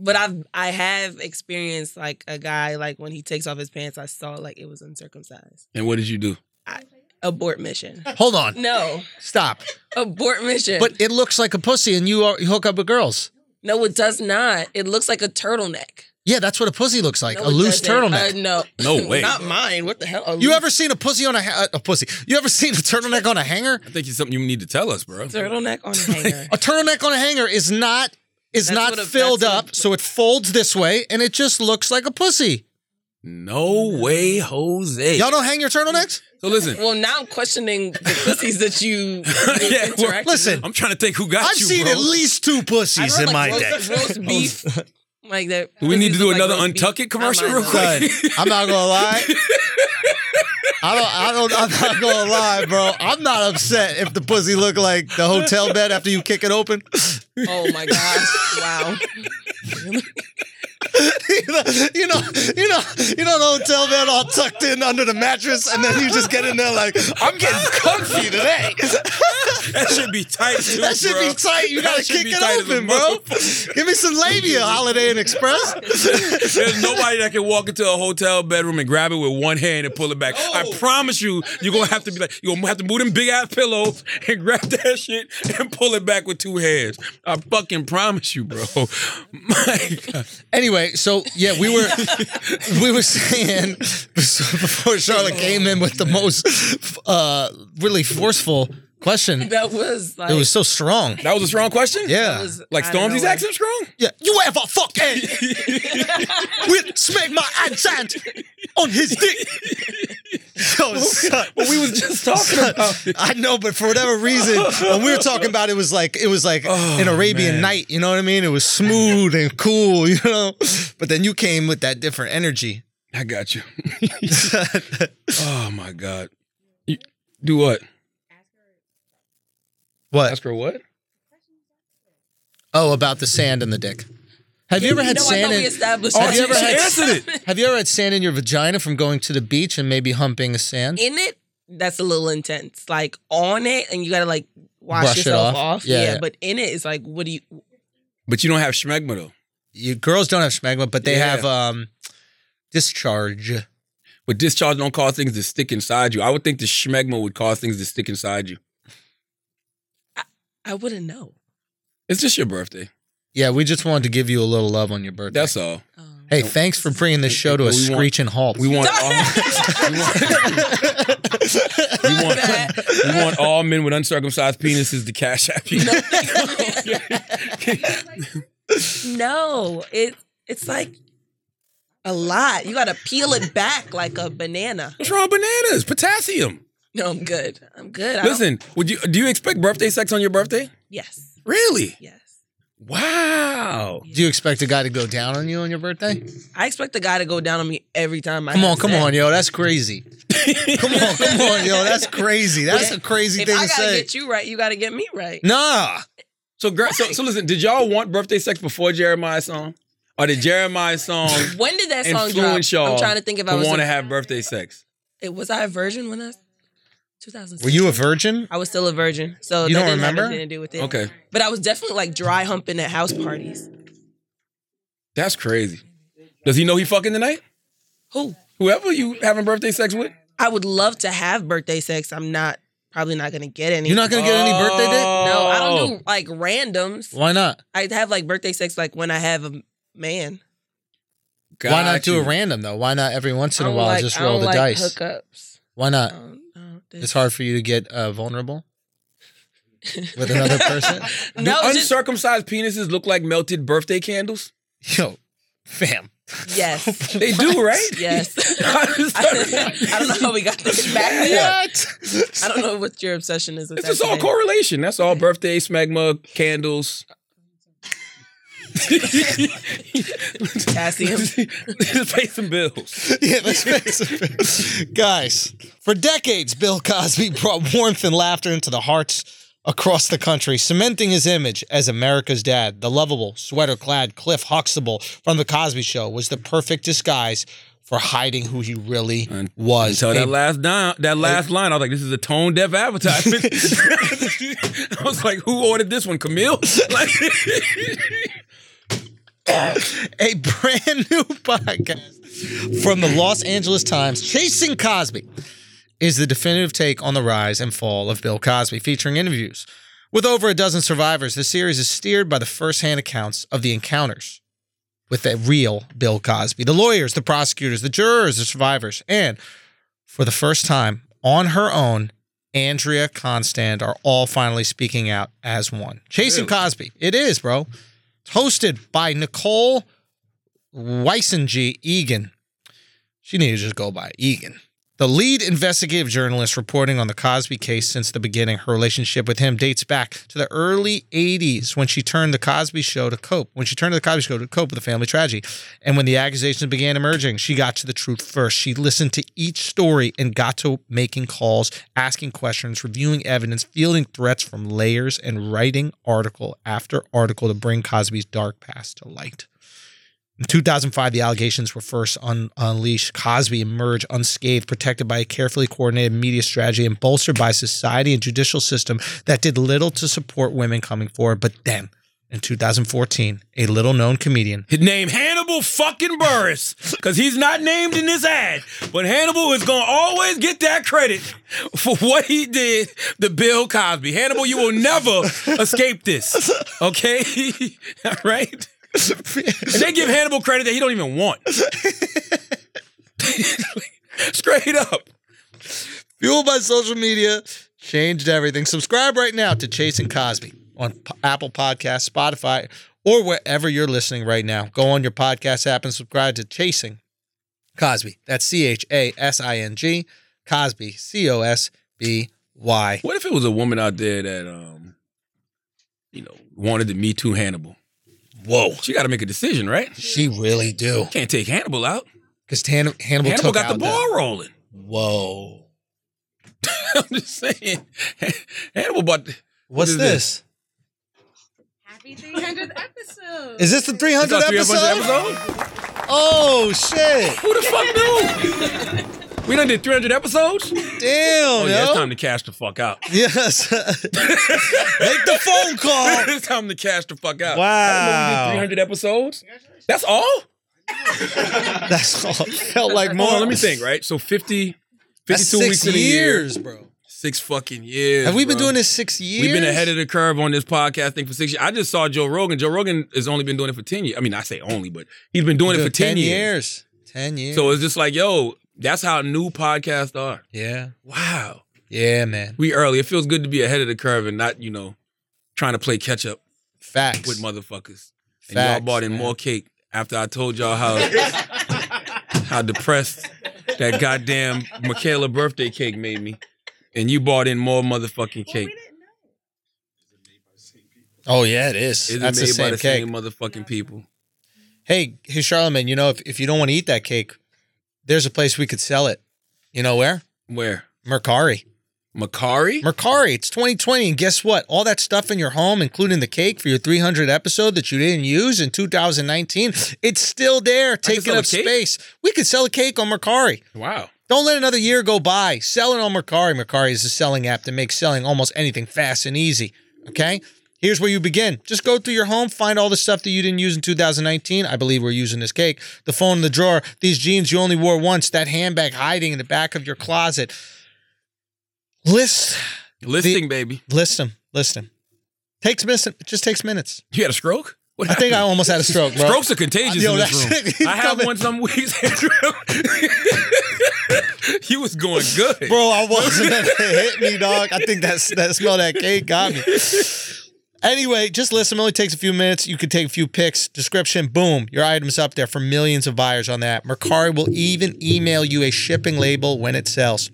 Speaker 9: But I've I have experienced like a guy like when he takes off his pants, I saw like it was uncircumcised.
Speaker 2: And what did you do?
Speaker 9: Abort mission.
Speaker 3: Hold on.
Speaker 9: No,
Speaker 3: Stop.
Speaker 9: abort mission.
Speaker 3: But it looks like a pussy, and you, are, you hook up with girls.
Speaker 9: no, it does not. It looks like a turtleneck.
Speaker 3: Yeah, that's what a pussy looks like.
Speaker 9: No,
Speaker 3: a
Speaker 9: it
Speaker 3: loose
Speaker 9: doesn't.
Speaker 3: turtleneck.
Speaker 9: Uh, no,
Speaker 2: No way.
Speaker 9: not mine. What the hell? A
Speaker 3: you
Speaker 9: loose
Speaker 3: ever seen a pussy on a ha- a pussy? You ever seen a turtleneck on a hanger?
Speaker 2: I think it's something you need to tell us, bro.
Speaker 9: turtleneck on a hanger?
Speaker 3: A turtleneck on a hanger is not is
Speaker 9: That's
Speaker 3: not
Speaker 9: what a-
Speaker 3: filled
Speaker 9: that's
Speaker 3: up,
Speaker 9: what a-
Speaker 3: so it folds this way, and it just looks like a pussy.
Speaker 2: No way, Jose.
Speaker 3: Y'all don't hang your turtlenecks?
Speaker 2: so listen.
Speaker 9: well, now I'm questioning the pussies that you
Speaker 2: Yeah,
Speaker 9: interact
Speaker 2: well,
Speaker 9: with.
Speaker 3: Listen,
Speaker 2: I'm trying to think who got
Speaker 3: I've
Speaker 2: you,
Speaker 3: seen
Speaker 2: bro.
Speaker 3: at least two
Speaker 9: I
Speaker 3: pussies
Speaker 9: don't
Speaker 3: in
Speaker 9: like
Speaker 3: my
Speaker 9: roast,
Speaker 3: day.
Speaker 9: roast beef like that.
Speaker 2: do we need to
Speaker 9: Pussies
Speaker 2: do
Speaker 9: look like
Speaker 2: another
Speaker 9: roast beef.
Speaker 2: Untuck It commercial
Speaker 9: Not
Speaker 2: real
Speaker 9: mine,
Speaker 2: quick?
Speaker 3: Son, I'm not gonna lie. I don't. I don't. I'm not gonna lie, bro. I'm not upset if the pussy look like the hotel bed after you kick it open.
Speaker 9: though. Oh my gosh! Wow.
Speaker 3: you know, you know, you know, you know the hotel bed all tucked in under the mattress, and then you just get in there like, I'm getting comfy today.
Speaker 2: That should be tight, too,
Speaker 3: That should
Speaker 2: bro.
Speaker 3: be tight. You
Speaker 2: That
Speaker 3: gotta
Speaker 2: should
Speaker 3: kick
Speaker 2: be
Speaker 3: it
Speaker 2: tight as a
Speaker 3: open, bro. Give me some labia, Holiday Inn Express.
Speaker 2: There's nobody that can walk into a hotel bedroom and grab it with one hand and pull it back. I promise you, you're gonna have to be like, you're gonna have to move them big ass pillows and grab that shit and pull it back with two hands. I fucking promise you, bro. My God.
Speaker 3: anyway, so yeah, we were we were saying before Charlotte came in with the most uh really forceful question.
Speaker 9: That was like
Speaker 3: It was so strong.
Speaker 2: That was a strong question?
Speaker 9: that
Speaker 3: Yeah.
Speaker 9: was-
Speaker 2: Like
Speaker 9: I don't
Speaker 2: Stormzy's
Speaker 9: know.
Speaker 2: accent strong?
Speaker 3: Yeah, you ever fucking with smack my accent on his dick? Yo, son,
Speaker 2: Well, we was just talking about it.
Speaker 3: I know, but for whatever reason, when we were talking about it, it was like it was like an Arabian
Speaker 2: Oh, man.
Speaker 3: night. You know what I mean? It was smooth and cool. You know, but then you came with that different energy.
Speaker 2: I got you. oh my God. You- Do what?
Speaker 3: what?
Speaker 2: Ask her what?
Speaker 3: Oh, about the sand in the dick. Have you ever had
Speaker 9: No, I thought
Speaker 3: sand?
Speaker 9: we
Speaker 3: In,
Speaker 9: established.
Speaker 3: Have
Speaker 9: that.
Speaker 3: Oh, you ever
Speaker 2: she
Speaker 3: had-
Speaker 2: Oh, answered it.
Speaker 3: have you ever had sand in your vagina from going to the beach and maybe humping a sand?
Speaker 9: in it, that's a little intense. Like on it, and you gotta like wash
Speaker 3: Brush it
Speaker 9: yourself
Speaker 3: off.
Speaker 9: off.
Speaker 3: Yeah,
Speaker 9: Yeah,
Speaker 3: yeah.
Speaker 9: but in it, it's like, what do you?
Speaker 2: But you don't have schmegma though.
Speaker 3: You girls don't have schmegma, but they
Speaker 2: Yeah.
Speaker 3: have um discharge.
Speaker 2: But discharge don't cause things to stick inside you. I would think the schmegma would cause things to stick inside you.
Speaker 9: I wouldn't know.
Speaker 2: It's just your birthday.
Speaker 3: Yeah, we just wanted to give you a little love on your birthday.
Speaker 2: That's all.
Speaker 9: Um,
Speaker 3: hey, thanks for bringing this show to
Speaker 2: We
Speaker 3: a
Speaker 2: want-
Speaker 3: screeching halt.
Speaker 2: We want all, we want, we want, we want all men with uncircumcised penises to cash app you.
Speaker 9: no, it it's like a lot. You gotta peel it back like a banana.
Speaker 2: What's wrong with bananas? Potassium.
Speaker 9: No, I'm good. I'm good. I don't-
Speaker 2: Listen, would you do you expect birthday sex on your birthday?
Speaker 9: yes,
Speaker 2: Really?
Speaker 9: yes.
Speaker 2: Wow.
Speaker 3: Do you expect a guy to go down on you on your birthday?
Speaker 9: I expect the guy to go down on me every time. I
Speaker 3: Come on,
Speaker 9: have
Speaker 3: come
Speaker 9: sex.
Speaker 3: on, yo, that's crazy. come on, come on, yo, that's crazy. That's a crazy
Speaker 9: If
Speaker 3: thing
Speaker 9: I
Speaker 3: to
Speaker 9: gotta
Speaker 3: say.
Speaker 9: get you right, you gotta get me right.
Speaker 3: nah,
Speaker 2: So, girl, so so listen, did y'all want birthday sex before Jeremiah's song? Or did Jeremiah's song
Speaker 9: When did that song drop?
Speaker 2: influence y'all?
Speaker 9: I'm trying to think if I
Speaker 2: to
Speaker 9: was
Speaker 2: want
Speaker 9: a,
Speaker 2: to have birthday sex.
Speaker 9: it, was I a virgin when I 2006.
Speaker 3: were you a virgin?
Speaker 9: I was still a virgin, so
Speaker 3: You
Speaker 9: that
Speaker 3: don't
Speaker 9: didn't
Speaker 3: remember?
Speaker 9: have anything to do with it.
Speaker 2: Okay.
Speaker 9: but I was definitely like dry humping at house parties.
Speaker 2: That's crazy. Does he know he fucking tonight?
Speaker 9: Who?
Speaker 2: Whoever you having birthday sex with?
Speaker 9: I would love to have birthday sex. I'm not probably not gonna get any.
Speaker 3: You're not gonna get any birthday dick?
Speaker 9: No, I
Speaker 2: Oh.
Speaker 9: don't do like randoms.
Speaker 3: Why not?
Speaker 9: I have like birthday sex like when I have a man.
Speaker 3: Why not do a
Speaker 2: rant?
Speaker 3: random though? Why not every once in a
Speaker 9: I don't
Speaker 3: while
Speaker 9: like-
Speaker 3: just
Speaker 9: I
Speaker 3: roll
Speaker 9: don't
Speaker 3: the
Speaker 9: like
Speaker 3: dice?
Speaker 9: Hookups.
Speaker 3: Why
Speaker 9: I
Speaker 3: not?
Speaker 9: don't- I don't do-
Speaker 3: It's hard for you to get uh, vulnerable with another person.
Speaker 2: do
Speaker 9: No, just
Speaker 2: uncircumcised penises look like melted birthday candles?
Speaker 3: yo, fam,
Speaker 9: Yes.
Speaker 2: They do, right?
Speaker 9: Yes.
Speaker 2: I just-
Speaker 9: I don't know how we got this back. I don't know what your obsession is with
Speaker 2: It's
Speaker 9: that.
Speaker 2: just all
Speaker 9: today.
Speaker 2: correlation. That's all. Birthday, smegma, candles.
Speaker 9: Potassium.
Speaker 2: Just pay some bills.
Speaker 3: yeah, let's face it. Guys, for decades, Bill Cosby brought warmth and laughter into the hearts across the country, cementing his image as America's dad. The lovable, sweater clad Cliff Huxtable from The Cosby Show was the perfect disguise for hiding who he really was.
Speaker 2: Until
Speaker 3: A
Speaker 2: that last dime, that last line, I was like, "This is a tone deaf advertisement." I was like, "Who ordered this one, Camille?" Like,
Speaker 3: a brand new podcast from the Los Angeles Times, Chasing Cosby, is the definitive take on the rise and fall of Bill Cosby, featuring interviews with over a dozen survivors. The series is steered by the first-hand accounts of the encounters with the real Bill Cosby, the lawyers, the prosecutors, the jurors, the survivors, and for the first time on her own. Andrea Constand are all finally speaking out as one. Chasing Cosby. It is, bro. It's hosted by Nicole Weissenge Egan. She needed to just go by Egan. The lead investigative journalist reporting on the Cosby case since the beginning. Her relationship with him dates back to the early 80s when she turned the Cosby show to cope. When she turned to the Cosby show to cope with the family tragedy. And when the accusations began emerging, she got to the truth first. She listened to each story and got to making calls, asking questions, reviewing evidence, fielding threats from layers, and writing article after article to bring Cosby's dark past to light. In 2005, the allegations were first un- unleashed. Cosby emerged unscathed, protected by a carefully coordinated media strategy and bolstered by society and judicial system that did little to support women coming forward. But then, in 2014, a little known comedian.
Speaker 2: his name Hannibal fucking Burris, because he's not named in this ad, but Hannibal is gonna always get that credit for what he did to Bill Cosby. Hannibal, you will never escape this. Okay, All right? And they give Hannibal credit that he don't even want. Straight up.
Speaker 3: Fueled by social media, changed everything. Subscribe right now to Chasing Cosby on P- Apple Podcasts, Spotify, or wherever you're listening right now. Go on your podcast app and subscribe to Chasing Cosby. That's C H A S I N G Cosby, C O S B Y.
Speaker 2: What if it was a woman out there that um, you know, wanted to me too Hannibal? Whoa. She gotta make a decision, right?
Speaker 3: She really do.
Speaker 2: Can't take Hannibal out.
Speaker 3: Because Tan- Hannibal,
Speaker 2: Hannibal
Speaker 3: took
Speaker 2: got the
Speaker 3: out
Speaker 2: ball rolling.
Speaker 3: Whoa.
Speaker 2: I'm just saying. Hannibal bought
Speaker 3: What's
Speaker 2: is
Speaker 3: this?
Speaker 7: Happy 300th episode.
Speaker 3: Is this the 300th
Speaker 2: the
Speaker 3: episode?
Speaker 2: 300th episode?
Speaker 3: Oh, shit.
Speaker 2: Who the fuck knew? we done did 300 episodes?
Speaker 3: Damn,
Speaker 2: Oh,
Speaker 3: yo.
Speaker 2: yeah, it's time to cash the fuck out.
Speaker 3: Yes. Make the phone call.
Speaker 2: it's time to cash the fuck out.
Speaker 3: Wow.
Speaker 2: I didn't know we did 300 episodes? That's all?
Speaker 3: That's all. Felt like more.
Speaker 2: Hold on, let me think, right? So 50, 52
Speaker 3: That's six
Speaker 2: weeks in a year.
Speaker 3: years, bro.
Speaker 2: Six fucking years.
Speaker 3: Have we been
Speaker 2: bro.
Speaker 3: doing this six years?
Speaker 2: We've been ahead of the curve on this podcast thing for six years. I just saw Joe Rogan. Joe Rogan has only been doing it for 10 years. I mean, I say only, but he's been doing it for 10 years.
Speaker 3: Ten years.
Speaker 2: So it's just like, yo, that's how new podcasts are.
Speaker 3: yeah,
Speaker 2: Wow.
Speaker 3: yeah, man.
Speaker 2: We early. It feels good to be ahead of the curve and not, you know, trying to play catch up
Speaker 3: Facts.
Speaker 2: with motherfuckers. And y'all
Speaker 3: Facts,
Speaker 2: bought in
Speaker 3: man.
Speaker 2: more cake after I told y'all how how depressed that goddamn Michaela birthday cake made me. And you bought in more motherfucking cake.
Speaker 3: oh yeah, it is.
Speaker 2: Is it
Speaker 3: That's
Speaker 2: made
Speaker 3: the
Speaker 2: by
Speaker 3: same
Speaker 2: the
Speaker 3: cake.
Speaker 2: same motherfucking people?
Speaker 3: Hey, hey, Charlemagne. You know, if, if you don't want to eat that cake, there's a place we could sell it. You know where?
Speaker 2: Where?
Speaker 3: Mercari.
Speaker 2: Macari?
Speaker 3: Mercari. It's 2020, and guess what? All that stuff in your home, including the cake for your 300 episode that you didn't use in 2019, it's still there, taking
Speaker 2: sell a
Speaker 3: up
Speaker 2: cake?
Speaker 3: space. We could sell a cake on Mercari.
Speaker 2: wow.
Speaker 3: Don't let another year go by. Selling on Mercari. Mercari is a selling app that makes selling almost anything fast and easy. Okay? Here's where you begin. Just go through your home, find all the stuff that you didn't use in 2019. I believe we're using this cake. The phone in the drawer, these jeans you only wore once, that handbag hiding in the back of your closet. List,
Speaker 2: Listing, baby.
Speaker 3: list them, list them. Takes minutes. It just takes minutes.
Speaker 2: You had a stroke? What
Speaker 3: I think I almost had a stroke, bro.
Speaker 2: Strokes are contagious
Speaker 3: Yo,
Speaker 2: in
Speaker 3: that's it.
Speaker 2: this
Speaker 3: He's
Speaker 2: room. I have
Speaker 3: coming.
Speaker 2: one some weeks. he was going good.
Speaker 3: Bro, I wasn't. it hit me, dog. I think that's that smell of that cake got me. Anyway, just listen. It only takes a few minutes. You could take a few pics, description, boom, your item's up there for millions of buyers on that. Mercari will even email you a shipping label when it sells.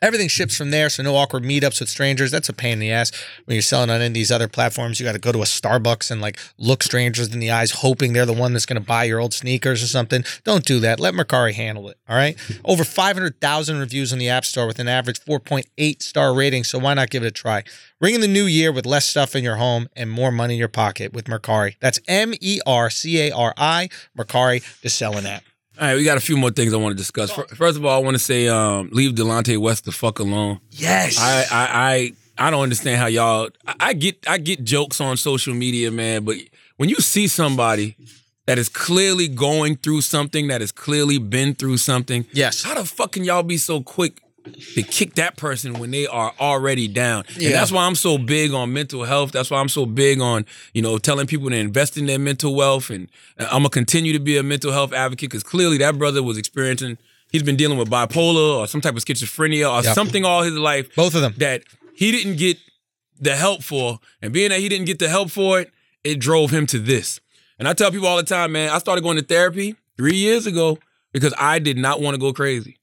Speaker 3: Everything ships from there, so no awkward meetups with strangers. That's a pain in the ass when you're selling on any of these other platforms. You got to go to a Starbucks and like look strangers in the eyes, hoping they're the one that's going to buy your old sneakers or something. Don't do that. Let Mercari handle it. All right. Over 500,000 reviews on the App Store with an average 4.8 star rating. So why not give it a try? Ring in the new year with less stuff in your home and more money in your pocket with Mercari. That's M E R C A R I, Mercari, the selling app.
Speaker 2: All right, we got a few more things I want to discuss. Fir- First of all, I want to say, um, leave Delonte West the fuck alone.
Speaker 3: Yes.
Speaker 2: I, I, I, I don't understand how y'all. I, I get, I get jokes on social media, man. But when you see somebody that is clearly going through something, that has clearly been through something,
Speaker 3: Yes.
Speaker 2: how the fuck can y'all be so quick to kick that person when they are already down?
Speaker 3: Yeah.
Speaker 2: And that's why I'm so big on mental health. That's why I'm so big on, you know, telling people to invest in their mental wealth. And I'm going to continue to be a mental health advocate because clearly that brother was experiencing, he's been dealing with bipolar or some type of schizophrenia or
Speaker 3: Yeah.
Speaker 2: something all his life
Speaker 3: Both of them.
Speaker 2: that he didn't get the help for. And being that he didn't get the help for it, it drove him to this. And I tell people all the time, man, I started going to therapy three years ago because I did not want to go crazy.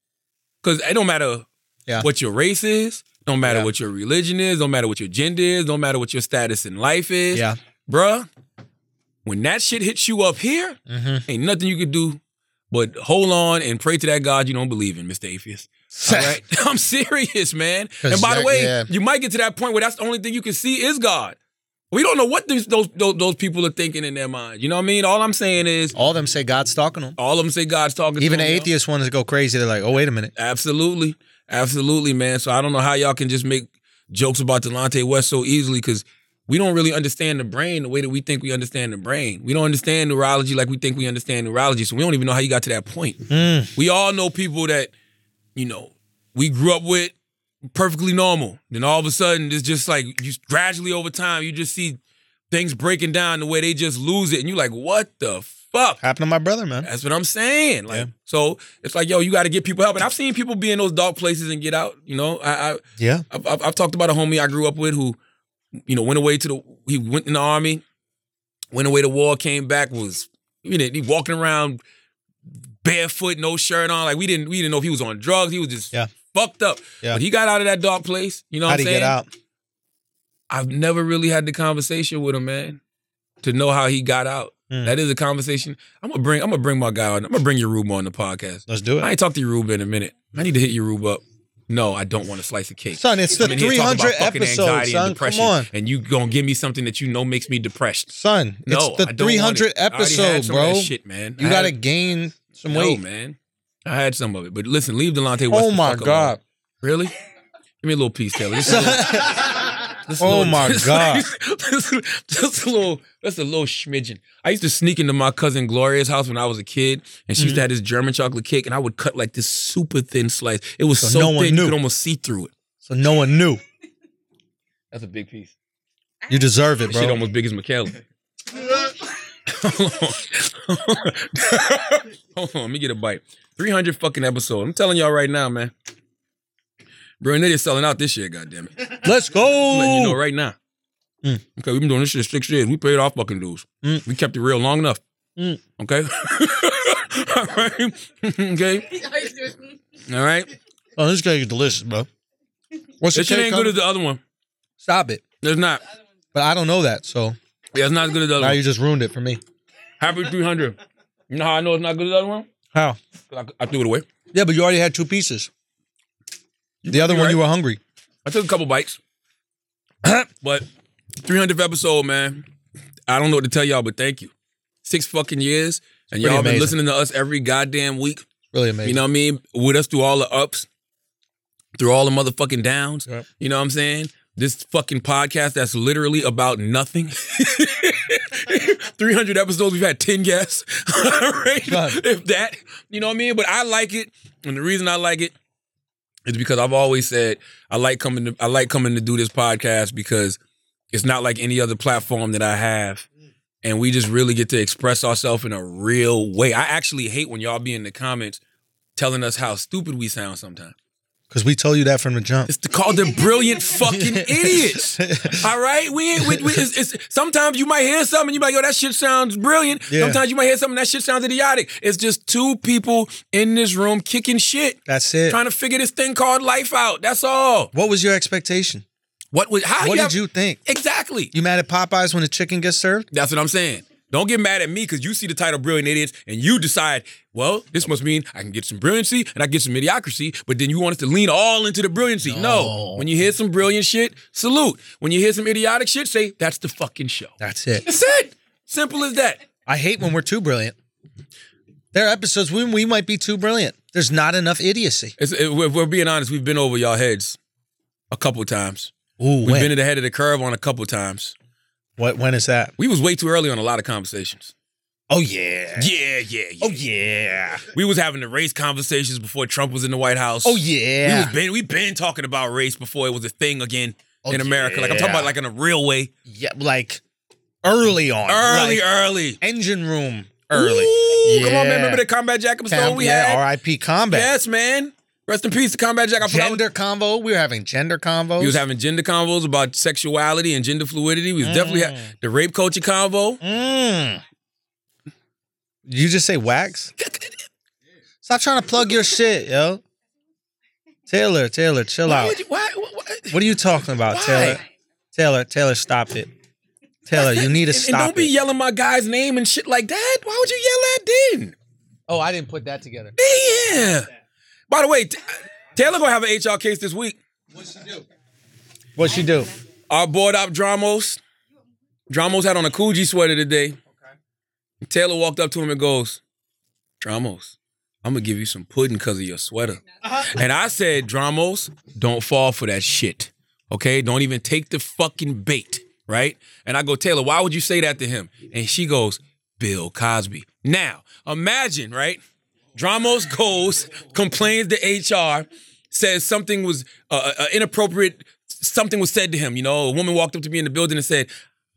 Speaker 2: Because it don't matter
Speaker 3: Yeah.
Speaker 2: what your race is, don't matter what your religion is, don't matter what your gender is, don't matter what your status in life is.
Speaker 3: Yeah.
Speaker 2: Bruh, when that shit hits you up here,
Speaker 3: Mm-hmm.
Speaker 2: ain't nothing you could do but hold on and pray to that God you don't believe in, Mr. Atheist. All right? I'm serious, man.
Speaker 3: 'Cause
Speaker 2: And by the
Speaker 3: that-
Speaker 2: way,
Speaker 3: yeah.
Speaker 2: you might get to that point where that's the only thing you can see is God. We don't know what these, those, those those people are thinking in their mind. You know what I mean? All I'm saying is
Speaker 3: All of them say God's stalking them.
Speaker 2: all of them say God's talking.
Speaker 3: Even
Speaker 2: to
Speaker 3: the
Speaker 2: them, yo.
Speaker 3: atheist ones go crazy. They're like, oh, wait a minute.
Speaker 2: Absolutely. Absolutely, man. So I don't know how y'all can just make jokes about Delonte West so easily because we don't really understand the brain the way that we think we understand the brain. We don't understand neurology like we think we understand neurology. So we don't even know how you got to that point. We all know people that, you know, we grew up with perfectly normal. Then all of a sudden, it's just like you gradually over time, you just see things breaking down the way they just lose it. And you're like, what the fuck?
Speaker 3: Happened to my brother, man.
Speaker 2: That's what I'm saying. Like, so it's like, yo, you got to get people help. And I've seen people be in those dark places and get out. You know, I, I
Speaker 3: Yeah.
Speaker 2: I've, I've, I've talked about a homie I grew up with who, you know, went away to the he went in the army, went away to war, came back was you know he walking around barefoot, no shirt on. Like we didn't we didn't know if he was on drugs. He was just
Speaker 3: Yeah.
Speaker 2: fucked up.
Speaker 3: Yeah.
Speaker 2: But he got out of that dark place. You know what
Speaker 3: How'd
Speaker 2: I'm
Speaker 3: he
Speaker 2: saying?
Speaker 3: get out?
Speaker 2: I've never really had the conversation with him, man, to know how he got out.
Speaker 3: Mm.
Speaker 2: That is a conversation. I'm gonna bring. I'm gonna bring my guy on. I'm gonna bring Yoruba on the podcast.
Speaker 3: Let's do
Speaker 2: I
Speaker 3: it.
Speaker 2: ain't talked to Yoruba in a minute. I need to hit Yoruba up. No, I don't want a slice of cake.
Speaker 3: Son, it's the
Speaker 2: I'm in here talking
Speaker 3: 300
Speaker 2: about fucking
Speaker 3: episode,
Speaker 2: anxiety and
Speaker 3: son. Come
Speaker 2: depression,
Speaker 3: on.
Speaker 2: And you gonna give me something that you know makes me depressed.
Speaker 3: Son, it's
Speaker 2: No,
Speaker 3: the
Speaker 2: I don't
Speaker 3: 300
Speaker 2: want it. I already had
Speaker 3: episode,
Speaker 2: some of that
Speaker 3: bro.
Speaker 2: shit, man.
Speaker 3: You
Speaker 2: I
Speaker 3: got to
Speaker 2: had-
Speaker 3: gain some
Speaker 2: no,
Speaker 3: weight.
Speaker 2: man. I had some of it, but listen, leave Delonte. West
Speaker 3: Oh,
Speaker 2: the
Speaker 3: my
Speaker 2: fuck alone.
Speaker 3: God.
Speaker 2: Really? Give me a little piece, Taylor. Just a little- just a
Speaker 3: Oh,
Speaker 2: little-
Speaker 3: my
Speaker 2: just
Speaker 3: God.
Speaker 2: like- just, just a little, just a little schmidgen. I used to sneak into my cousin Gloria's house when I was a kid, and she used to have this German chocolate cake, and I would cut like this super thin slice. It was
Speaker 3: So
Speaker 2: so,
Speaker 3: no one
Speaker 2: thin
Speaker 3: knew.
Speaker 2: you could almost see through it.
Speaker 3: so no one knew.
Speaker 2: That's a big piece.
Speaker 3: You deserve
Speaker 2: That
Speaker 3: it,
Speaker 2: shit
Speaker 3: bro.
Speaker 2: almost big as Michaela. Hold on. Hold on, let me get a bite. 300 fucking episode. I'm telling y'all right now, man. Bro, and they're selling out this year, goddammit.
Speaker 3: Let's
Speaker 2: I'm letting you know
Speaker 3: go.
Speaker 2: right now.
Speaker 3: Mm.
Speaker 2: Okay, we've been doing this shit six years. We paid our fucking dues.
Speaker 3: Mm.
Speaker 2: We kept it real long enough.
Speaker 3: Mm.
Speaker 2: Okay? All right? okay? All right?
Speaker 3: Oh, this is delicious, bro.
Speaker 2: This
Speaker 3: What's the
Speaker 2: shit
Speaker 3: cake
Speaker 2: ain't good
Speaker 3: called?
Speaker 2: as the other one.
Speaker 3: Stop it.
Speaker 2: It's not.
Speaker 3: But I don't know that, so
Speaker 2: Yeah, it's not as good as the other
Speaker 3: now
Speaker 2: one.
Speaker 3: you just ruined it for me.
Speaker 2: Happy 300. You know how I know it's not good as the other one?
Speaker 3: How?
Speaker 2: 'Cause I, I threw it away.
Speaker 3: Yeah, but you already had two pieces. The other
Speaker 2: you
Speaker 3: one,
Speaker 2: right.
Speaker 3: you were hungry.
Speaker 2: I took a couple bites. but 300th episode, man. I don't know what to tell y'all, but thank you. Six fucking years. And
Speaker 3: pretty
Speaker 2: y'all been
Speaker 3: amazing.
Speaker 2: listening to us every goddamn week.
Speaker 3: Really amazing.
Speaker 2: You know what I mean? With us through all the ups, through all the motherfucking downs.
Speaker 3: Yep.
Speaker 2: You know what I'm saying? This fucking podcast that's literally about nothing. 300 episodes, we've had 10 guests. All right?
Speaker 3: Right.
Speaker 2: If that, you know what I mean? But I like it. And the reason I like it is because I've always said I like coming to I like coming to do this podcast because it's not like any other platform that I have. And we just really get to express ourselves in a real way. I actually hate when y'all be in the comments telling us how stupid we sound sometimes.
Speaker 3: Because we told you that from the jump.
Speaker 2: It's to call them brilliant fucking idiots. All right, we, ain't- we, we it's, it's, sometimes you might hear something and you be like, yo, that shit sounds brilliant.
Speaker 3: Yeah.
Speaker 2: Sometimes you might hear something that shit sounds idiotic. It's just two people in this room kicking shit,
Speaker 3: That's it.
Speaker 2: trying to figure this thing called life out. That's all.
Speaker 3: What was your expectation?
Speaker 2: What was how
Speaker 3: What
Speaker 2: you
Speaker 3: did
Speaker 2: have-
Speaker 3: you think?
Speaker 2: exactly?
Speaker 3: You mad at Popeyes when the chicken gets served?
Speaker 2: That's what I'm saying. Don't get mad at me because you see the title Brilliant Idiots and you decide, well, this must mean I can get some brilliancy and I get some mediocrity, but then you want us to lean all into the brilliancy. No. When you hear some brilliant shit, salute. When you hear some idiotic shit, say, that's the fucking show.
Speaker 3: That's it.
Speaker 2: That's it. Simple as that.
Speaker 3: I hate when we're too brilliant. There are episodes when we might be too brilliant. There's not enough idiocy.
Speaker 2: It's, it- if we're being honest, we've been over y'all heads a couple times.
Speaker 3: Ooh,
Speaker 2: We've been at the head of the curve on a couple times.
Speaker 3: what, when is that?
Speaker 2: We was way too early on a lot of conversations.
Speaker 3: Oh, yeah.
Speaker 2: Yeah, yeah, yeah.
Speaker 3: Oh, yeah.
Speaker 2: We was having the race conversations before Trump was in the White House.
Speaker 3: Oh,
Speaker 2: We
Speaker 3: yeah.
Speaker 2: was been we've been talking about race before it was a thing again
Speaker 3: Oh,
Speaker 2: in America. Like I'm talking
Speaker 3: yeah.
Speaker 2: about like in a real way.
Speaker 3: yeah. Like early on.
Speaker 2: Early,
Speaker 3: Like,
Speaker 2: early.
Speaker 3: Engine room early.
Speaker 2: Ooh, Come on,
Speaker 3: Yeah.
Speaker 2: man. Remember the Combat Jack episode
Speaker 3: Com-
Speaker 2: we
Speaker 3: yeah,
Speaker 2: had?
Speaker 3: RIP combat.
Speaker 2: Yes, man. Rest in peace to Combat Jack. I forgot.
Speaker 3: Gender convo. We were having gender convos.
Speaker 2: we was having gender convos about sexuality and gender fluidity. We was definitely ha- the rape culture convo.
Speaker 3: Mm. Did you just say wax? Stop trying to plug your shit, yo. Taylor, Taylor, chill
Speaker 2: Why
Speaker 3: out.
Speaker 2: would you- why- why- why-
Speaker 3: What are you talking about,
Speaker 2: Why?
Speaker 3: Taylor? Taylor, Taylor, stop it. Taylor, you need to
Speaker 2: And, and
Speaker 3: stop
Speaker 2: don't be
Speaker 3: it.
Speaker 2: yelling my guy's name and shit like that. Why would you yell that then?
Speaker 3: oh, I didn't put that together.
Speaker 2: Damn. By the way, T- Taylor gonna have an HR case this week.
Speaker 3: What'd she do?
Speaker 2: Our board op Dramos. Dramos had on a Coogee sweater today. Taylor walked up to him and goes, Dramos, I'm gonna give you some pudding because of your sweater. And I said, Dramos, don't fall for that shit. Okay? Don't even take the fucking bait, right? And I go, Taylor, why would you say that to him? And she goes, Bill Cosby. Now, imagine, right? Dramos goes, complains to HR, says something was uh, uh, inappropriate. Something was said to him. You know, a woman walked up to me in the building and said,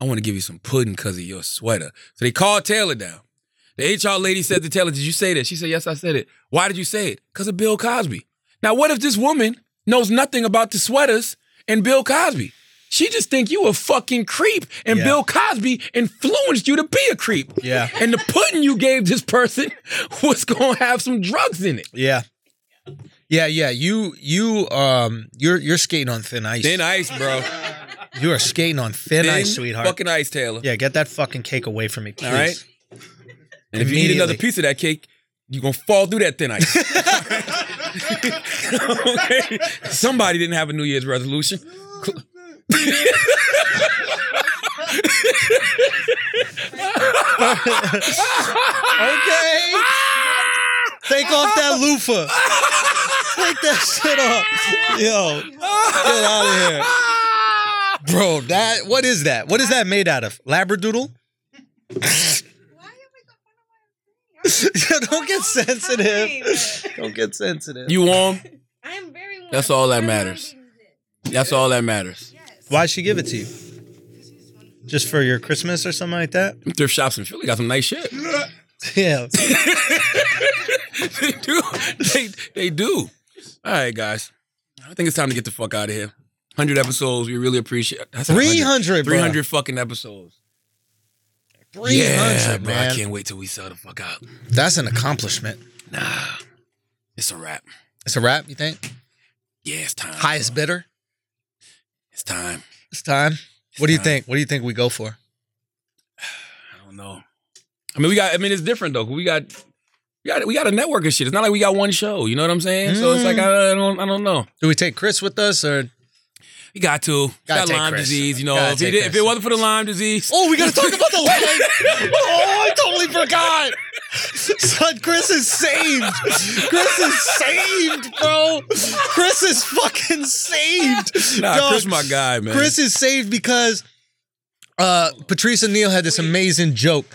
Speaker 2: "I want to give you some pudding because of your sweater." So they called Taylor down. The HR lady said to Taylor, "Did you say that?" She said, "Yes, I said it." Why did you say it? Because of Bill Cosby. Now, what if this woman knows nothing about the sweaters and Bill Cosby? She just think you a fucking creep, and
Speaker 3: Yeah.
Speaker 2: Bill Cosby influenced you to be a creep.
Speaker 3: Yeah.
Speaker 2: And the pudding you gave this person was gonna have some drugs in it.
Speaker 3: Yeah. Yeah, yeah. You you um you're you're skating on thin ice.
Speaker 2: Thin ice, bro.
Speaker 3: you are skating on thin,
Speaker 2: Thin
Speaker 3: ice, sweetheart.
Speaker 2: Fucking ice, Taylor.
Speaker 3: yeah, get that fucking cake away from me, please.
Speaker 2: All right. And if you eat
Speaker 3: Immediately.
Speaker 2: another piece of that cake, you're gonna fall through that thin ice. okay. Somebody didn't have a New Year's resolution. Cl-
Speaker 3: Okay. Take off that loofah. Take that shit off. Yo, get out of here. Bro, that what is that? What is that made out of? Labradoodle?
Speaker 7: Why you make up one of my things?
Speaker 3: Don't get sensitive.
Speaker 7: Fine.
Speaker 3: Don't get sensitive.
Speaker 2: You warm?
Speaker 7: I am very warm.
Speaker 2: That's all that
Speaker 7: I'm
Speaker 2: matters.
Speaker 7: rounding this.
Speaker 2: That's all that matters.
Speaker 7: Yes.
Speaker 3: Why'd she give it to you? Just for your Christmas or something like that?
Speaker 2: Them thrift shops in Philly got some nice shit.
Speaker 3: Yeah.
Speaker 2: they do. They, they do. All right, guys. I think it's time to get the fuck out of here. 100 episodes. We really appreciate it.
Speaker 3: 300, bro.
Speaker 2: 300 fucking episodes.
Speaker 3: 300,
Speaker 2: yeah, bro. I
Speaker 3: man.
Speaker 2: can't wait till we sell the fuck out.
Speaker 3: That's an accomplishment.
Speaker 2: It's a wrap.
Speaker 3: It's a wrap, you think?
Speaker 2: Yeah, it's time.
Speaker 3: Highest bidder.
Speaker 2: It's time.
Speaker 3: It's time. What do you
Speaker 2: time.
Speaker 3: think? What do you think we go for?
Speaker 2: I don't know. I mean, we got. I mean, it's different though. 'cause We got. We got. We got a network of shit. It's not like we got one show. You know what I'm saying? So it's like
Speaker 3: Mm.
Speaker 2: I, I don't. I don't know.
Speaker 3: Do we take Chris with us or
Speaker 2: We got to. We
Speaker 3: Gotta
Speaker 2: got
Speaker 3: take
Speaker 2: Lyme
Speaker 3: Chris.
Speaker 2: disease. You know,
Speaker 3: Gotta
Speaker 2: if, he
Speaker 3: take
Speaker 2: did, if
Speaker 3: Chris.
Speaker 2: it wasn't for the Lyme disease,
Speaker 3: Oh, we gotta talk about the leg. oh, I totally forgot. Son, Chris is saved. Chris is saved, bro. Chris is fucking saved.
Speaker 2: nah,
Speaker 3: Dog,
Speaker 2: Chris, my guy, man.
Speaker 3: Chris is saved because uh, Patrice O'Neill had this amazing joke,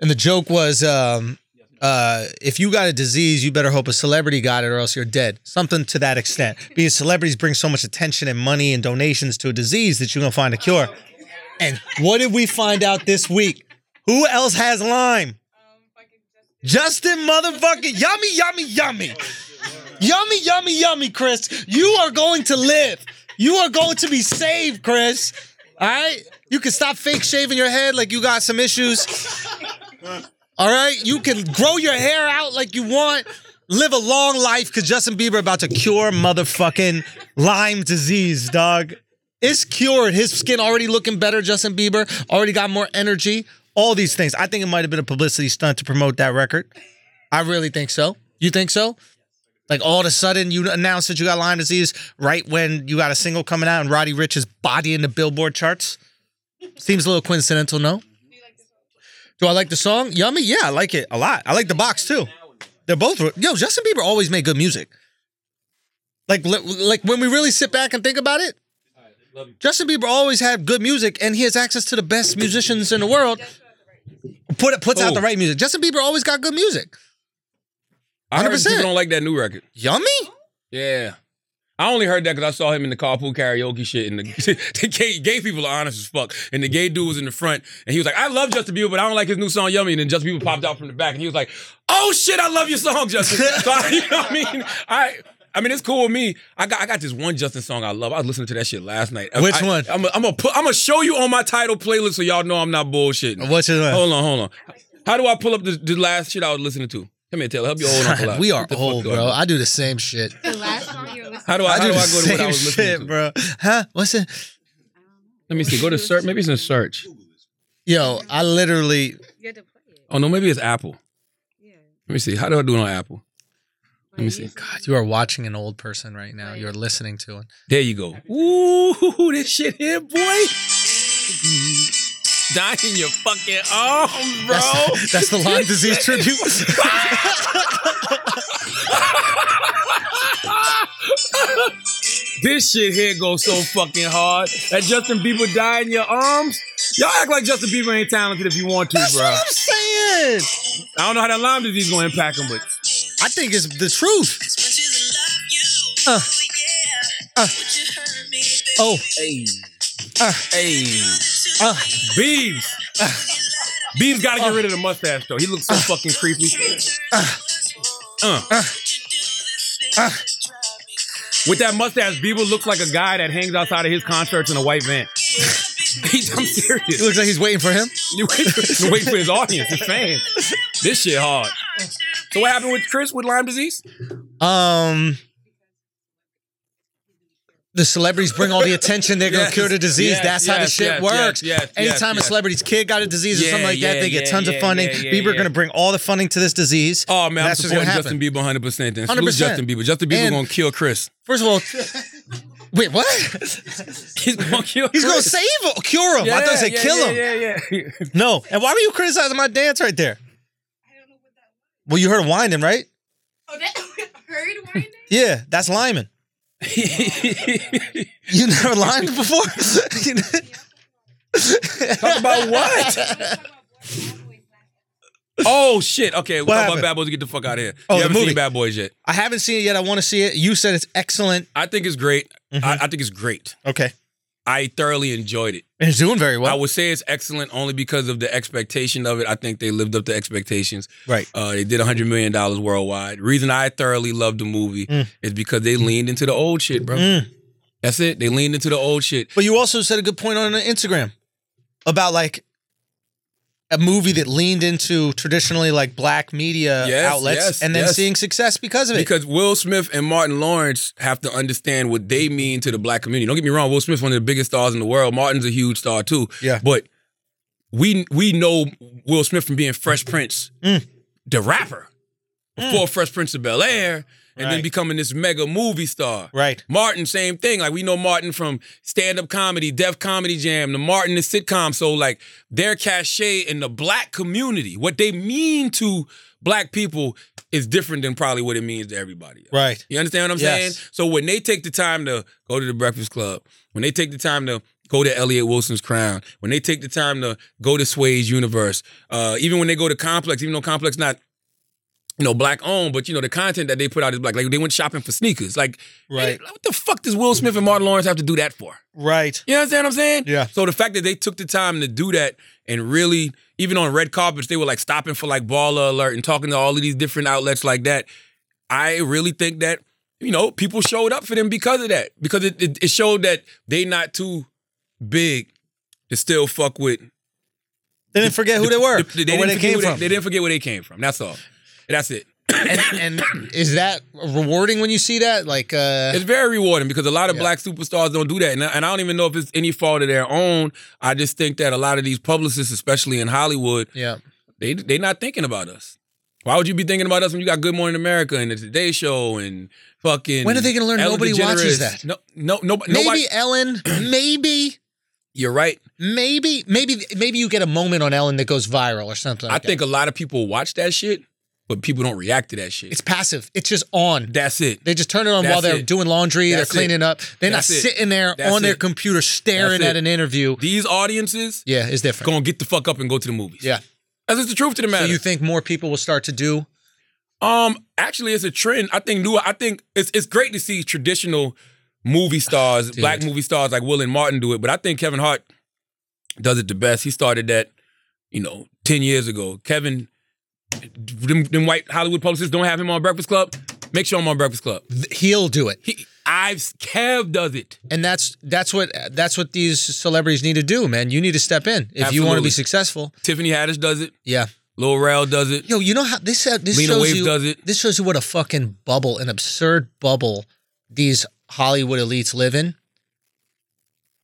Speaker 3: and the joke was, um, uh, "If you got a disease, you better hope a celebrity got it, or else you're dead." Something to that extent. Because celebrities bring so much attention and money and donations to a disease that you're gonna find a cure. And what did we find out this week? Who else has Lyme? Justin motherfucking yummy, yummy, yummy. Yummy, yummy, yummy, Chris. You are going to live. You are going to be saved, Chris. All right? You can stop fake shaving your head like you got some issues. All right? You can grow your hair out like you want. Live a long life because Justin Bieber about to cure motherfucking Lyme disease, dog. It's cured. His skin already looking better. Justin Bieber already got more energy. All these things. I think it might have been a publicity stunt to promote that record. I really think so. You think so? Like all of a sudden you announce that you got Lyme disease right when you got a single coming out and Roddy Rich is bodying the Billboard charts. Seems a little coincidental, no? Do I like the song? Yummy, yeah, I like it a lot. I like the box too. They're both yo. Justin Bieber always made good music. Like li- like when we really sit back and think about it, Justin Bieber always had good music, and he has access to the best musicians in the world. Put puts out
Speaker 2: Who?
Speaker 3: the right music. Justin Bieber always got good music.
Speaker 2: I heard
Speaker 3: 100%.
Speaker 2: people don't like that new record.
Speaker 3: Yummy.
Speaker 2: Yeah. I only heard that because I saw him in the carpool karaoke shit, and the, the gay, gay people are honest as fuck. And the gay dude was in the front, and he was like, "I love Justin Bieber, but I don't like his new song Yummy." And then Justin Bieber popped out from the back, and he was like, "Oh shit, I love your song, Justin." so I, you know what I mean? I. I mean, it's cool with me. I got I got this one Justin song I love. I was listening to that shit last night.
Speaker 3: Which
Speaker 2: I-
Speaker 3: one?
Speaker 2: I'm gonna I'm gonna put- I'm gonna show you on my title playlist so y'all know I'm not bullshitting.
Speaker 3: What's his name?
Speaker 2: Hold on, hold on. How do I pull up the, the last shit I was listening to? Come here, Taylor. Help your old uncle out.
Speaker 3: we are
Speaker 2: What the fuck
Speaker 3: old,
Speaker 2: do I
Speaker 3: bro.
Speaker 2: do?
Speaker 3: I do the same shit.
Speaker 7: The last song you were listening
Speaker 2: How do I,
Speaker 3: I
Speaker 2: how
Speaker 3: do
Speaker 2: do
Speaker 3: the
Speaker 2: I go to what I
Speaker 3: same
Speaker 2: was listening to?
Speaker 3: shit, bro. Huh? What's it?
Speaker 2: Let me see. Go to search. Maybe it's in search.
Speaker 3: Yo, I literally.
Speaker 7: to? You had to play it.
Speaker 2: Oh no, maybe it's Apple.
Speaker 7: Yeah.
Speaker 2: Let me see. How do I do it on Apple? Let me see.
Speaker 3: God, you are watching an old person right now. You're listening to it.
Speaker 2: There you go. Ooh, this shit here, boy. Dying your fucking arm, bro.
Speaker 3: That's, that's the Lyme disease tribute.
Speaker 2: This shit here goes so fucking hard. That Justin Bieber died in your arms. Y'all act like Justin Bieber ain't talented if you want to,
Speaker 3: that's
Speaker 2: bro.
Speaker 3: what I'm saying.
Speaker 2: I don't know how that Lyme disease gonna impact him, but
Speaker 3: I think it's the truth. Uh. Uh. Oh,
Speaker 2: hey,
Speaker 3: Uh.
Speaker 2: hey,
Speaker 3: uh,
Speaker 2: Beavs. Beavs gotta get rid of the mustache though. He looks so fucking creepy. Uh. With that mustache, Bieber looks like a guy that hangs outside of his concerts in a white van. He's, I'm serious.
Speaker 3: it looks like he's waiting for him.
Speaker 2: You wait, you wait for his audience, his fans. This shit hard. So what happened with Chris with Lyme disease?
Speaker 3: Um, the celebrities bring all the attention. They're gonna
Speaker 2: Yes,
Speaker 3: cure the disease.
Speaker 2: yes,
Speaker 3: That's how the
Speaker 2: yes,
Speaker 3: shit
Speaker 2: yes,
Speaker 3: works.
Speaker 2: yes, yes,
Speaker 3: Anytime
Speaker 2: yes,
Speaker 3: a celebrity's kid got a disease or
Speaker 2: Yeah,
Speaker 3: something like that,
Speaker 2: yeah,
Speaker 3: they get
Speaker 2: yeah,
Speaker 3: tons
Speaker 2: yeah,
Speaker 3: of funding.
Speaker 2: yeah, yeah,
Speaker 3: Bieber
Speaker 2: yeah.
Speaker 3: gonna bring all the funding to this disease.
Speaker 2: Oh man, I'm
Speaker 3: That's what's
Speaker 2: supporting
Speaker 3: gonna
Speaker 2: Justin Bieber 100. percent Then salute
Speaker 3: 100%.
Speaker 2: Justin Bieber. Justin Bieber
Speaker 3: And-
Speaker 2: gonna kill Chris.
Speaker 3: First of all, wait, what?
Speaker 2: He's gonna kill.
Speaker 3: He's gonna
Speaker 2: Chris.
Speaker 3: save him, cure him. I thought he said kill him.
Speaker 2: Yeah, yeah, yeah.
Speaker 3: No. And why were you criticizing my dance right there? Well, you heard whining, right?
Speaker 7: Oh, that heard one.
Speaker 3: Yeah, that's Lyman. You never limed before?
Speaker 2: Talk about what? Oh shit! Okay, what about
Speaker 3: happened?
Speaker 2: Bad Boys? Get the fuck out of here.
Speaker 3: Oh,
Speaker 2: you
Speaker 3: the
Speaker 2: haven't
Speaker 3: movie.
Speaker 2: seen Bad Boys yet.
Speaker 3: I haven't seen it yet. I want to see it. You said it's excellent.
Speaker 2: I think it's great. I, I think it's great.
Speaker 3: Okay.
Speaker 2: I thoroughly enjoyed it.
Speaker 3: It's doing very
Speaker 2: I
Speaker 3: well.
Speaker 2: would say it's excellent only because of the expectation of it. I think they lived up to expectations.
Speaker 3: right.
Speaker 2: Uh, they did $100 million worldwide. Reason I thoroughly loved the movie is because they leaned into the old shit, bro. That's it. They leaned into the old shit.
Speaker 3: But you also said a good point on Instagram about like a movie that leaned into traditionally like black media
Speaker 2: Yes,
Speaker 3: outlets
Speaker 2: yes,
Speaker 3: and then
Speaker 2: yes.
Speaker 3: seeing success because of it.
Speaker 2: Because Will Smith and Martin Lawrence have to understand what they mean to the black community. Don't get me wrong, Will Smith's one of the biggest stars in the world. Martin's a huge star too.
Speaker 3: Yeah.
Speaker 2: But we we know Will Smith from being Fresh Prince,
Speaker 3: Mm.
Speaker 2: the rapper, before Fresh Prince of Bel Air, and then
Speaker 3: Right.
Speaker 2: becoming this mega movie star.
Speaker 3: right.
Speaker 2: Martin, same thing. Like we know Martin from stand-up comedy, Def Comedy Jam, the Martin the sitcom. So like their cachet in the black community, what they mean to black people is different than probably what it means to everybody. else.
Speaker 3: Right.
Speaker 2: You understand what I'm
Speaker 3: Yes.
Speaker 2: saying? So when they take the time to go to the Breakfast Club, when they take the time to go to Elliot Wilson's Crown, when they take the time to go to Sway's Universe, uh, even when they go to Complex, even though Complex not you know black owned, but you know the content that they put out is black. Like they went shopping for sneakers. Like, hey,
Speaker 3: Right.
Speaker 2: what the fuck does Will Smith and Martin Lawrence have to do that for?
Speaker 3: Right.
Speaker 2: You understand what I'm saying?
Speaker 3: Yeah.
Speaker 2: So the fact that they took the time to do that and really, even on red carpets, they were like stopping for like baller alert and talking to all of these different outlets like that. I really think that you know, people showed up for them because of that. Because it, it, it showed that they not too big to still fuck with
Speaker 3: They didn't forget who they were
Speaker 2: They,
Speaker 3: or
Speaker 2: didn't
Speaker 3: where they
Speaker 2: forget
Speaker 3: came
Speaker 2: where
Speaker 3: from.
Speaker 2: They, didn't forget where they came from. That's all. That's it.
Speaker 3: and, and is that rewarding when you see that? Like, uh,
Speaker 2: It's very rewarding because a lot of
Speaker 3: Yeah.
Speaker 2: black superstars don't do that, and I, and I don't even know if it's any fault of their own. I just think that a lot of these publicists, especially in Hollywood,
Speaker 3: yeah,
Speaker 2: they they not thinking about us. Why would you be thinking about us when you got Good Morning America and the Today Show and fucking?
Speaker 3: When are they gonna learn
Speaker 2: Ellen
Speaker 3: nobody
Speaker 2: DeGeneres?
Speaker 3: watches that?
Speaker 2: No, no, nobody.
Speaker 3: maybe
Speaker 2: nobody
Speaker 3: Ellen, maybe,
Speaker 2: you're right.
Speaker 3: maybe, maybe, maybe you get a moment on Ellen that goes viral or something.
Speaker 2: I
Speaker 3: like that.
Speaker 2: think a lot of people watch that shit, but people don't react to that shit.
Speaker 3: it's passive. It's just on.
Speaker 2: That's it.
Speaker 3: They just turn it on
Speaker 2: That's
Speaker 3: while they're
Speaker 2: it.
Speaker 3: doing laundry,
Speaker 2: That's it.
Speaker 3: they're cleaning up. They're
Speaker 2: That's
Speaker 3: not
Speaker 2: it.
Speaker 3: sitting there
Speaker 2: That's
Speaker 3: on their
Speaker 2: it.
Speaker 3: computer staring
Speaker 2: That's it.
Speaker 3: at an interview.
Speaker 2: These audiences
Speaker 3: Yeah, it's different.
Speaker 2: gonna get the fuck up and go to the movies.
Speaker 3: Yeah.
Speaker 2: that's just the truth to the
Speaker 3: So
Speaker 2: matter.
Speaker 3: you think more people will start to do?
Speaker 2: Um, actually, it's a trend. I think new. I think it's it's great to see traditional movie stars, black movie stars like Will and Martin do it. But I think Kevin Hart does it the best. He started that, you know, ten years ago. Kevin, them, them white Hollywood publicists don't have him on Breakfast Club. Make sure I'm on Breakfast Club.
Speaker 3: Th- He'll do it,
Speaker 2: He, I've Kev does it.
Speaker 3: and that's that's what that's what these celebrities need to do, man. You need to step in if you want
Speaker 2: Absolutely.
Speaker 3: to be successful.
Speaker 2: Tiffany Haddish does it.
Speaker 3: Yeah,
Speaker 2: Lil Rel does it.
Speaker 3: yo, you know how this uh, this
Speaker 2: Lena
Speaker 3: shows
Speaker 2: Waithe
Speaker 3: you
Speaker 2: does it.
Speaker 3: this shows you what a fucking bubble, an absurd bubble, these Hollywood elites live in.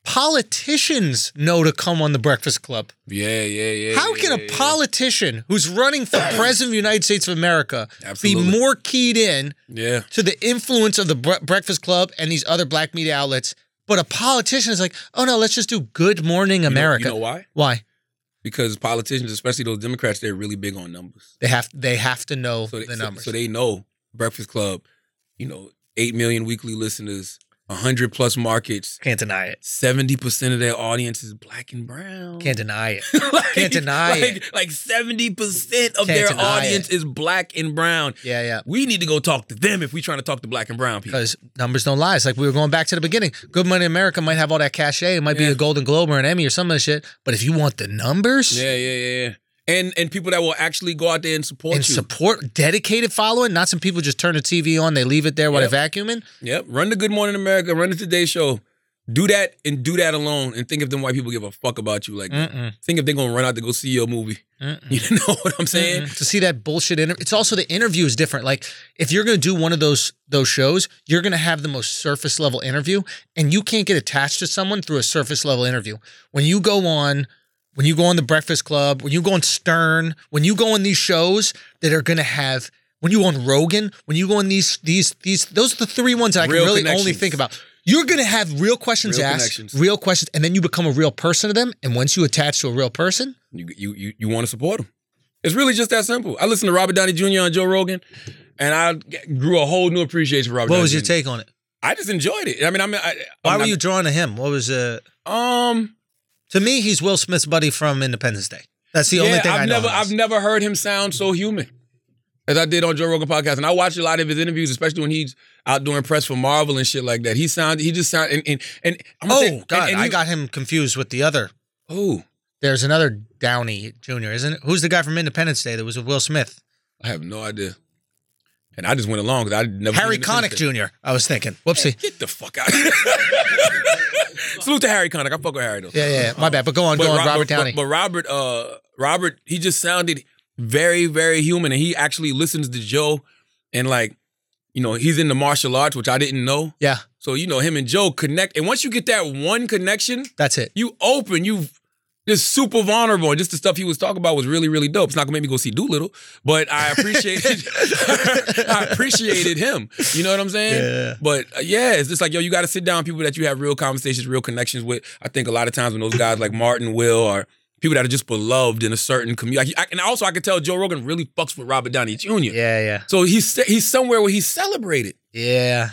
Speaker 3: Politicians know to come on the Breakfast Club.
Speaker 2: Yeah, yeah, yeah.
Speaker 3: How
Speaker 2: yeah,
Speaker 3: can
Speaker 2: yeah,
Speaker 3: a
Speaker 2: yeah.
Speaker 3: politician who's running for president of the United States of America
Speaker 2: Absolutely.
Speaker 3: be more keyed in
Speaker 2: Yeah.
Speaker 3: to the influence of the Bre- Breakfast Club and these other black media outlets? But a politician is like, oh no, let's just do Good Morning
Speaker 2: You know-
Speaker 3: America.
Speaker 2: you know why?
Speaker 3: why?
Speaker 2: Because politicians, especially those Democrats, they're really big on numbers.
Speaker 3: They have they have to know
Speaker 2: so they,
Speaker 3: the
Speaker 2: so-
Speaker 3: numbers.
Speaker 2: So, they know Breakfast Club, you know, eight million weekly listeners, hundred plus markets,
Speaker 3: can't deny it.
Speaker 2: seventy percent of their audience is black and brown.
Speaker 3: Can't deny it.
Speaker 2: like,
Speaker 3: can't deny
Speaker 2: like,
Speaker 3: it.
Speaker 2: Like seventy percent of
Speaker 3: Can't
Speaker 2: their
Speaker 3: deny
Speaker 2: audience is black and brown.
Speaker 3: Yeah, yeah.
Speaker 2: We need to go talk to them if we're trying to talk to black and brown people.
Speaker 3: because numbers don't lie. It's like we were going back to the beginning. Good Money America might have all that cachet. It might
Speaker 2: Yeah.
Speaker 3: be a Golden Globe or an Emmy or some of that shit. But if you want the numbers
Speaker 2: Yeah, yeah, yeah, yeah. And and people that will actually go out there and support
Speaker 3: and
Speaker 2: you.
Speaker 3: support dedicated following, not some people just turn the TV on, they leave it there while
Speaker 2: Yep.
Speaker 3: they're vacuuming.
Speaker 2: Yep. Run the Good Morning America. Run the Today Show. Do that and do that alone. And think if them white people give a fuck about you. Like,
Speaker 3: Mm-mm.
Speaker 2: think if they're gonna run out to go see your movie.
Speaker 3: Mm-mm.
Speaker 2: You know what I'm saying?
Speaker 3: Mm-mm. To see that bullshit interview, it's also the interview is different. Like if you're gonna do one of those those shows, you're gonna have the most surface level interview, and you can't get attached to someone through a surface level interview. When you go on, when you go on the Breakfast Club, when you go on Stern, when you go on these shows that are gonna have, when you go on Rogan, when you go on these these these, those are the three ones that I can
Speaker 2: Real
Speaker 3: really only
Speaker 2: connections.
Speaker 3: think about. You're gonna have real questions
Speaker 2: Real
Speaker 3: asked,
Speaker 2: connections.
Speaker 3: real questions, and then you become a real person to them. And once you attach to a real person,
Speaker 2: You you you, you want to support them. It's really just that simple. I listened to Robert Downey Jr. on Joe Rogan, and I g- grew a whole new appreciation for Robert.
Speaker 3: what
Speaker 2: Downey
Speaker 3: was your
Speaker 2: Jr..
Speaker 3: take on it?
Speaker 2: I just enjoyed it. I mean, I mean, I,
Speaker 3: Why
Speaker 2: I
Speaker 3: were
Speaker 2: mean,
Speaker 3: you drawn to him? What was uh
Speaker 2: Um,
Speaker 3: to me he's Will Smith's buddy from Independence Day. That's the
Speaker 2: yeah,
Speaker 3: only thing
Speaker 2: I've
Speaker 3: I know.
Speaker 2: never
Speaker 3: him as.
Speaker 2: I've never heard him sound so human as I did on Joe Rogan podcast, and I watched a lot of his interviews, especially when he's out doing press for Marvel and shit like that. He sounded he just sounded and and, and I'm gonna
Speaker 3: oh
Speaker 2: say- and-
Speaker 3: god,
Speaker 2: and
Speaker 3: I
Speaker 2: he-
Speaker 3: got him confused with the other.
Speaker 2: oh
Speaker 3: There's another Downey Jr., isn't it? Who's the guy from Independence Day that was with Will Smith?
Speaker 2: I have no idea, and I just went along because I never
Speaker 3: Harry
Speaker 2: seen him-
Speaker 3: Connick Jr. I was thinking. Whoopsie.
Speaker 2: Get the fuck out. Salute to Harry Connick. I fuck with Harry though.
Speaker 3: Yeah, yeah, yeah. My bad. But go on, go on,
Speaker 2: Rob- but-
Speaker 3: Robert Downey.
Speaker 2: But, Oh. Robert, uh, Robert, he just sounded very, very human, and he actually listens to Joe, and like, you know, he's into martial arts, which I didn't know.
Speaker 3: yeah,
Speaker 2: So you know, him and Joe connect, and once you get that one connection,
Speaker 3: that's it.
Speaker 2: you open, you just super vulnerable, and just the stuff he was talking about was really, really dope. It's not gonna make me go see Doolittle, but I appreciated, I appreciated him. You know what I'm saying?
Speaker 3: Yeah.
Speaker 2: But uh, yeah, it's just like yo, you got to sit down with people that you have real conversations, real connections with. I think a lot of times when those guys like Martin Will or people that are just beloved in a certain community, I, and also I could tell Joe Rogan really fucks with Robert Downey Jr.
Speaker 3: Yeah, yeah.
Speaker 2: So he's he's somewhere where he's celebrated.
Speaker 3: Yeah.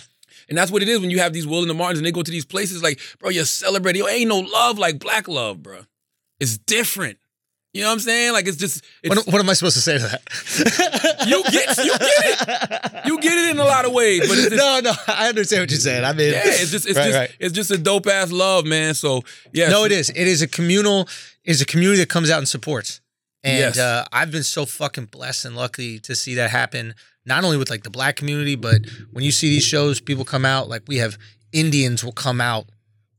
Speaker 2: And that's what it is when you have these Will and the Martins and they go to these places like, bro, you're celebrating. Yo, ain't no love like black love, bro. It's different. You know what I'm saying? Like it's just it's,
Speaker 3: What, what am I supposed to say to that?
Speaker 2: you get you get it. You get it in a lot of ways, but it's just,
Speaker 3: no, no, I understand what you're saying. I mean,
Speaker 2: yeah, it's just it's
Speaker 3: Right,
Speaker 2: just
Speaker 3: right.
Speaker 2: it's just a dope ass love, man. So yeah,
Speaker 3: No, it is. It is a communal. Is a community that comes out and supports. And
Speaker 2: Yes.
Speaker 3: uh, I've been so fucking blessed and lucky to see that happen. not only with like the black community, but when you see these shows, people come out like we have Indians will come out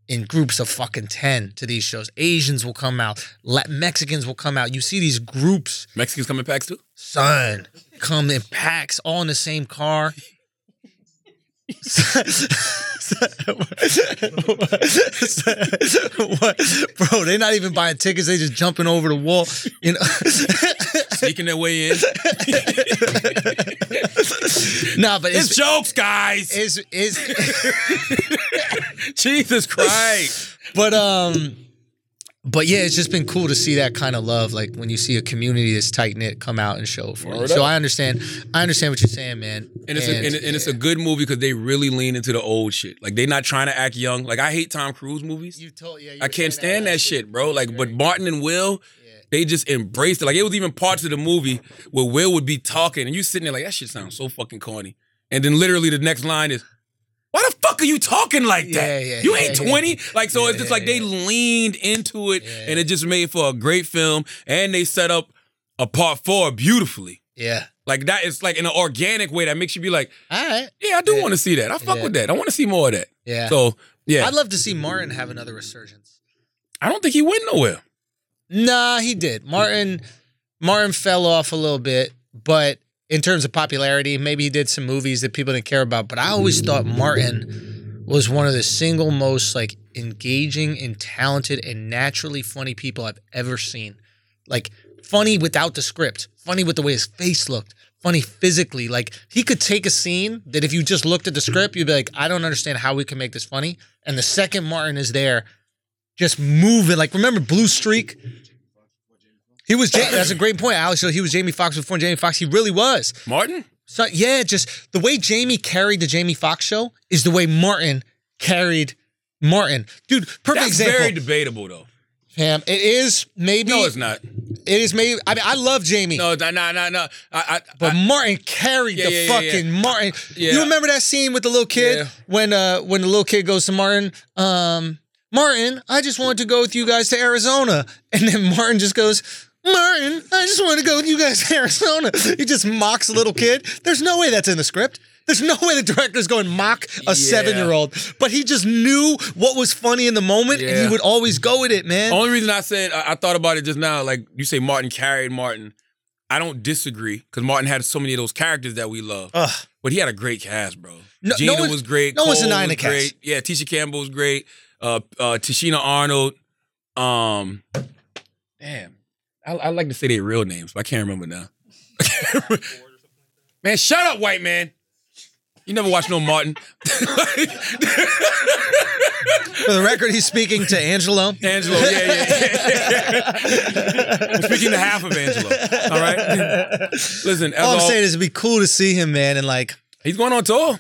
Speaker 3: in groups of fucking ten to these shows. Asians will come out, La- Mexicans will come out. You see these groups
Speaker 2: Mexicans coming packs too.
Speaker 3: son come in packs all in the same car What? bro they're not even buying tickets they just jumping over the wall you know
Speaker 2: Sneaking their way in.
Speaker 3: nah but
Speaker 2: It's
Speaker 3: it's
Speaker 2: jokes, guys.
Speaker 3: it's, it's
Speaker 2: Jesus Christ.
Speaker 3: but um but yeah it's just been cool to see that kind of love like when you see a community that's tight knit come out and show for you.
Speaker 2: Word
Speaker 3: so
Speaker 2: up.
Speaker 3: I understand I understand what you're saying man
Speaker 2: And it's, a, and, it- and it's a good movie because they really lean into the old shit. Like they're not trying to act young. Like I hate Tom Cruise movies.
Speaker 3: you told yeah you
Speaker 2: I
Speaker 3: were saying
Speaker 2: can't stand that
Speaker 3: last week.
Speaker 2: shit, bro. Like, but Martin and Will, they just embraced it. Like, it was even parts of the movie where Will would be talking, and you sitting there like, that shit sounds so fucking corny. And then literally the next line is, "Why the fuck are you talking like that?
Speaker 3: Yeah, yeah,
Speaker 2: you
Speaker 3: yeah,
Speaker 2: ain't
Speaker 3: yeah.
Speaker 2: 20." Like, so
Speaker 3: Yeah,
Speaker 2: it's just
Speaker 3: yeah,
Speaker 2: like they leaned into it, and it just made for a great film. And they set up a part four beautifully.
Speaker 3: yeah
Speaker 2: Like that is like in an organic way that makes you be like,
Speaker 3: all right
Speaker 2: "Yeah, I do
Speaker 3: Yeah.
Speaker 2: want to see that. I fuck
Speaker 3: Yeah.
Speaker 2: with that. I want to see more of that."
Speaker 3: yeah
Speaker 2: So yeah,
Speaker 3: I'd love to see Martin have another resurgence.
Speaker 2: I don't think he went nowhere.
Speaker 3: Nah, he did. Martin Martin fell off a little bit, but in terms of popularity, maybe he did some movies that people didn't care about. But I always thought Martin was one of the single most like engaging and talented and naturally funny people I've ever seen. Like funny without the script, funny with the way his face looked, funny physically. Like he could take a scene that if you just looked at the script, you'd be like, I don't understand how we can make this funny. And the second Martin is there, just moving. Like remember Blue Streak? He was. Ja- That's a great point, Alex. So He was Jamie Foxx before Jamie Foxx. He really was.
Speaker 2: Martin.
Speaker 3: So yeah, just the way Jamie carried the Jamie Foxx show is the way Martin carried Martin. Dude, perfect
Speaker 2: That's
Speaker 3: example.
Speaker 2: very debatable though.
Speaker 3: Pam, it is maybe.
Speaker 2: No, it's not.
Speaker 3: It is maybe. I mean, I love Jamie.
Speaker 2: No, no, no, no. no. I, I,
Speaker 3: But
Speaker 2: I,
Speaker 3: Martin carried
Speaker 2: Yeah,
Speaker 3: the
Speaker 2: yeah, yeah, yeah.
Speaker 3: fucking Martin.
Speaker 2: Yeah.
Speaker 3: You remember that scene with the little kid
Speaker 2: Yeah.
Speaker 3: when uh when the little kid goes to Martin, um, Martin, I just wanted to go with you guys to Arizona. And then Martin just goes, Martin, I just wanted to go with you guys to Arizona. He just mocks the little kid. There's no way that's in the script. There's no way the director's going to mock a seven-year-old. But he just knew what was funny in the moment and
Speaker 2: Yeah.
Speaker 3: he would always go with it, man.
Speaker 2: only reason I said I, I thought about it just now, like you say, Martin carried Martin. I don't disagree because Martin had so many of those characters that we love,
Speaker 3: Ugh.
Speaker 2: but he had a great cast, bro.
Speaker 3: Uh. No-
Speaker 2: Gina
Speaker 3: no one-
Speaker 2: was great.
Speaker 3: no one's
Speaker 2: Cole
Speaker 3: denying
Speaker 2: was
Speaker 3: the cast.
Speaker 2: great. Yeah, Tisha Campbell was great. Uh, uh, Tashina Arnold. Um, damn, I, I like to say their real names, but I can't remember now. man, shut up, white man. You never watched no Martin.
Speaker 3: For the record, he's speaking to Angelo.
Speaker 2: Angelo, yeah, yeah. yeah. We're speaking to half of Angelo. All right. Listen, as
Speaker 3: All I'm
Speaker 2: all-
Speaker 3: saying is it'd be cool to see him, man, and like
Speaker 2: he's going on tour.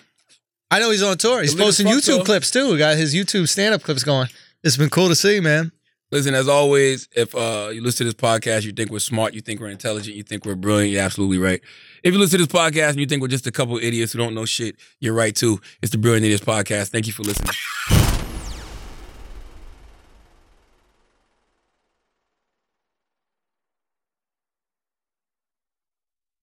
Speaker 3: I know he's on tour. He's
Speaker 2: The latest
Speaker 3: posting
Speaker 2: Funk
Speaker 3: YouTube
Speaker 2: tour.
Speaker 3: clips too. We got his YouTube stand-up clips going. It's been cool to see, man.
Speaker 2: Listen, as always, if uh, you listen to this podcast, you think we're smart, you think we're intelligent, you think we're brilliant, you're absolutely right. If you listen to this podcast and you think we're just a couple of idiots who don't know shit, you're right too. It's the Brilliant Idiots Podcast. Thank you for listening.